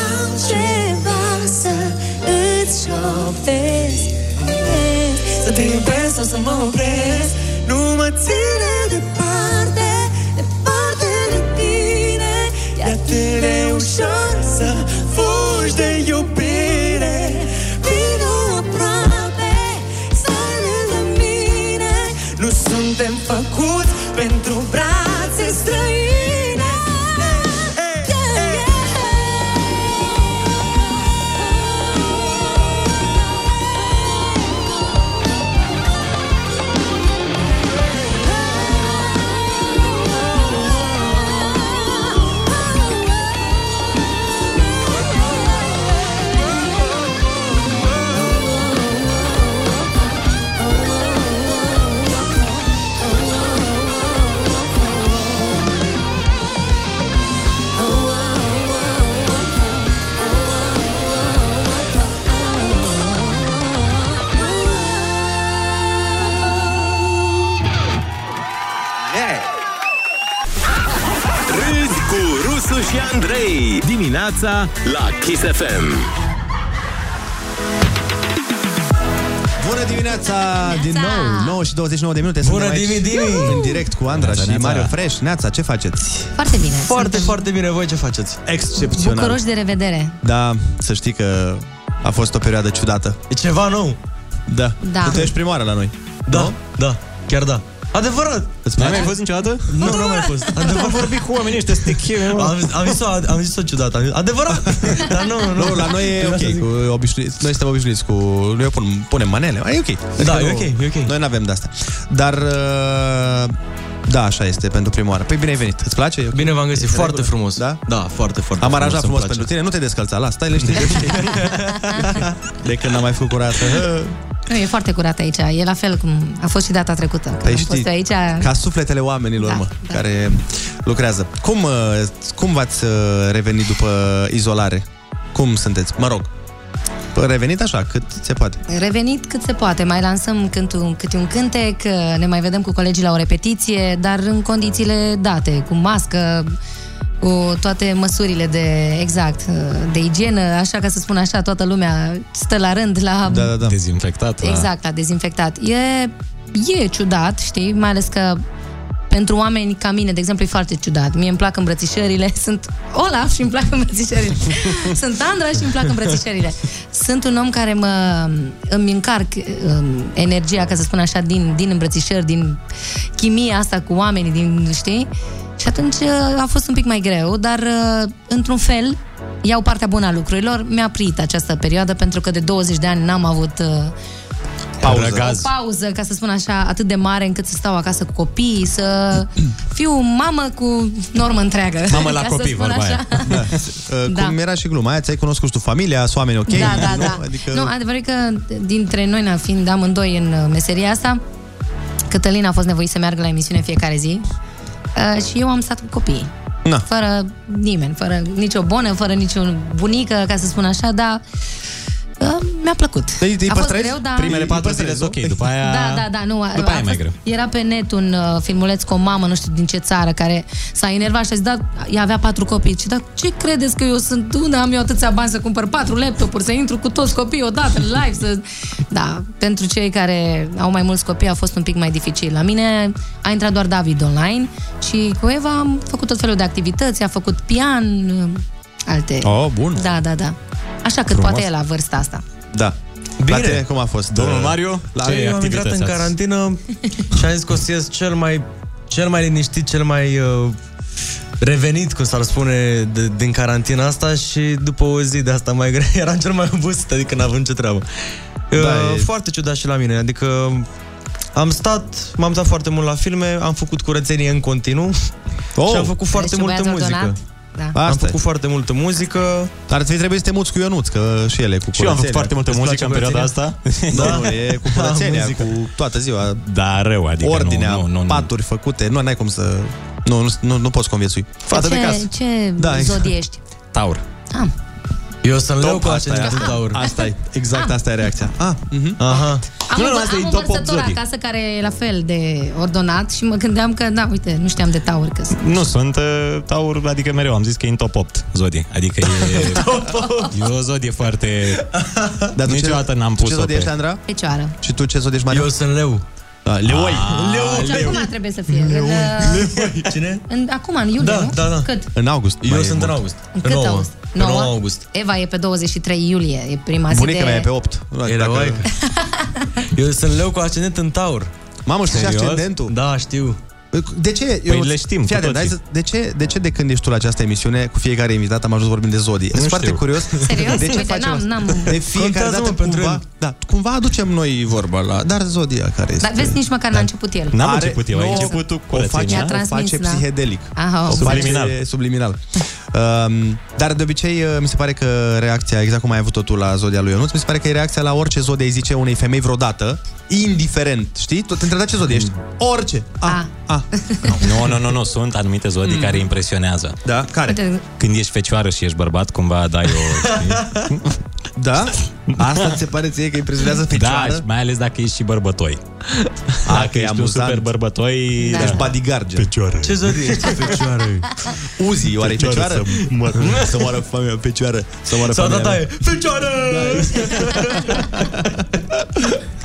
Am ceva să îți șoftez
Să te iubesc sau să mă opresc Nu mă ține departe Departe de tine E atât de ușor să fugi de iubire Vino aproape Stai lângă mine Nu suntem făcuți pentru brațe străine Yeah, yeah.
Râzi cu Rusu și Andrei. Dimineața la Kiss FM.
Bună dimineața din nou, 9 și 29 de minute Bună
dimineața!
În direct cu Andra
Neața,
și
neața.
Mario Fresh Neața, ce faceți?
Foarte bine.
Foarte, foarte bine. Voi ce faceți?
Excepțional
Bucuroși de revedere.
Da, să știi că a fost o perioadă ciudată
E ceva nou
Da,
Da.
Tu ești primară la noi
Da, da, chiar da
Adevărat! N-ai mai fost niciodată? Nu, nu am mai fost. Adevărat. vorbit cu oamenii ăștia, să te cheme, am, zis- am, zis-o, am zis-o ciudat. Am zis, adevărat! [laughs] Dar nu, nu,
Nu, la noi e ok, cu obișnuiți, noi suntem obișnuiți cu... Noi o pun, punem manele, mai e ok. Deci
Da,
nu-
e ok, e ok.
Noi nu avem de asta. Dar... uh, Da, așa este pentru prima oară. Păi bine ai venit, îți place? Bine
v-am găsit, foarte frumos.
Da?
Da, foarte, foarte
Am aranjat
frumos,
frumos
îmi place.
pentru tine, nu te descălța, las, stai lește. [laughs] De când n-am mai făcut curată.
Nu, e foarte curat aici. E la fel cum a fost și data trecută. Am
Păi
fost
știi,
eu aici...
ca sufletele oamenilor, da, mă, da. care lucrează. Cum, uh, cum v-ați uh, revenit după izolare? Cum sunteți? Mă rog, Păi, revenit așa, cât se poate.
Revenit cât se poate, mai lansăm cânt un, câte un cântec, ne mai vedem cu colegii la o repetiție, dar în condițiile date, cu mască, cu toate măsurile de, exact, de igienă, așa ca să spun așa, toată lumea stă la rând la...
da, da. Dezinfectat. la-
Exact, la dezinfectat. E, e ciudat, știi, mai ales că pentru oameni ca mine, de exemplu, e foarte ciudat. Mie îmi plac îmbrățișările, [laughs] sunt Olaf și îmi plac îmbrățișările. [laughs] sunt Andra și îmi plac îmbrățișările. Sunt un om care mă, îmi încarc um, energia, ca să spun așa, din, din îmbrățișări, din chimia asta cu oamenii, din, știi? Și atunci uh, a fost un pic mai greu, dar uh, într-un fel iau partea bună a lucrurilor. Mi-a prit această perioadă pentru că de 20 de ani n-am avut uh,
Pauză.
o pauză, ca să spun așa, atât de mare încât să stau acasă cu copiii, să fiu mamă cu normă întreagă.
Mamă
[laughs]
la
ca
copii,
să spun
vorba
așa.
aia. Da. [laughs] Uh,
Da.
Cum era și gluma aia, ți-ai cunoscut și tu familia, sunt oameni ok?
Da,
[laughs]
da,
nu?
da.
Adică...
Nu, adevărul e că dintre noi, na, fiind amândoi în uh, meseria asta, Cătălin a fost nevoit să meargă la emisiune fiecare zi uh, și eu am stat cu copiii.
Na.
Fără nimeni, fără nicio bonă, fără niciun bunică, ca să spun așa, dar uh, mi-a plăcut.
Deci îi
a fost
păstrezi?
greu, dar...
Primele patru zile sunt ok, după aia...
Da, da, da, nu. a-
După
a
aia e mai
fost-
greu.
Era pe net un uh, filmuleț cu o mamă, nu știu din ce țară, care s-a enervat și a zis, da, ea avea patru copii. Și dar ce credeți că eu sunt, unde am eu atâția bani să cumpăr patru laptopuri, să intru cu toți copiii odată în live? Să... Da, pentru cei care au mai mulți copii a fost un pic mai dificil. La mine a intrat doar David online și cu Eva am făcut tot felul de activități, a făcut pian, uh, alte...
Oh, bun.
Da, da, da. Așa cât
Frumos.
poate e la vârsta asta.
Da. Bine. La tine cum a fost?
Domnul
uh,
Mario,
la
ce
eu
Eu am intrat în carantină și am zis că o să ies cel mai, cel mai liniștit, cel mai uh, revenit, cum s-ar spune, de, din carantina asta și după o zi de asta mai grea [laughs] eram cel mai obosit, adică n-aveam ce treabă.
Da,
uh,
e-
Foarte ciudat și la mine, adică am stat, m-am dat foarte mult la filme, am făcut curățenie în continuu oh, și am făcut foarte
Deci,
multă
băiatul
muzică.
ordonat, Da.
Am făcut foarte multă muzică.
Ar fi trebuit să te muți cu Ionuț, că și ele cu
Și eu am
curățenia.
făcut foarte multă
Îți place
muzică în perioada asta. [laughs]
Da, nu, e cu curățenia, cu toată ziua.
Da, rău, adică
ordinea,
nu, nu, nu, nu.
paturi făcute, nu ai cum să... Nu, nu, nu, nu poți conviețui. Fată
ce,
de casă.
ce
Da,
da,
exact.
zodie ești?
Taur.
Am.
Eu sunt leu cu
asta e,
ascendent
asta,
în taur.
Asta e, exact asta e reacția. Ah, mhm.
Aha.
Am, nu, am un vărsător acasă care e la fel de ordonat și mă gândeam că, da, uite, nu știam de tauri că sunt.
Nu, sunt uh, taur, adică mereu am zis că e în top 8 zodii. Adică
[laughs]
e, e o zodie foarte...
Dar tu ce-
Niciodată n-am
tu
pus
ce zodie ești, Andra?
Pecioară.
Și tu ce zodie ești, Mario? Eu
sunt leu.
Da, leoi.
Ah.
Și acum trebuie să fie. În, uh,
[laughs] Cine?
în, acum, în iulie,
Da,
nu?
da, da.
Cât?
În august.
Eu sunt în august.
În
Pe
cât august?
Pe 9 august.
Eva e pe 23 iulie, e prima zi
Bunica
de...
mea e pe
8.
Era dacă... [laughs] Eu sunt leu cu ascendent în taur.
Mamă, știi și ascendentul?
Da, știu.
De ce?
Păi le știm cu
Fii atent, hai
toții.
să- de, ce, de ce de când ești tu la această emisiune, cu fiecare invitat am ajuns vorbind de zodii? Sunt
știu.
foarte curios.
[laughs] Serios?
De ce
uite,
facem
n-am, n-am...
De fiecare
Contează,
dată
mă, pentru
cumva, da, cumva aducem noi vorba la... Dar zodia care este...
Dar vezi, nici măcar n-a început el.
Are- nu, o face,
Mi-a
o
transmis,
face
da.
psihedelic.
Aha,
o
Subliminal.
Face subliminal. Um, dar de obicei, uh, mi se pare că reacția, exact cum ai avut-o tu la zodia lui Ionuț, mi se pare că e reacția la orice zodie îi zice unei femei vreodată, indiferent, știi? Tot te întreba ce zodie ești. Orice. Ah, A, a.
Ah. Nu, nu, nu, nu, sunt anumite zodii mm. care impresionează.
Hmm. Da? Care?
Când ești fecioară și ești bărbat, cumva dai o...
Da? Asta ți se pare ție că îi prezumează fecioară? Ah,
Da, și mai ales dacă ești și bărbătoi.
că e
Dacă ești
amuzant.
un super bărbătoi...
Da. Ești bodyguard.
Fecioară.
Ce zodie ești? Fecioară.
Uzi, oare e [laughs]
Fecioară
fecioară?
să moară.
Să moară familia, fecioară. Să moară
Sau
familia.
tata
mea.
Da, e Fecioară!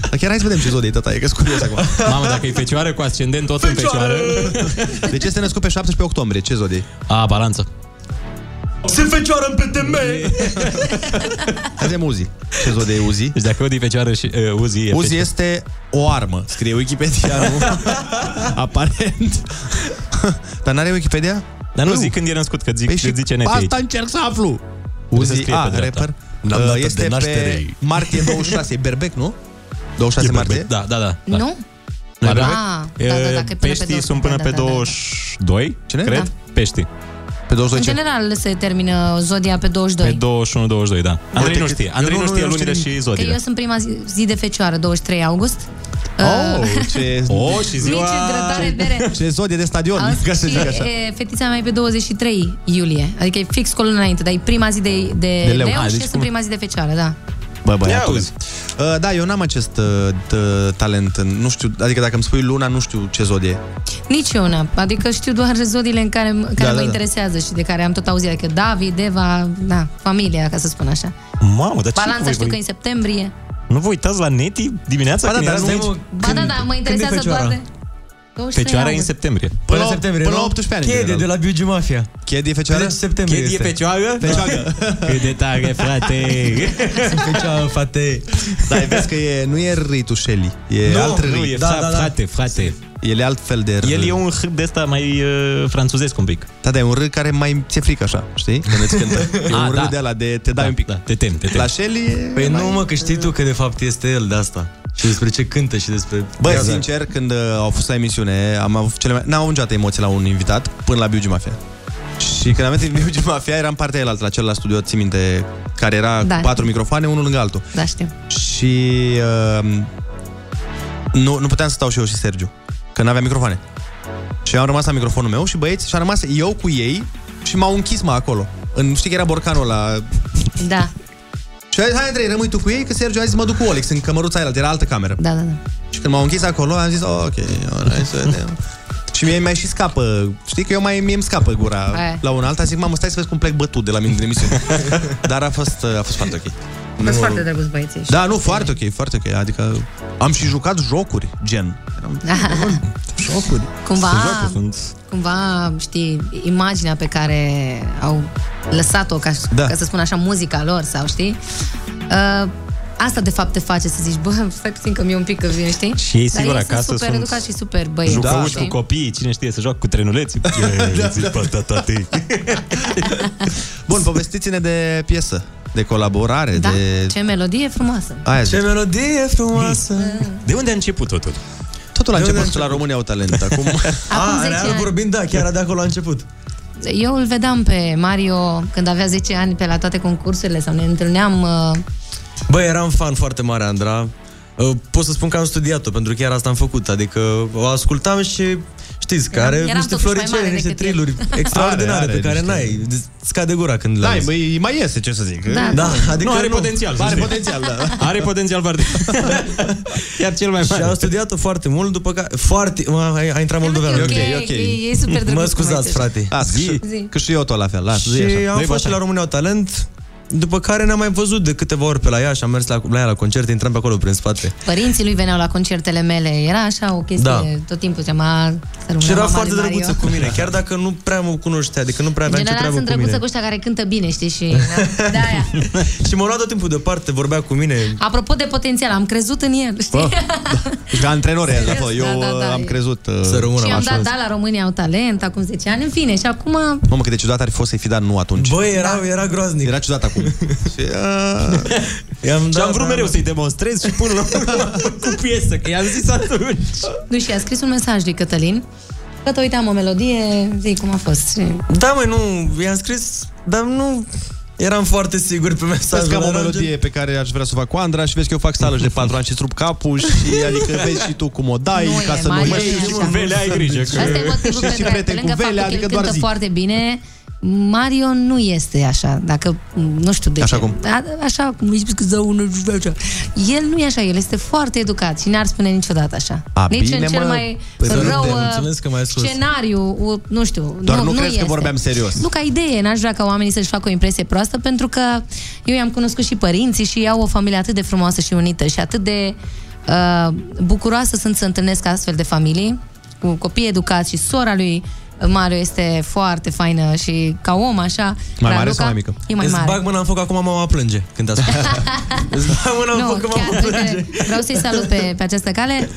Dar chiar hai să vedem ce zodie e tata e, că sunt curios acum.
Mamă, dacă e fecioară cu ascendent, tot în fecioară.
Deci De ce este născut pe 17 octombrie? Ce zodie?
A, balanță.
Se fecioară în PTM!
Avem Uzi. Ce zodie e Uzi?
Deci dacă Udi e fecioară și uh, Uzi e
Uzi este o armă, scrie Wikipedia
[laughs]
Aparent. [laughs] Dar n-are Wikipedia? Păi,
Dar nu, zic când e născut, că zic, păi zice net aici.
Asta încerc să aflu.
Trebuie să
Uzi,
scrie
a,
pe dreapta.
rapper.
Un alt
Uh,
dată de
Este pe
naștere.
martie 26, e berbec, nu? 26 martie?
Da, da, da. da.
Nu?
Da,
Ah,
da,
da, da, da, că e până pe
Peștii
20,
sunt până
da,
pe
da, da, da.
22,
Cine?
cred.
Da.
Peștii. Pe
În general se termină zodia pe 22.
Pe 21-22, da. Andrei nu știe. Andrei nu știe lunile și
Că
zodiile.
eu sunt prima zi, zi de fecioară, 23 august. Uh,
[laughs] Oh, ce...
Oh, și
[laughs] Mici,
ziua...
drătare, bere.
Ce zodie de stadion, ca să
și
zic așa.
e, fetița mea e pe 23 iulie. Adică e fix cu o lună înainte, dar e prima zi de, de,
De
de
leu.
leu,
Ah,
și
deci
sunt
cum-
prima zi de fecioară, da.
Bă,
Ia
băiatule.
uzi.
Uh, da, eu n-am acest uh, t- talent, în- nu știu, adică dacă îmi spui luna, nu știu ce zodie e.
Nici eu n-am. Adică știu doar zodiile în care, care
Da,
mă
da, da.
interesează și de care am tot auzit. Adică David, Eva, da, familia, ca să spun așa.
Mamă, dar ce
Balanța
voi-
știu că
voi-
e în septembrie.
Nu vă uitați la neti dimineața
Ba da,
când
dar
erați
nu-
aici?
Ba da, da, mă interesează
Fecioara?
toate. 23
Fecioara e în
august.
septembrie.
Până,
la-
septembrie,
până
nu?
la 18 ani, în
Chede de
general.
la Biugi Mafia.
Chedi e fecioară?
30 septembrie
Chedi e
este.
fecioară?
Fecioară.
Cât de tare,
[laughs]
frate!
Sunt fecioară, fate.
Da, vezi că e, nu e ritușeli, e
Nu,
alt Da,
nu,
rit.
e fra- frate, frate.
El e altfel de r.
El e un hârb de ăsta mai uh, franțuzesc un pic.
Da, da, e un r care mai ți-e frică așa, știi? Când îți cântă. [laughs] E
Ah,
un
da.
r de la de te dai un
da,
pic.
Te tem, te tem.
La Shelly e
Păi
mai-
nu, mă, că știi tu că de fapt este el de asta. Și despre ce cântă și despre...
Bă, sincer, când uh, au fost la emisiune, am avut cele mai... N-am avut niciodată emoții la un invitat, până la Biugi Mafia. Și când am venit [laughs] în Biugi Mafia, eram partea aia la cel la studio, ții minte, care era da.
Da.
cu patru microfoane, unul lângă altul.
[laughs] Da, știu.
Și uh, nu, nu puteam să stau și eu și Sergiu, că n-aveam microfoane. Și eu am rămas la microfonul meu și băieți, și am rămas eu cu ei și m-au închis mă acolo. În, știi că era borcanul la
Da,
și a zis, hai Andrei, rămâi tu cu ei, că Sergiu a zis, mă duc cu Olex în cămăruța aia, era altă cameră.
da, da. da.
Și când m-au închis acolo, am zis, oh, ok, alright, să vedem. Și mie mai și scapă, știi că eu mai mie îmi scapă gura
Aia.
la un alta, zic, mamă, stai să vezi cum plec bătut de la mine din
[laughs]
emisiune. Dar a fost, a fost foarte ok.
Sunt foarte drăguț băieții.
Da, nu, foarte ok, foarte ok. Adică am și jucat jocuri, gen.
[laughs]
Jocuri.
da. Cumva-
Sunt jocuri, sunt...
Cumva, știi, imaginea pe care au lăsat-o, ca,
Da.
da. ca să spun așa, muzica lor sau, știi? Uh, asta, de fapt, te face să zici, bă, [laughs] stai puțin că mi-e un pic că vine, știi?
Și ei,
Dar
sigur,
ei
acasă
sunt super
sunt
educați și super băieți. da,
Jucăuși
știi?
cu copiii, cine știe, să joacă cu
[laughs]
trenuleți. da, da. Patatate.
Bun, povestiți-ne de piesă, de colaborare,
Da,
de...
ce melodie frumoasă.
Aia zic.
melodie frumoasă!
De unde a început totul?
Totul a
De unde
început la România au
[laughs]
talent. Acum...
Acum
A,
10
real
ani.
vorbind, da, chiar de acolo a început.
Eu îl vedeam pe Mario când avea 10 ani pe la toate concursurile sau ne întâlneam... Uh,
Bă, eram fan foarte mare, Andra. Uh, Pot să spun că am studiat-o, pentru că chiar asta am făcut. Adică o ascultam și știți că are
eram
niște
totuși mai
floricele,
mare
niște
decât el. [laughs]
triluri
Are,
extraordinare
are
pe care
niște-
n-ai. Îți Scade gura când le
Da,
auzi.
băi, mai iese, ce să zic.
Da.
Da, adică
nu, are
nu.
potențial. să
Are
zic.
potențial, da.
Are potențial, Bardi. Chiar cel mai
Și
mare.
am studiat-o foarte mult, după care... Foarte... mă, A, a intrat moldoveană.
E, e super drăguț.
Mă
cum ai
scuzați,
zis.
frate.
Las, că și,
Zi.
că și eu tot la fel. Las, zi
Și
așa.
am
Doi
fost și
bătaie.
la România au talent, după care n-am mai văzut de câteva ori pe la ea și am mers la, la ea la concerte, intram pe acolo prin spate.
Părinții lui veneau la concertele mele, era așa o chestie,
Da.
da. tot timpul ziceam, a,
Și era foarte drăguță cu mine, chiar dacă nu prea mă cunoștea, adică nu prea
În
avea nicio
general
treabă
sunt drăguță
cu mine.
cu ăștia care cântă bine, știi,
[laughs]
și de aia.
Și m-a luat tot timpul deoparte, vorbea cu mine.
Apropo de potențial, am crezut în el, știi?
Bă, Ca antrenor e,
Serios,
da, eu
da, da, da,
am
e-
crezut. uh,
Să rămână
și am dat,
Mamă,
da, la România au talent, acum 10 ani, în fine, și acum...
cât de ciudat ar fi fost să-i fi dat nu
[laughs]
atunci.
Băi, era, era groaznic. uh,
Era ciudat
[laughs]
acum. Și, a,
I-am
Și
dat,
am vrut mereu să-i demonstrez și până la urmă [laughs] cu piesă, că i-am zis atunci.
Nu, și a scris un mesaj lui Cătălin, că te uitam o melodie, zi cum a fost. Și...
Da, măi, nu, i-am scris, dar nu... Eram foarte sigur pe
Vezi
mesaj.
că am o melodie pe care aș vrea să o fac cu Andra Da, și vezi că eu fac sală de patru ani și trup capul și adică vezi și tu cum o dai
Nu e,
ca să nu
mai
iei.
e
și
așa.
cum
Vele, ai grijă. Că...
Asta e motivul
Și-
pentru
și
care, pe
prieten cu
lângă faptul
vele,
că
adică
el
doar
cântă
zi.
foarte bine, Mario nu este așa, dacă, nu știu de
Așa
ce.
cum?
A, așa cum îi spus că zău, nu știu așa. El nu e așa, el este foarte educat și n-ar spune niciodată așa.
A,
Nici
bine,
în cel
mă,
mai
păi să
rău
râdem,
uh,
mulțumesc că m-ai scos.
scenariu, uh, nu știu.
Doar nu,
nu
crezi că
este.
vorbeam serios.
Nu, ca idee, n-aș vrea ca oamenii să-și facă o impresie proastă, pentru că eu i-am cunoscut și părinții și au o familie atât de frumoasă și unită și atât de uh, bucuroasă sunt să întâlnesc astfel de familii, cu copii educați și sora lui uh, Mario este foarte faină și ca om, așa.
Mai mare
Raluca
sau mai mică?
E mai
Îți
mare.
bag mâna în foc, acum mama plânge când asta.
[laughs]
Îți bag mâna în
Nu,
foc, că
chiar,
mama plânge.
uite, vreau să-i salut pe, pe această cale.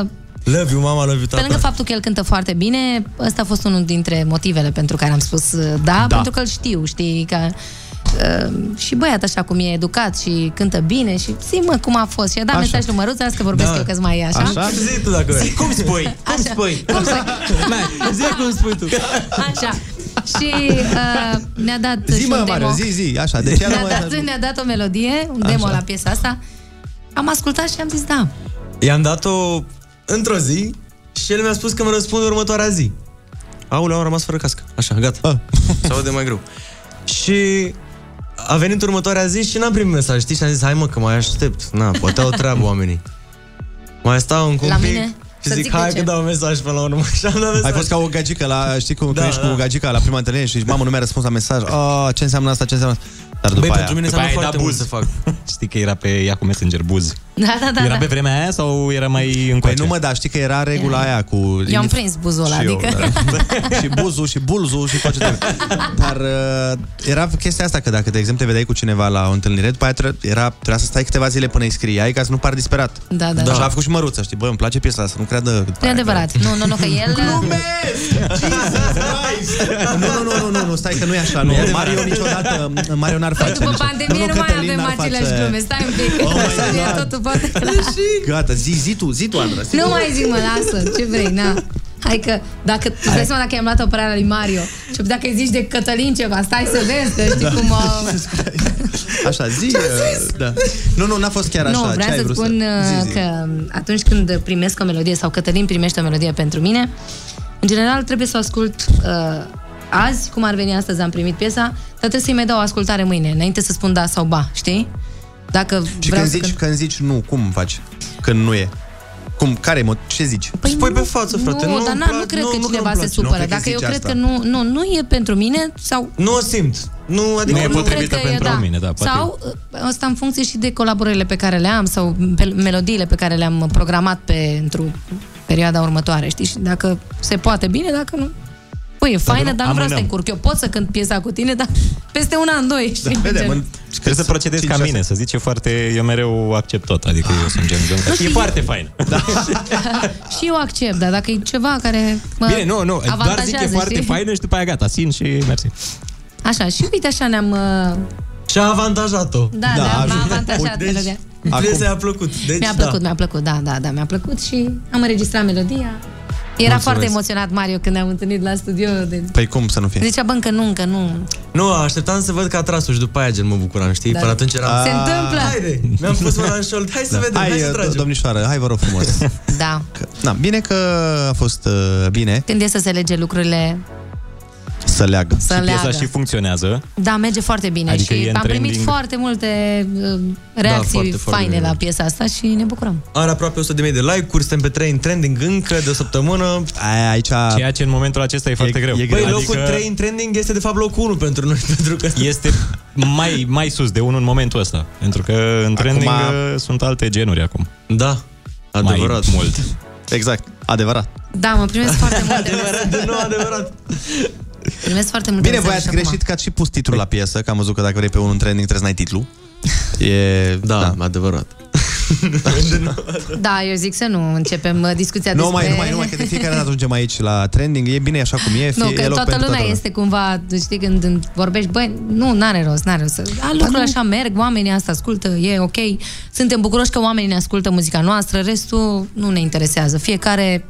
Uh,
Love you, mama, love you,
Pe
Da,
lângă
tata.
faptul că el cântă foarte bine, ăsta a fost unul dintre motivele pentru care am spus uh, da,
Da.
da. pentru că îl știu, știi, că uh, și băiat așa cum e educat și cântă bine și zi mă cum a fost și a dat
Așa.
mesaj lui Măruța, asta că vorbesc
Da.
da. eu că mai e așa.
Zi tu dacă vrei. Cum spui? Cum spui? Cum spui? Zi cum spui tu.
Așa. Și uh, ne-a dat
Zi
și
mă,
un demo.
Mario, zi, zi, așa. De ce
ne-a,
era
dat,
mai...
ne-a dat o melodie, un demo
Așa.
la piesa asta. Am ascultat și am zis da.
I-am dat-o într-o zi și el mi-a spus că mă răspunde următoarea zi. Aoleu, am rămas fără cască. Așa, gata. Ah. [laughs] Se aude mai greu. Și a venit următoarea zi și n-am primit mesaj, știi? Și am zis, hai mă, că mai aștept. Na, poate au
[laughs]
treabă oamenii. Mai stau încă un
La
pic
mine?
și
Să
zic,
zic de
hai
ce."
că dau mesaj până la urmă. [laughs] Și am dat mesaj.
Ai fost ca o gagică la, știi cum da, ești da. cu o gagică la prima întâlnire și zici, mamă, nu mi-a răspuns la mesaj. Oh, ce înseamnă asta, ce înseamnă asta? Dar după aia...
Băi, pentru mine înseamnă foarte mult să
fac.
Știi că era pe ea cu Messenger, buz.
[laughs] Da, da, da.
era
da.
pe vremea aia sau era mai încoace?
Păi nu mă, da, știi că era regula aia cu...
Eu am prins buzul ăla,
Și eu,
adică...
da. și buzul și bulzul
[laughs]
și tot ce trebuie. Dar uh, era chestia asta că dacă, de exemplu, te vedeai cu cineva la o întâlnire, după aia tre- era, trebuia să stai câteva zile până îi scriai ca să nu pari disperat.
Da, da,
da.
da.
Așa a făcut și măruța, știi, bă, îmi place piesa asta, nu creadă...
[laughs] Nu e adevărat. Nu, nu, nu, că el... [laughs]
[laughs] nu, nu, nu, nu, nu, nu, stai că nu e așa, nu.
e adevărat.
Mario niciodată, [laughs] Mario n-ar face
Păi După
nici-
pandemie nu, nu mai
Cătălin
avem
n-ar
aceleași
face-
glume, stai un pic.
Oh my
E
God.
totul poate clar.
Gata, zi, zi tu, zi tu, Andra. zi
Nu
tu.
mai zic, mă, lasă, ce vrei, na. Hai că, dacă, tu dai seama dacă i-am luat operarea lui Mario și dacă îi zici de Cătălin ceva, stai să vezi, că știi
Da.
cum...
[laughs]
uh,
Așa, zi. uh, Da. Nu, nu, n-a fost chiar așa.
nu,
Ce
vreau
ai
să
vrut
spun
Zi,
uh,
zi.
că atunci când primesc o melodie sau Cătălin primește o melodie pentru mine, în general trebuie să o ascult uh, azi, cum ar veni astăzi am primit piesa, dar trebuie să-i mai dau o ascultare mâine, înainte să spun da sau ba, știi? Dacă
Și
vreau
când
să
zici,
cânt-
când zici nu, cum faci? Când nu e? Cum? Care e? Ce zici?
Păi
Spui pe față, frate.
nu,
nu
dar
îmi
na,
plac-
nu cred
nu-
că
nu
cineva
îmi
se
place.
supără.
cred că
Dacă eu
zici
cred
asta.
că nu, nu, nu e pentru mine sau
Nu o simt. Nu, adică
Nu e
nu-
potrivită
cred că
pentru
e, da.
mine, da, poate.
Sau ă, asta în funcție și de colaborările pe care le am sau pe melodiile pe care le-am programat pentru perioada următoare, știi? Și dacă se poate bine, dacă nu... Păi, e faină,
nu,
dar nu vreau să te
amânăm.
încurc. Eu pot să cânt piesa cu tine, dar peste un an,
Da,
doi. știi? Gen.
Trebuie să procedezi ca mine, să zici, e foarte, eu mereu accept tot, adică eu sunt gen, gen
știu,
e
eu-
foarte fain.
și eu accept, dar dacă e ceva care mă
Bine, nu, nu, doar zic
avantajează,
că e foarte
știi?
faină și după aia gata, sin și mersi.
Așa, și uite așa ne-am... uh,
Și a avantajat-o.
Da, da, m-a avantajat
Deci,
melodia.
Piesa i-a plăcut. Deci,
mi-a plăcut,
da.
mi-a plăcut, da, da, da, mi-a plăcut și am înregistrat melodia. Era
Mulțumesc.
foarte emoționat Mario când ne-am întâlnit la studio. De...
Păi cum să nu fie?
da. Zicea, bă, încă nu, încă nu.
Nu, așteptam să văd că a tras-o și după aia gen mă bucuram, știi?
Da.
Până atunci eram...
Se întâmplă.
Haide, mi-am pus mâna în șold, hai să
Da.
vedem, hai,
hai
să
uh,
tragem.
domnișoară, hai vă rog frumos.
[laughs] Da.
Că- Na, bine că a fost uh, bine
Când e să se lege lucrurile,
să leagă.
Să Și piesa leagă. și
funcționează.
da, merge foarte bine
Adică e
și
în
am primit
trending.
foarte multe uh, reacții
foarte, foarte
faine
bine.
la piesa asta și ne bucurăm.
Are aproape 100.000 de like-uri, suntem pe 3 în trending încă de o săptămână.
Aia, aici...
Ceea ce în momentul acesta e foarte greu. Adică
Băi, locul 3 în trending este de fapt locul 1 pentru noi, pentru că...
Este mai, mai sus de unul în momentul ăsta. Pentru că în trending acum... sunt alte genuri acum.
Da,
adevărat. Mai mult.
Exact, adevărat.
Da, mă primesc foarte multe.
adevărat, din nou adevărat.
Primesc foarte multe.
Bine, voi
mesaje
ați
și acum.
greșit că ați și pus titlul la piesă, că am văzut că dacă vrei pe unul în trending trebuie să n-ai titlu. E... Da, da.
adevărat.
Da, eu zic să nu începem uh, discuția
Nu
despre...
mai, nu mai, nu mai, că de fiecare dată ajungem aici la trending, e bine așa cum e, fie
Nu, că
e loc
toată
pentru
lumea
toată
este cumva, știi, când îmi vorbești, băi, nu, n-are rost, n-are rost. A, lucrurile așa merg, oamenii asta ascultă, e ok. Suntem bucuroși că oamenii ne ascultă muzica noastră, restul nu ne interesează. Fiecare...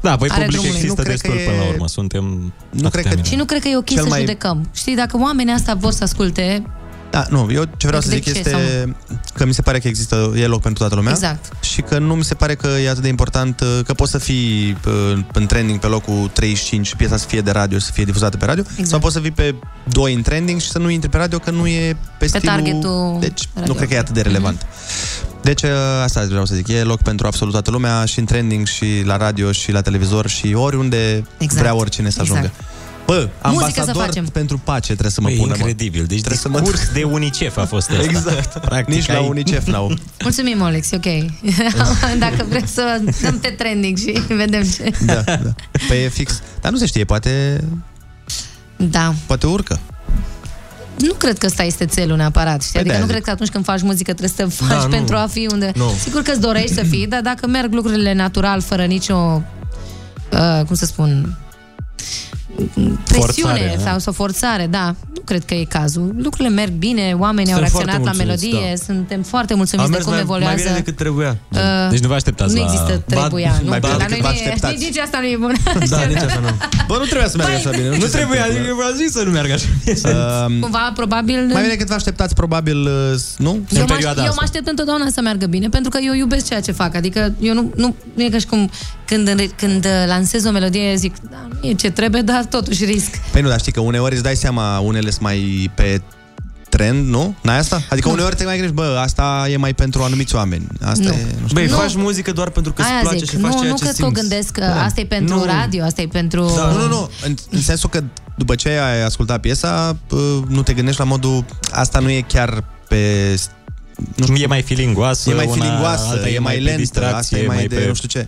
Da, păi
Are
public
drumul lui.
există
Nu cred
destul
că e-
până la urmă. Suntem nu cred că...
Și nu cred că e ok
Cel
să
mai-
judecăm. Știi, dacă oamenii asta vor să asculte,
Da, nu, eu ce vreau
De-
să
Deci de
zic
ce
este că mi se pare că există, e loc pentru toată lumea.
Exact.
Și că nu mi se pare că e atât de important uh, că poți să fii uh, în trending pe locul 35 și piesa să fie de radio, să fie difuzată pe radio,
Exact.
sau poți să fii pe 2 în trending și să nu intri pe radio că nu e pe,
Pe
stilul...
targetul
Deci,
radio. Mm-hmm.
nu cred că e atât de relevant. Deci uh, asta vreau să zic, e loc pentru absolut toată lumea și în trending și la radio și la televizor și oriunde
Exact.
vrea oricine să
Exact.
ajungă. Bă,
Muzică să
ambasador
facem.
pentru pace trebuie să mă
Bă, e
pună.
incredibil. Deci
trebuie să mă...
Curs de UNICEF a fost ăsta.
Exact. Nici la
ai-
UNICEF
[laughs]
n-au.
Mulțumim, Olex, e
[laughs]
ok. Dacă vrei să dăm pe trending și vedem ce...
Da, da. Pe e fix. Dar nu se știe, poate,
Da.
poate urcă.
Nu cred că ăsta este țelul neapărat, știi?
Păi
Adică
de-aia
nu
zic.
cred că atunci când faci muzică trebuie să faci
Da, nu.
pentru a fi unde...
Nu.
Sigur că îți dorești să fii, dar dacă merg lucrurile natural, fără nicio... Uh, cum să spun... Presiune
Forțare, da.
sau, sau forțare, da. Nu cred că e cazul. Lucrurile merg bine, oamenii au
Suntem foarte
reacționat la
mulțumiți,
melodie,
da.
suntem foarte mulțumiți de cum
mai,
evoluează.
mai bine decât trebuia.
Uh,
deci nu vă așteptați
nu
la...
există trebuia, nu?
Mai bine
la
decât
noi
vă
nu e,
așteptați.
[laughs] nici asta nu e bună.
Da, nici asta nu.
Bă, nu trebuia să
Păi,
meargă așa bine. [laughs]
Nu trebuia, adică eu v-am zis să nu meargă așa bine.
Cumva, probabil...
Mai bine cât vă așteptați, probabil, uh, s- nu?
Eu mă, aș- eu mă aștept întotdeauna să meargă bine, pentru că eu iubesc ceea ce fac. Adică eu nu, nu, nu e ca și cum când, înre- când uh, lansez o melodie zic, da, nu e ce trebuie, dar totuși risc.
Păi nu, dar știi că uneori îți dai seama, unele sunt mai pe trend, nu? N-ai asta? Adică
Nu.
uneori te mai gândești, bă, asta e mai pentru anumiți oameni. Asta
Nu.
e, nu știu.
Băi, faci muzică doar pentru că îți
Aia
place
zic,
și faci
nu,
ceea
nu
ce
cred că o
simți.
gândesc că
Da.
asta e pentru
Nu.
radio, asta e pentru...
Da. Nu, nu, nu. În, în sensul că după ce ai ascultat piesa, uh, nu te gândești la modul asta nu e chiar pe nu
știu, e mai filingoasă,
e mai
una
filingoasă,
alta
e mai
pe
lentă,
distracție,
asta e mai de
pe-
nu știu ce.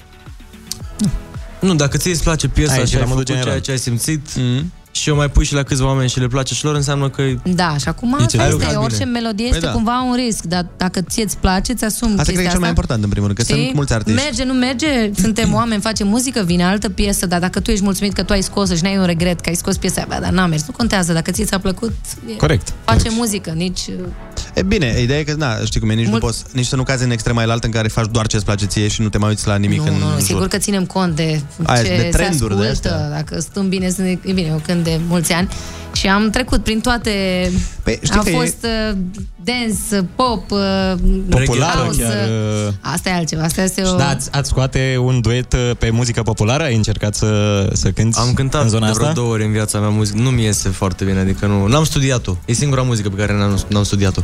Nu, dacă ție îți place piesa
Aici,
și
la
ai
modul
făcut
general.
ceea ce ai simțit
Mm.
mm-hmm. și o mai pui și la câțiva oameni și le place și lor, înseamnă că e
Da, și acum
E ce
asta
ai
este,
lucrat
orice
bine.
melodie
Păi
este
da.
cumva un risc, dar dacă ție îți place, ți asumi
Asta
chestia
cred că e cel
asta.
mai important în primul rând, că
Știi?
sunt mulți artiști.
Merge, nu merge, suntem oameni, facem muzică, vine altă piesă, dar dacă tu ești mulțumit că tu ai scos și n-ai un regret că ai scos piesa aia, bă, dar n-a mers, nu contează, dacă ție ți-a plăcut, e-
Corect.
face muzică, nici... uh,
E bine, ideea e că na, știi cum e, nici
Mult-
nu poți, nici să nu cazi în extrema elaltă în care faci doar ce îți place ție și nu te mai uiți la nimic
Nu,
în
nu,
jur.
sigur că ținem cont de
Aia,
ce
de trenduri de
se ascultă,
astea.
dacă stăm bine, sunt, e bine, eu când de mulți ani și am trecut prin toate,
Păi, știi
a
că e-
fost uh, dance, pop, uh,
Populară
house,
chiar.
uh,
uh,
Asta e altceva, asta este
Și
o...
da, ați, ați scoate un duet uh, pe muzică populară? Ai încercat să, să cânti Am cântat în zona
de vreo
asta?
două ori în viața mea muzică. Nu mi iese foarte bine, adică nu, n-am studiat-o. E singura muzică pe care n-am, n-am studiat-o.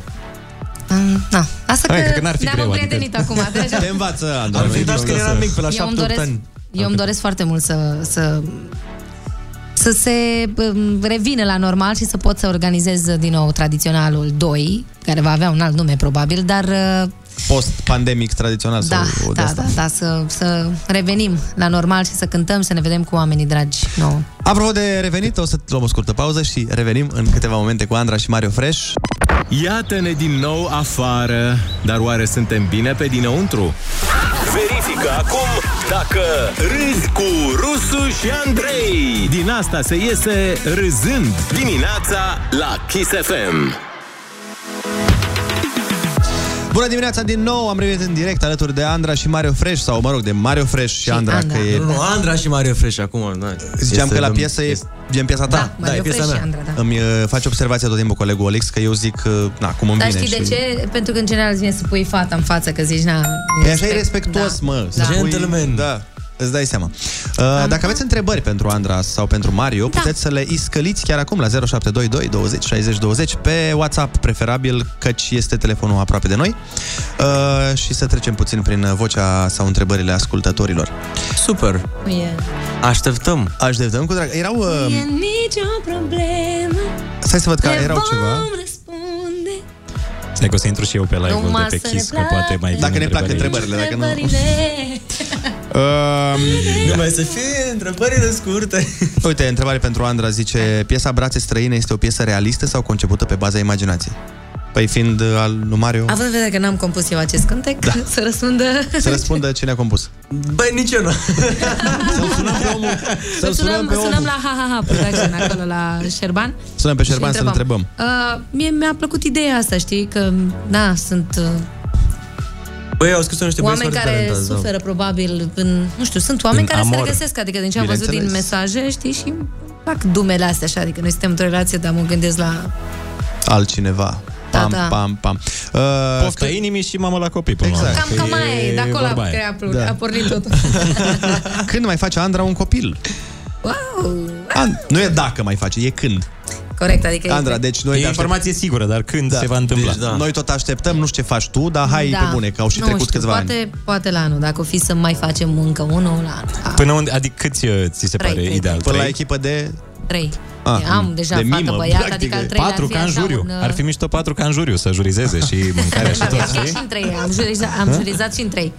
Mm, Na, asta
Hai,
că,
cred că n-ar fi
ne-am
greu, adică-
împrietenit
[laughs]
acum, trece.
Te învață, Andra.
Am cântat când eram mic, pe la
eu îmi
7
doresc,
ani.
Eu îmi doresc foarte mult să, să, să se um, revină la normal și să pot să organizez din nou tradiționalul 2, care va avea un alt nume probabil, dar uh,
Post-pandemic tradițional
da,
sau de
da,
asta.
da, da, să, să revenim la normal și să cântăm, să ne vedem cu oamenii dragi nouă.
Apropo de revenit, o să luăm o scurtă pauză și revenim în câteva momente cu Andra și Mario Fresh.
Iată-ne din nou afară, dar oare suntem bine pe dinăuntru?
Verifică acum dacă râzi cu Rusu și Andrei.
Din asta se iese râzând.
Dimineața la Kiss FM.
Bună dimineața din nou, am revenit în direct alături de Andra și Mario Fresh, sau mă rog, de Mario Fresh și, Andra,
Andra.
că e...
Nu, nu, Andra și Mario Fresh acum. Da.
Ziceam că la piesă e gen piesa ta. Da,
Mario
e piesa
Fresh
mea.
și Andra, da.
Îmi uh, face observația tot timpul colegul Olex că eu zic, uh, na, cum îmi
Dar
vine.
știi de
și... Păi
ce? Pentru că în general îți vine să pui fata în față, că zici, na...
E așa e respectuos, da. mă. să
Da.
spui-
Gentleman.
Da. Îți dai seama. Uh, dacă aveți întrebări pentru Andra sau pentru Mario, da. puteți să le iscăliți chiar acum la 0722 20 60 20 pe WhatsApp, preferabil, căci este telefonul aproape de noi. Uh, și să trecem puțin prin uh, vocea sau întrebările ascultătorilor. Super!
Nu e,
Așteptăm! Așteptăm cu drag. Erau...
nu e
Uh,
nicio problemă,
stai să văd că
te
erau
vom
ceva.
răspunde.
Stai că o să intru și eu pe live-ul
Numai
de
să
pe
ne
Kiss, că
placă.
poate mai vin
Dacă ne plac
întrebările aici.
Uh,
Nu mai să fie întrebările scurte.
[laughs] Uite, întrebare pentru Andra zice Piesa Brațe străine este o piesă realistă sau concepută pe baza imaginației? Păi fiind uh, al lui Mario,
Având în vedere că n-am compus eu acest cântec, da. [laughs] să răspundă...
să răspundă cine a compus.
Băi, nici eu nu.
Să-l sunăm pe
Deci sunăm
omul.
la HHH Production, acolo la Șerban.
Sunăm pe Șerban
Și
să-l întrebăm.
Uh, mie mi-a plăcut ideea asta, știi, că, da, sunt uh,
Băi, au scris niște băieți
oameni
foarte da.
care
da.
talentați.
suferă probabil în, nu știu, sunt oameni
În
care se
amor.
regăsesc, adică din ce am văzut din
Bineînțeles.
mesaje, știi, și fac dumele astea așa, adică noi suntem într-o relație, dar mă gândesc la...
Altcineva.
Da,
Pam,
da.
pam, pam. Uh,
Pofta inimii și mamă la copii. Până
Exact.
la
Cam,
urmă,
cam
că
aia e, de acolo
vorba
a,
aia.
crea,
Da.
a pornit totul.
Când mai face Andra un copil?
Wow!
An- nu e dacă mai face, e când.
Corect, adică...
Andra, deci noi
E informație
sigură, dar când da. se va întâmpla. Deci, da. Noi tot așteptăm, nu știu ce faci tu, dar hai
Da.
pe bune, că au și
nu
trecut
știu,
câțiva
poate,
ani.
Poate la anul, dacă o fi să mai facem încă unul la anul.
Până unde, adică cât ți, ți se
Trei,
pare
trei,
ideal?
Până la
Trei?
echipă de
Trei.
Ah,
mm,
am deja de fată băiat, adică al treilea
patru
ar fi
ca în
așa
juriu.
un, uh,
Ar fi mișto patru ca în juriu să jurizeze și
[laughs]
mâncarea și tot,
Am jurizat
știi?
și în trei, am jurizat, am jurizat și în trei.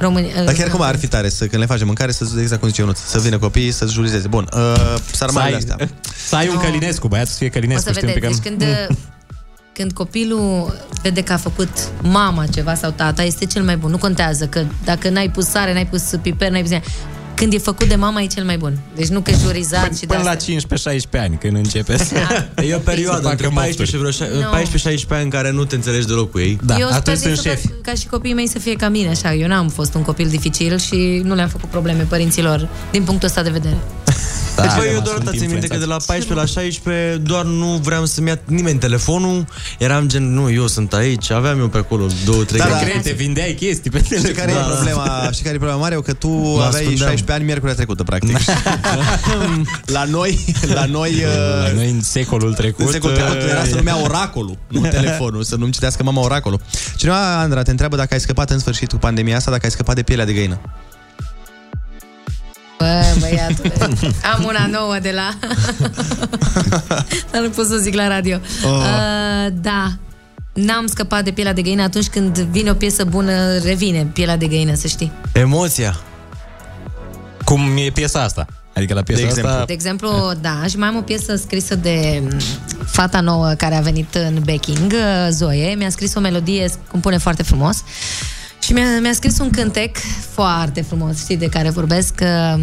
Români,
Dar chiar cum ar fi tare să, când le facem mâncare, să exact cum zice Ionuț, să vină copiii să jurizeze. Bun, uh, sarmalele
Să ai-
astea.
[laughs] Să ai un
Nu.
călinescu, băiatul să fie
O
călinescu.
să vedeți, deci când,
Mm.
când copilul vede că a făcut mama ceva sau tata, este cel mai bun. Nu contează că dacă n-ai pus sare, n-ai pus piper, n-ai pus... Când e făcut de mama, e cel mai bun. Deci nu că e jurizat și de
Păi Până la
asta. Da.
15-16 ani, când începe să...
[laughs] E o
Exact,
perioadă între 14 și vreo șa-
Nu.
14-16 ani în care nu te înțelegi deloc cu
Da,
ei.
da,
eu sper din tot Ca, ca și copiii mei să fie ca mine, așa. Eu n-am fost un copil dificil și nu le-am făcut probleme părinților din punctul ăsta de vedere.
Da,
Da,
păi eu
da,
doar
sunt
ți minte
influențați.
că de la 14 la 16 doar nu vreau să-mi ia nimeni telefonul. Eram gen, nu, eu sunt aici, aveam eu pe acolo două, trei Da.
Da,
grade.
da. Secrete,
vindeai chestii pe
Știi care, e problema, știi care e problema mare? Eu că tu aveai
ascundeam.
16 ani miercurea trecută,
[laughs]
practic. la noi, la noi, uh,
La noi în secolul trecut...
în secolul trecut
uh,
era să numea oracolul,
[laughs]
nu telefonul, să nu-mi citească mama oracolul. Cineva, Andra, te întreabă dacă ai scăpat în sfârșit cu pandemia asta, dacă ai scăpat de pielea de găină.
Bă, băiatule, am una nouă de
[laughs]
la... Dar nu pot să zic la radio.
Oh.
Oh. Uh, da, n-am scăpat de pielea de găină atunci când vine o piesă bună, revine pielea de găină, să știi.
Emoția.
Cum e piesa asta? Adică la piesa
De exemplu. Eh.
asta...
De exemplu, da, și mai am o piesă scrisă de mm, fata nouă care a venit în backing, uh, Zoe, mi-a scris o melodie, compune foarte frumos și mi-a, mi-a scris un cântec foarte frumos, știi, de care vorbesc, uh,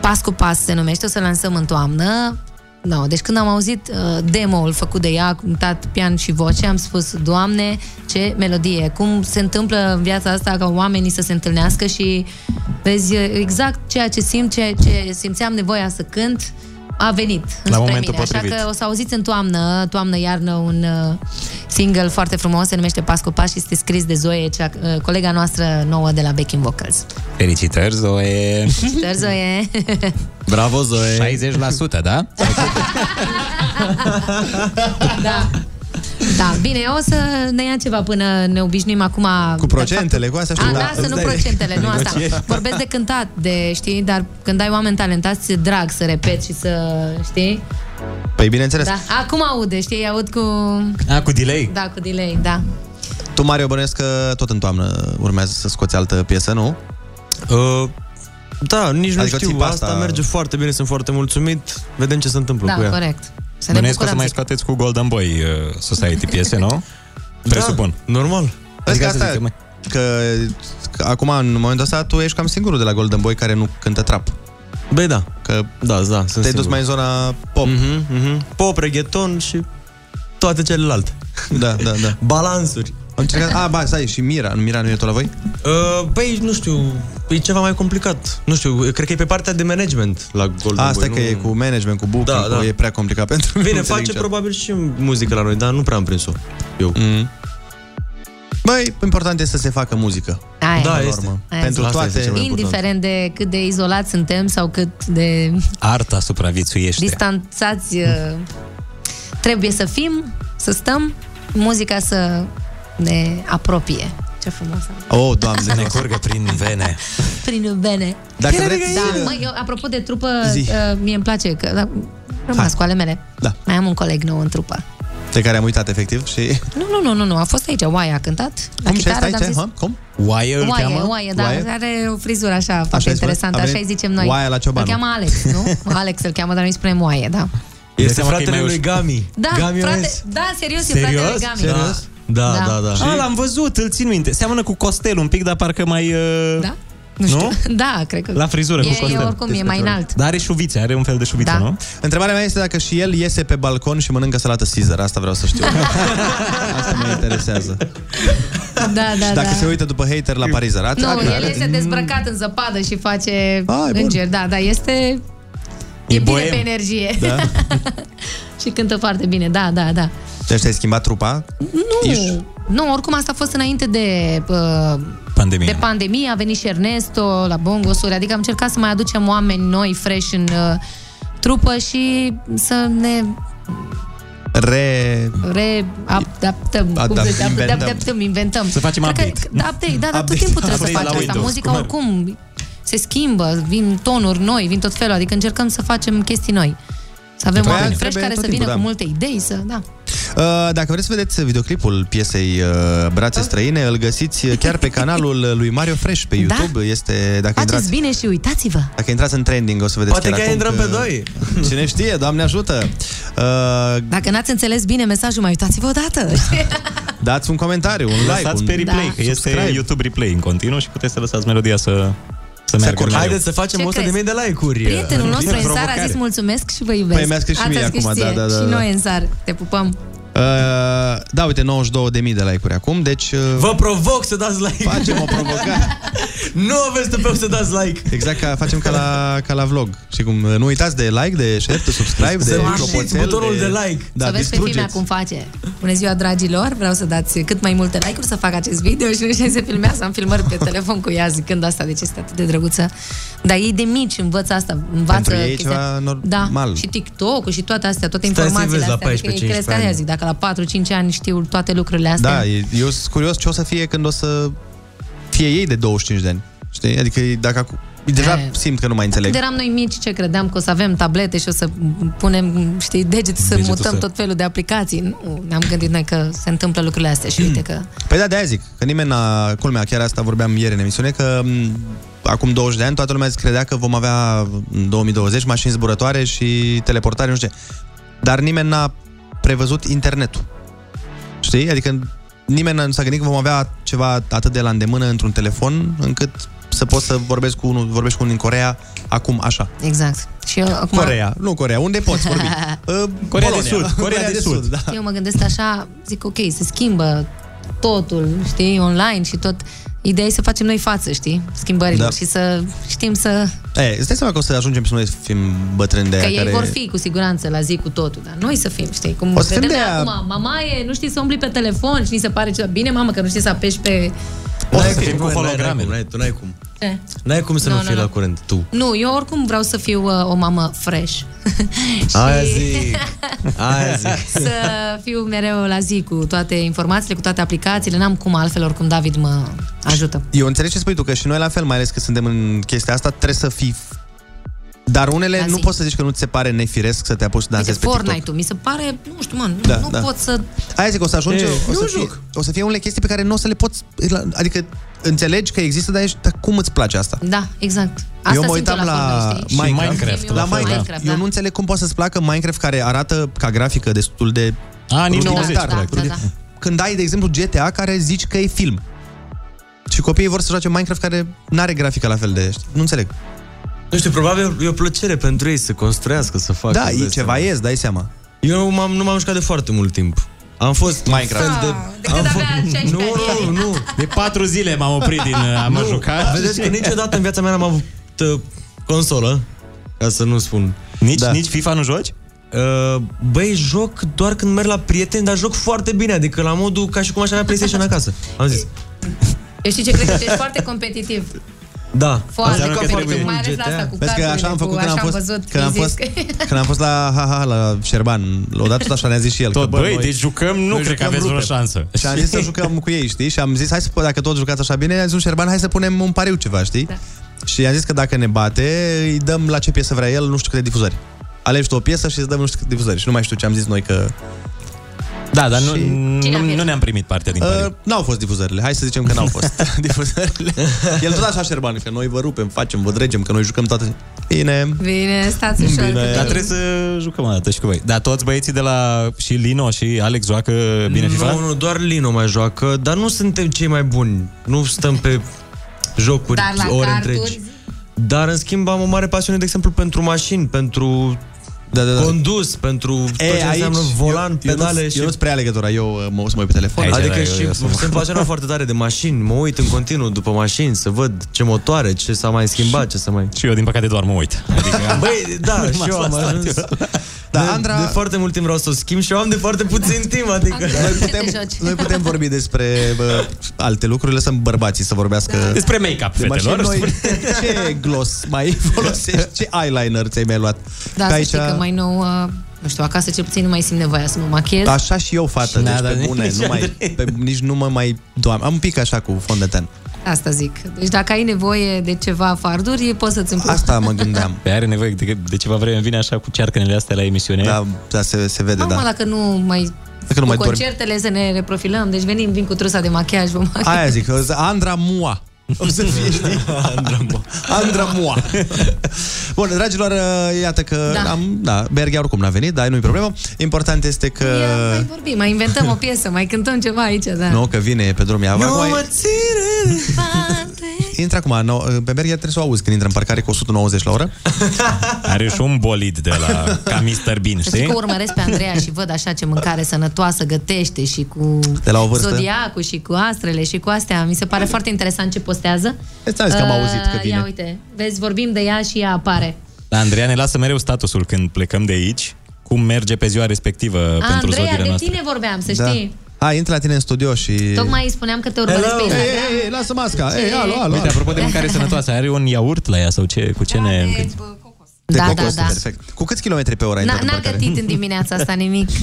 Pas cu pas se numește, o să lansăm în toamnă. No, deci când am auzit uh, demo-ul făcut de ea, cântat pian și voce, am spus, Doamne, ce melodie! Cum se întâmplă în viața asta ca oamenii să se întâlnească și vezi uh, exact ceea ce simt, ceea ce simțeam nevoia să cânt, a venit înspre
momentul
mine.
potrivit.
Așa că o să auziți în toamnă, toamnă-iarnă, un uh, single foarte frumos, se numește Pas cu pas și este scris de Zoe, cea, uh, colega noastră nouă de la Backing
[laughs]
Vocals.
Felicitări, Zoe!
Felicitări, Zoe! [laughs]
Bravo, Zoe! 60%, da?
da. Da, bine, o să ne ia ceva până ne obișnuim acum.
Cu procentele, cu astea
A, da, să nu procentele, nu asta. Vorbesc de cântat, de, știi, dar când ai oameni talentați, ți-e drag să repeți și să, știi?
Păi bineînțeles.
Da. Acum aude, știi, aud cu...
A, cu delay.
Da, cu delay, da.
Tu, Mario, bănuiesc că tot în toamnă urmează să scoți altă piesă, nu?
[laughs] Uh, da, nici nu
Adică ții
știu,
pe
asta
asta-
merge foarte bine, sunt foarte mulțumit. Vedem ce se întâmplă
Da,
cu ea.
corect. Să ne
Bănuiesc că o să
bucurăm.
mai scoateți cu Golden Boy uh, Society piese, nu? Presupun.
Normal.
Adică asta, că, că, că acum, în momentul ăsta, tu ești cam singurul de la Golden Boy care nu cântă trap.
Băi, da.
Că
da, da, sunt
te-ai dus
singur.
mai în zona pop.
Mhm, mhm. Pop, reggaeton și toate celelalte.
Da, da, da.
Balansuri.
Am încercat, a, ba, stai, și Mira, nu Mira nu e tot la voi?
Uh, băi, nu știu, e ceva mai complicat. Nu știu, cred că e pe partea de management la Golden
Asta
Boy.
că
nu...
e cu management, cu booking,
Da,
da,
da.
da. Cu, e prea complicat [laughs] pentru
Bine,
nu înțeleg
face
niciodată.
probabil și muzică la noi, dar nu prea am prins-o eu.
Mm. Băi, important este să se facă muzică.
Aia.
Până
Da,
la
este.
urmă.
Aia
Pentru
este.
toate.
Indiferent de cât de izolați suntem sau cât de
Arta supraviețuiește.
distanțați uh, trebuie să fim, să stăm, muzica să ne apropie. Ce frumos am.
Oh, doamne,
ne curgă prin vene.
Prin vene.
Dacă vreți-
Da, mă, eu, apropo de trupă,
Zi.
uh, mie îmi place că... Da, rămas cu ale mele.
Da.
Mai am un coleg nou în trupă.
Pe care am uitat, efectiv, și...
Nu, nu, nu, nu, nu. A fost aici. Oaia a cântat. La
Cum? Ce
chitară,
stai?
dar am
Ce?
zis...
Ha? Cum?
Oaie îl
Oaie,
cheamă?
oaie, da,
Oaie?
are o frizură așa, foarte
Așa-i spune?
interesantă,
A
așa îi
venit
zicem noi.
oaia la Ciobanu.
Îl cheamă Alex,
[laughs]
nu? Alex îl cheamă, dar noi spunem oaie, da.
Este
seama că e
fratele
mai
lui
uș-
Gami.
Da,
Gami
frate,
Ionescu.
da, serios, e
Serios?
fratele Gami.
Serios?
Da,
Da.
da, da.
Ah, l-am văzut, îl țin minte. Seamănă cu Costel un pic, dar parcă mai... Uh...
Da?
Nu știu.
[laughs] Da, cred că...
La frizură cu
e,
Costel.
e oricum, e mai înalt.
Dar are șuvițe, are un fel de șuviță,
Da.
nu?
Întrebarea mea este dacă și el iese pe balcon și mănâncă salată Caesar. Asta vreau
[laughs]
să știu. Asta mă interesează.
Da, da,
și dacă
da.
se uită după hater la Paris Arat,
Nu,
arat,
el este dezbrăcat în zăpadă și face
bun.
înger. Da, da, este... E, bine
boem.
pe energie.
Da?
[laughs] și cântă foarte bine, da, da, da.
Deci ai schimbat trupa?
Nu,
Iș.
nu, oricum asta a fost înainte de... Uh,
Pandemie.
De pandemie a venit și Ernesto la bongosuri, adică am încercat să mai aducem oameni noi, fresh în uh, trupă și să ne
Re...
readaptăm,
Adapt-
cum se-
inventăm.
adaptăm, inventăm.
Să facem
Cred că-
update.
da, update, da, dar tot
Update.
timpul trebuie să
Update la
facem asta.
Windows,
Muzica
cum ar-
oricum se schimbă, vin tonuri noi, vin tot felul, adică încercăm să facem chestii noi. Să avem
Păi
oameni
aia
fresh
trebuie
care
tot
să vină
timpul,
cu
da.
multe idei, să... Da.
Uh, Dacă vreți să vedeți videoclipul piesei uh,
Da.
Brațe Străine, îl găsiți chiar pe canalul lui Mario Fresh pe
Da?
YouTube. Este, dacă
Faceți
intrați,
bine și uitați-vă.
dacă intrați în trending, o să vedeți
Poate
chiar
că
acum
intrăm pe doi.
[laughs] Cine știe, Doamne ajută! Uh,
Dacă n-ați înțeles bine mesajul, mai uitați-vă odată.
Da, dați un comentariu, un like,
Lăsați
un
pe replay,
Da.
da. că este
Subscribe.
YouTube replay în continuu și puteți să lăsați melodia să, să meargă mereu.
Haideți să facem
Ce
100 de mii de like-uri.
[laughs] Prietenul nostru
Bine,
în țară a
provocare.
zis mulțumesc și vă iubesc.
Păi, mi-a scris și
Ați
mie acum,
ție.
da, da, da,
Și
da.
noi în țară. Te pupăm.
Uh, da, uite, 92.000 de like-uri acum, deci... Uh,
Vă provoc să dați like.
Facem o provocare.
[laughs] nu aveți pe să dați like.
Exact, ca, facem ca la, ca la vlog. Și cum, nu uitați de like, de share, de subscribe, de
Să ușiți
clopoțel,
butonul de like.
Da,
să vezi pe
distrugeți.
filmea cum face. Bună ziua, dragilor! Vreau să dați cât mai multe like-uri să fac acest video și [laughs] nu se filmează. Am filmări pe telefon cu ea zicând asta, deci este atât de drăguță. Dar ei de mici învăță asta, învață
Pentru ei e
chestia.
ceva
Da,
normal.
și TikTok-ul și toate astea, toate
Stai să-i
informațiile
vezi la
astea. adică ei
14-15
cresc, aia
ani.
zic, dacă la 4-5 ani știu toate lucrurile astea.
Da, e- eu sunt curios ce o să fie când o să fie ei de 25 de ani. Știi? Adică e- dacă acu- deja
Da.
simt că nu mai înțeleg.
Când eram noi mici, ce credeam că o să avem tablete și o să punem, știi, deget să
Degetul
mutăm
să-
tot felul de aplicații. Nu, ne-am gândit noi că se întâmplă lucrurile astea și uite că
Păi da, de-aia zic, că nimeni n-a, culmea, chiar asta vorbeam ieri în emisiune, că m, acum 20 de ani toată lumea credea că vom avea în 2020 mașini zburătoare și teleportare, nu știu ce. Dar nimeni n-a prevăzut internetul. Știi? Adică nimeni nu s-a gândit că vom avea ceva atât de la îndemână într-un telefon, încât să poți să vorbești cu unul, vorbești cu unul din Corea acum așa.
Exact. Și eu acum...
Corea, nu Corea, unde poți
[laughs]
vorbi? Uh,
Corea de
Polonia.
Sud, Corea de
Sud, da.
Eu mă gândesc așa, zic ok, se schimbă totul, știi, online și tot. Ideea e să facem noi față, știi, schimbărilor
Da.
da. și să știm să...
E, Eh, îți dai seama că o să ajungem să noi fim bătrâni de
că
aia
ei
care...
vor fi cu siguranță la zi cu totul, dar noi să fim, știi, cum
O să fim
vedem
de
noi
aia-
acum, mama e, nu știi să umbli pe telefon și ni se pare ceva, bine mamă că nu știi să apeși pe... da.
O să fim cu hologramele. Tu n-ai cum.
Ce?
N-ai cum să
Nu,
nu
nu,
fii
nu.
la curent, tu.
Nu, eu oricum vreau să fiu uh, o mamă fresh.
[laughs]
Și-
Aia
[laughs]
zic. Aia zic.
să fiu mereu la zi cu toate informațiile, cu toate aplicațiile. N-am cum altfel, oricum David mă ajută.
Eu înțeleg ce spui tu, că și noi la fel, mai ales că suntem în chestia asta, trebuie să fii... Dar unele nu poți să zici că nu ți se pare nefiresc să te apuci să
Da, Uite,
dansezi pe TikTok.
Fortnite-ul, mi se pare, nu știu, mă, nu,
Da,
da, nu
da.
da. pot să...
Aia zic, o să ajungi,
E,
o, să
nu
fie,
joc.
o să fie unele chestii pe care nu o să le poți... Adică înțelegi că există, dar ești, dar cum îți place asta?
Da, exact. Asta
eu mă
simt
uitam la,
Fortnite, știi?
Minecraft,
Eu
la
la
Minecraft.
Minecraft,
Eu
da.
nu înțeleg cum poate să-ți placă Minecraft care arată ca grafică destul de
Anii
rudimentar.
90, Da, practic. da, da, da.
Când ai, de exemplu, GTA care zici că e film. Și copiii vor să joace Minecraft care nu are grafica la fel de... știi? Nu înțeleg.
Nu știu, probabil e o plăcere pentru ei să construiască, să facă.
Da, e ceva e, îți dai seama.
Eu m-am, nu m-am jucat de foarte mult timp. Am fost Minecraft. Fel de... am fost... Nu, nu, nu.
De patru zile m-am oprit din... uh, Am
Nu,
jucat.
Vedeți că niciodată în viața mea n-am avut uh, consolă, ca să nu spun.
Nici, da. nici FIFA nu joci?
Uh, Băi, joc doar când merg la prieteni, dar joc foarte bine, adică la modul ca și cum aș avea PlayStation acasă. Am zis.
Eu știi ce cred că tu ești foarte competitiv.
Da.
Foarte competitiv, mai ales la asta cu
Vezi că
cardurile,
așa am făcut
cu,
când
așa
am fost,
văzut,
când am
zis
fost,
că-
când am fost la HH la Șerban. Odată tot așa ne-a zis și el.
Tot,
că,
băi, deci jucăm, nu
noi
cred că
jucăm
aveți vreo
rupem.
șansă.
Și am zis să jucăm cu ei, știi? Și am zis, hai să, dacă tot jucați așa bine, a zis lui Șerban, hai să punem un pariu ceva, știi? Da. Și i-a zis că dacă ne bate, îi dăm la ce piesă vrea el, nu știu câte difuzări. Alegi tu o piesă și îți dăm nu știu câte difuzări. Și nu mai știu ce am zis noi că...
Da, dar nu, nu, nu ne-am primit partea din
Uh, n-au fost difuzările, hai să zicem
[laughs]
că n-au fost difuzările. El tot așa șerban, că noi vă rupem, facem, vă dregem, că noi jucăm toate... Bine,
Bine, stați ușor.
Bine.
că
Dar
te-
trebuie să jucăm o dată și cu voi. Dar toți băieții de la și Lino și Alex joacă bine FIFA?
Nu, nu, doar Lino mai joacă, dar nu suntem cei mai buni. Nu stăm pe jocuri
Dar la
ore
carduri,
întregi. Dar, în schimb, am o mare pasiune, de exemplu, pentru mașini, pentru da, da, da. condus, pentru tot ce înseamnă volan,
eu,
pedale
eu nu,
și...
Eu nu-s prea legătura, eu uh, mă o să mă uit pe telefon.
Aici adică și
[laughs]
sunt pasionat foarte tare de mașini, mă uit în continuu după mașini să văd ce motoare, ce s-a mai schimbat, ce s-a mai...
Și eu, din păcate, doar mă uit. Adică...
Băi, da, și eu am ajuns...
Da,
de,
Andra-
de foarte mult timp vreau să o schimb și eu am de foarte puțin timp, adică...
Noi putem, noi putem vorbi despre bă, alte lucruri, lăsăm bărbații să vorbească.
Da.
Despre make-up,
de mașini.
fetelor.
Noi, [laughs] ce gloss
[laughs]
mai folosești? Ce eyeliner ți-ai mai luat?
Da,
Că
să știi că mai nou, uh, nu știu, acasă cel puțin nu mai simt nevoia să mă machez.
Așa și eu, fată, deci
Și n-a
pe
dat
bune,
nici
nu mai, pe, nici nu mă mai doam. Am un pic așa cu fond de ten.
Asta zic. Deci dacă ai nevoie de ceva farduri, poți să-ți împrumut.
Asta mă gândeam.
Pe Păi are nevoie de, de ceva vreme vine așa cu cearcănele astea la emisiune. Da,
da se, se vede,
Acum, dacă nu mai...
Dacă nu
cu
mai dormi.
concertele să ne reprofilăm, deci venim, vin cu trusa de machiaj, vom
Aia zic, o să- Andra Mua. O să fie, știi? Andra Mua. Andra Mua. Bun, dragilor, iată că
Da.
da. am, da, Berghia oricum n-a venit, dar nu-i problemă. Important este că...
mai vorbim, mai inventăm o piesă, mai cântăm ceva aici, da.
Nu, că vine pe drum ea.
Nu
Vai,
mă
ține Intră acum, no, eh, pe Berghia trebuie să o auzi când intră în parcare cu 190 la oră.
Are și un bolid de la ca Mr.
Să
Bean,
știi că
știi?
urmăresc pe Andreea și văd așa ce mâncare sănătoasă gătește și cu
De la o vârstă?
zodiacul și cu astrele și cu astea. Mi se pare foarte interesant ce postează. Uh,
Îți am zis că am auzit că vine.
Ia uite, vezi, vorbim de ea și ea apare.
Dar Andreea ne Da, lasă mereu statusul când plecăm de aici, cum merge pe ziua respectivă
Uh,
A,
pentru
Andreea, de
zodiile noastre.
tine vorbeam,
Da.
să știi.
A, intră la tine în studio și...
Tocmai îi spuneam că te urmăresc pe
Hello.
Instagram.
Ei, ei, ei, lasă masca. Ei, alo, alo,
Uite, apropo de mâncare sănătoasă, are un iaurt la ea sau ce, cu ce ne...
De [laughs] Da, cocos, da, da.
perfect. Cu câți kilometri pe oră
N-a, n-a gătit în dimineața
[laughs]
asta nimic... uh,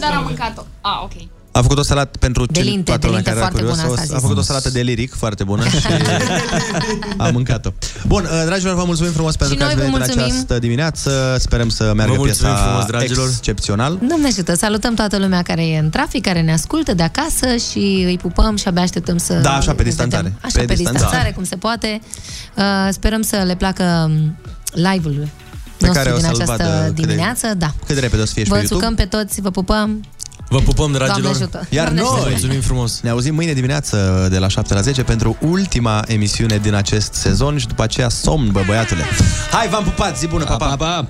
Dar am mâncat-o. A, ok.
A făcut o salată pentru
De
cel-
linte,
toată
de
lumea
linte
care era
foarte bună,
curioasă.
asta a
A
zis.
făcut o salată de liric foarte
[laughs]
bună și a mâncat-o. Bun, uh, dragilor, vă mulțumim frumos pentru că
noi
ați
vă
venit în
mulțumim.
această dimineață. Sperăm să meargă
Vă mulțumim
piesa
frumos, dragilor.
excepțional.
Doamne ajută, salutăm toată lumea care e în trafic, care ne ascultă de acasă și îi pupăm și abia așteptăm să...
Da, așa, pe distanțare.
Așa, pe, pe distanțare, cum se poate. Uh, sperăm să le placă um, live-ul
Pe
nostru
care o
din
să-l vadă
această
cât de-
dimineață. Da.
Cât de repede o să fie și
Vă
pe YouTube.
sucăm pe toți, vă pupăm.
Vă pupăm,
dragilor. Doamne ajută.
Iar
Doamne
noi
ajută.
mulțumim frumos. Ne auzim mâine dimineață de la 7 la 10 pentru ultima emisiune din acest sezon și după aceea somn, bă, băiatule. Hai, v-am pupat, zi bună, pa, pa. pa, pa.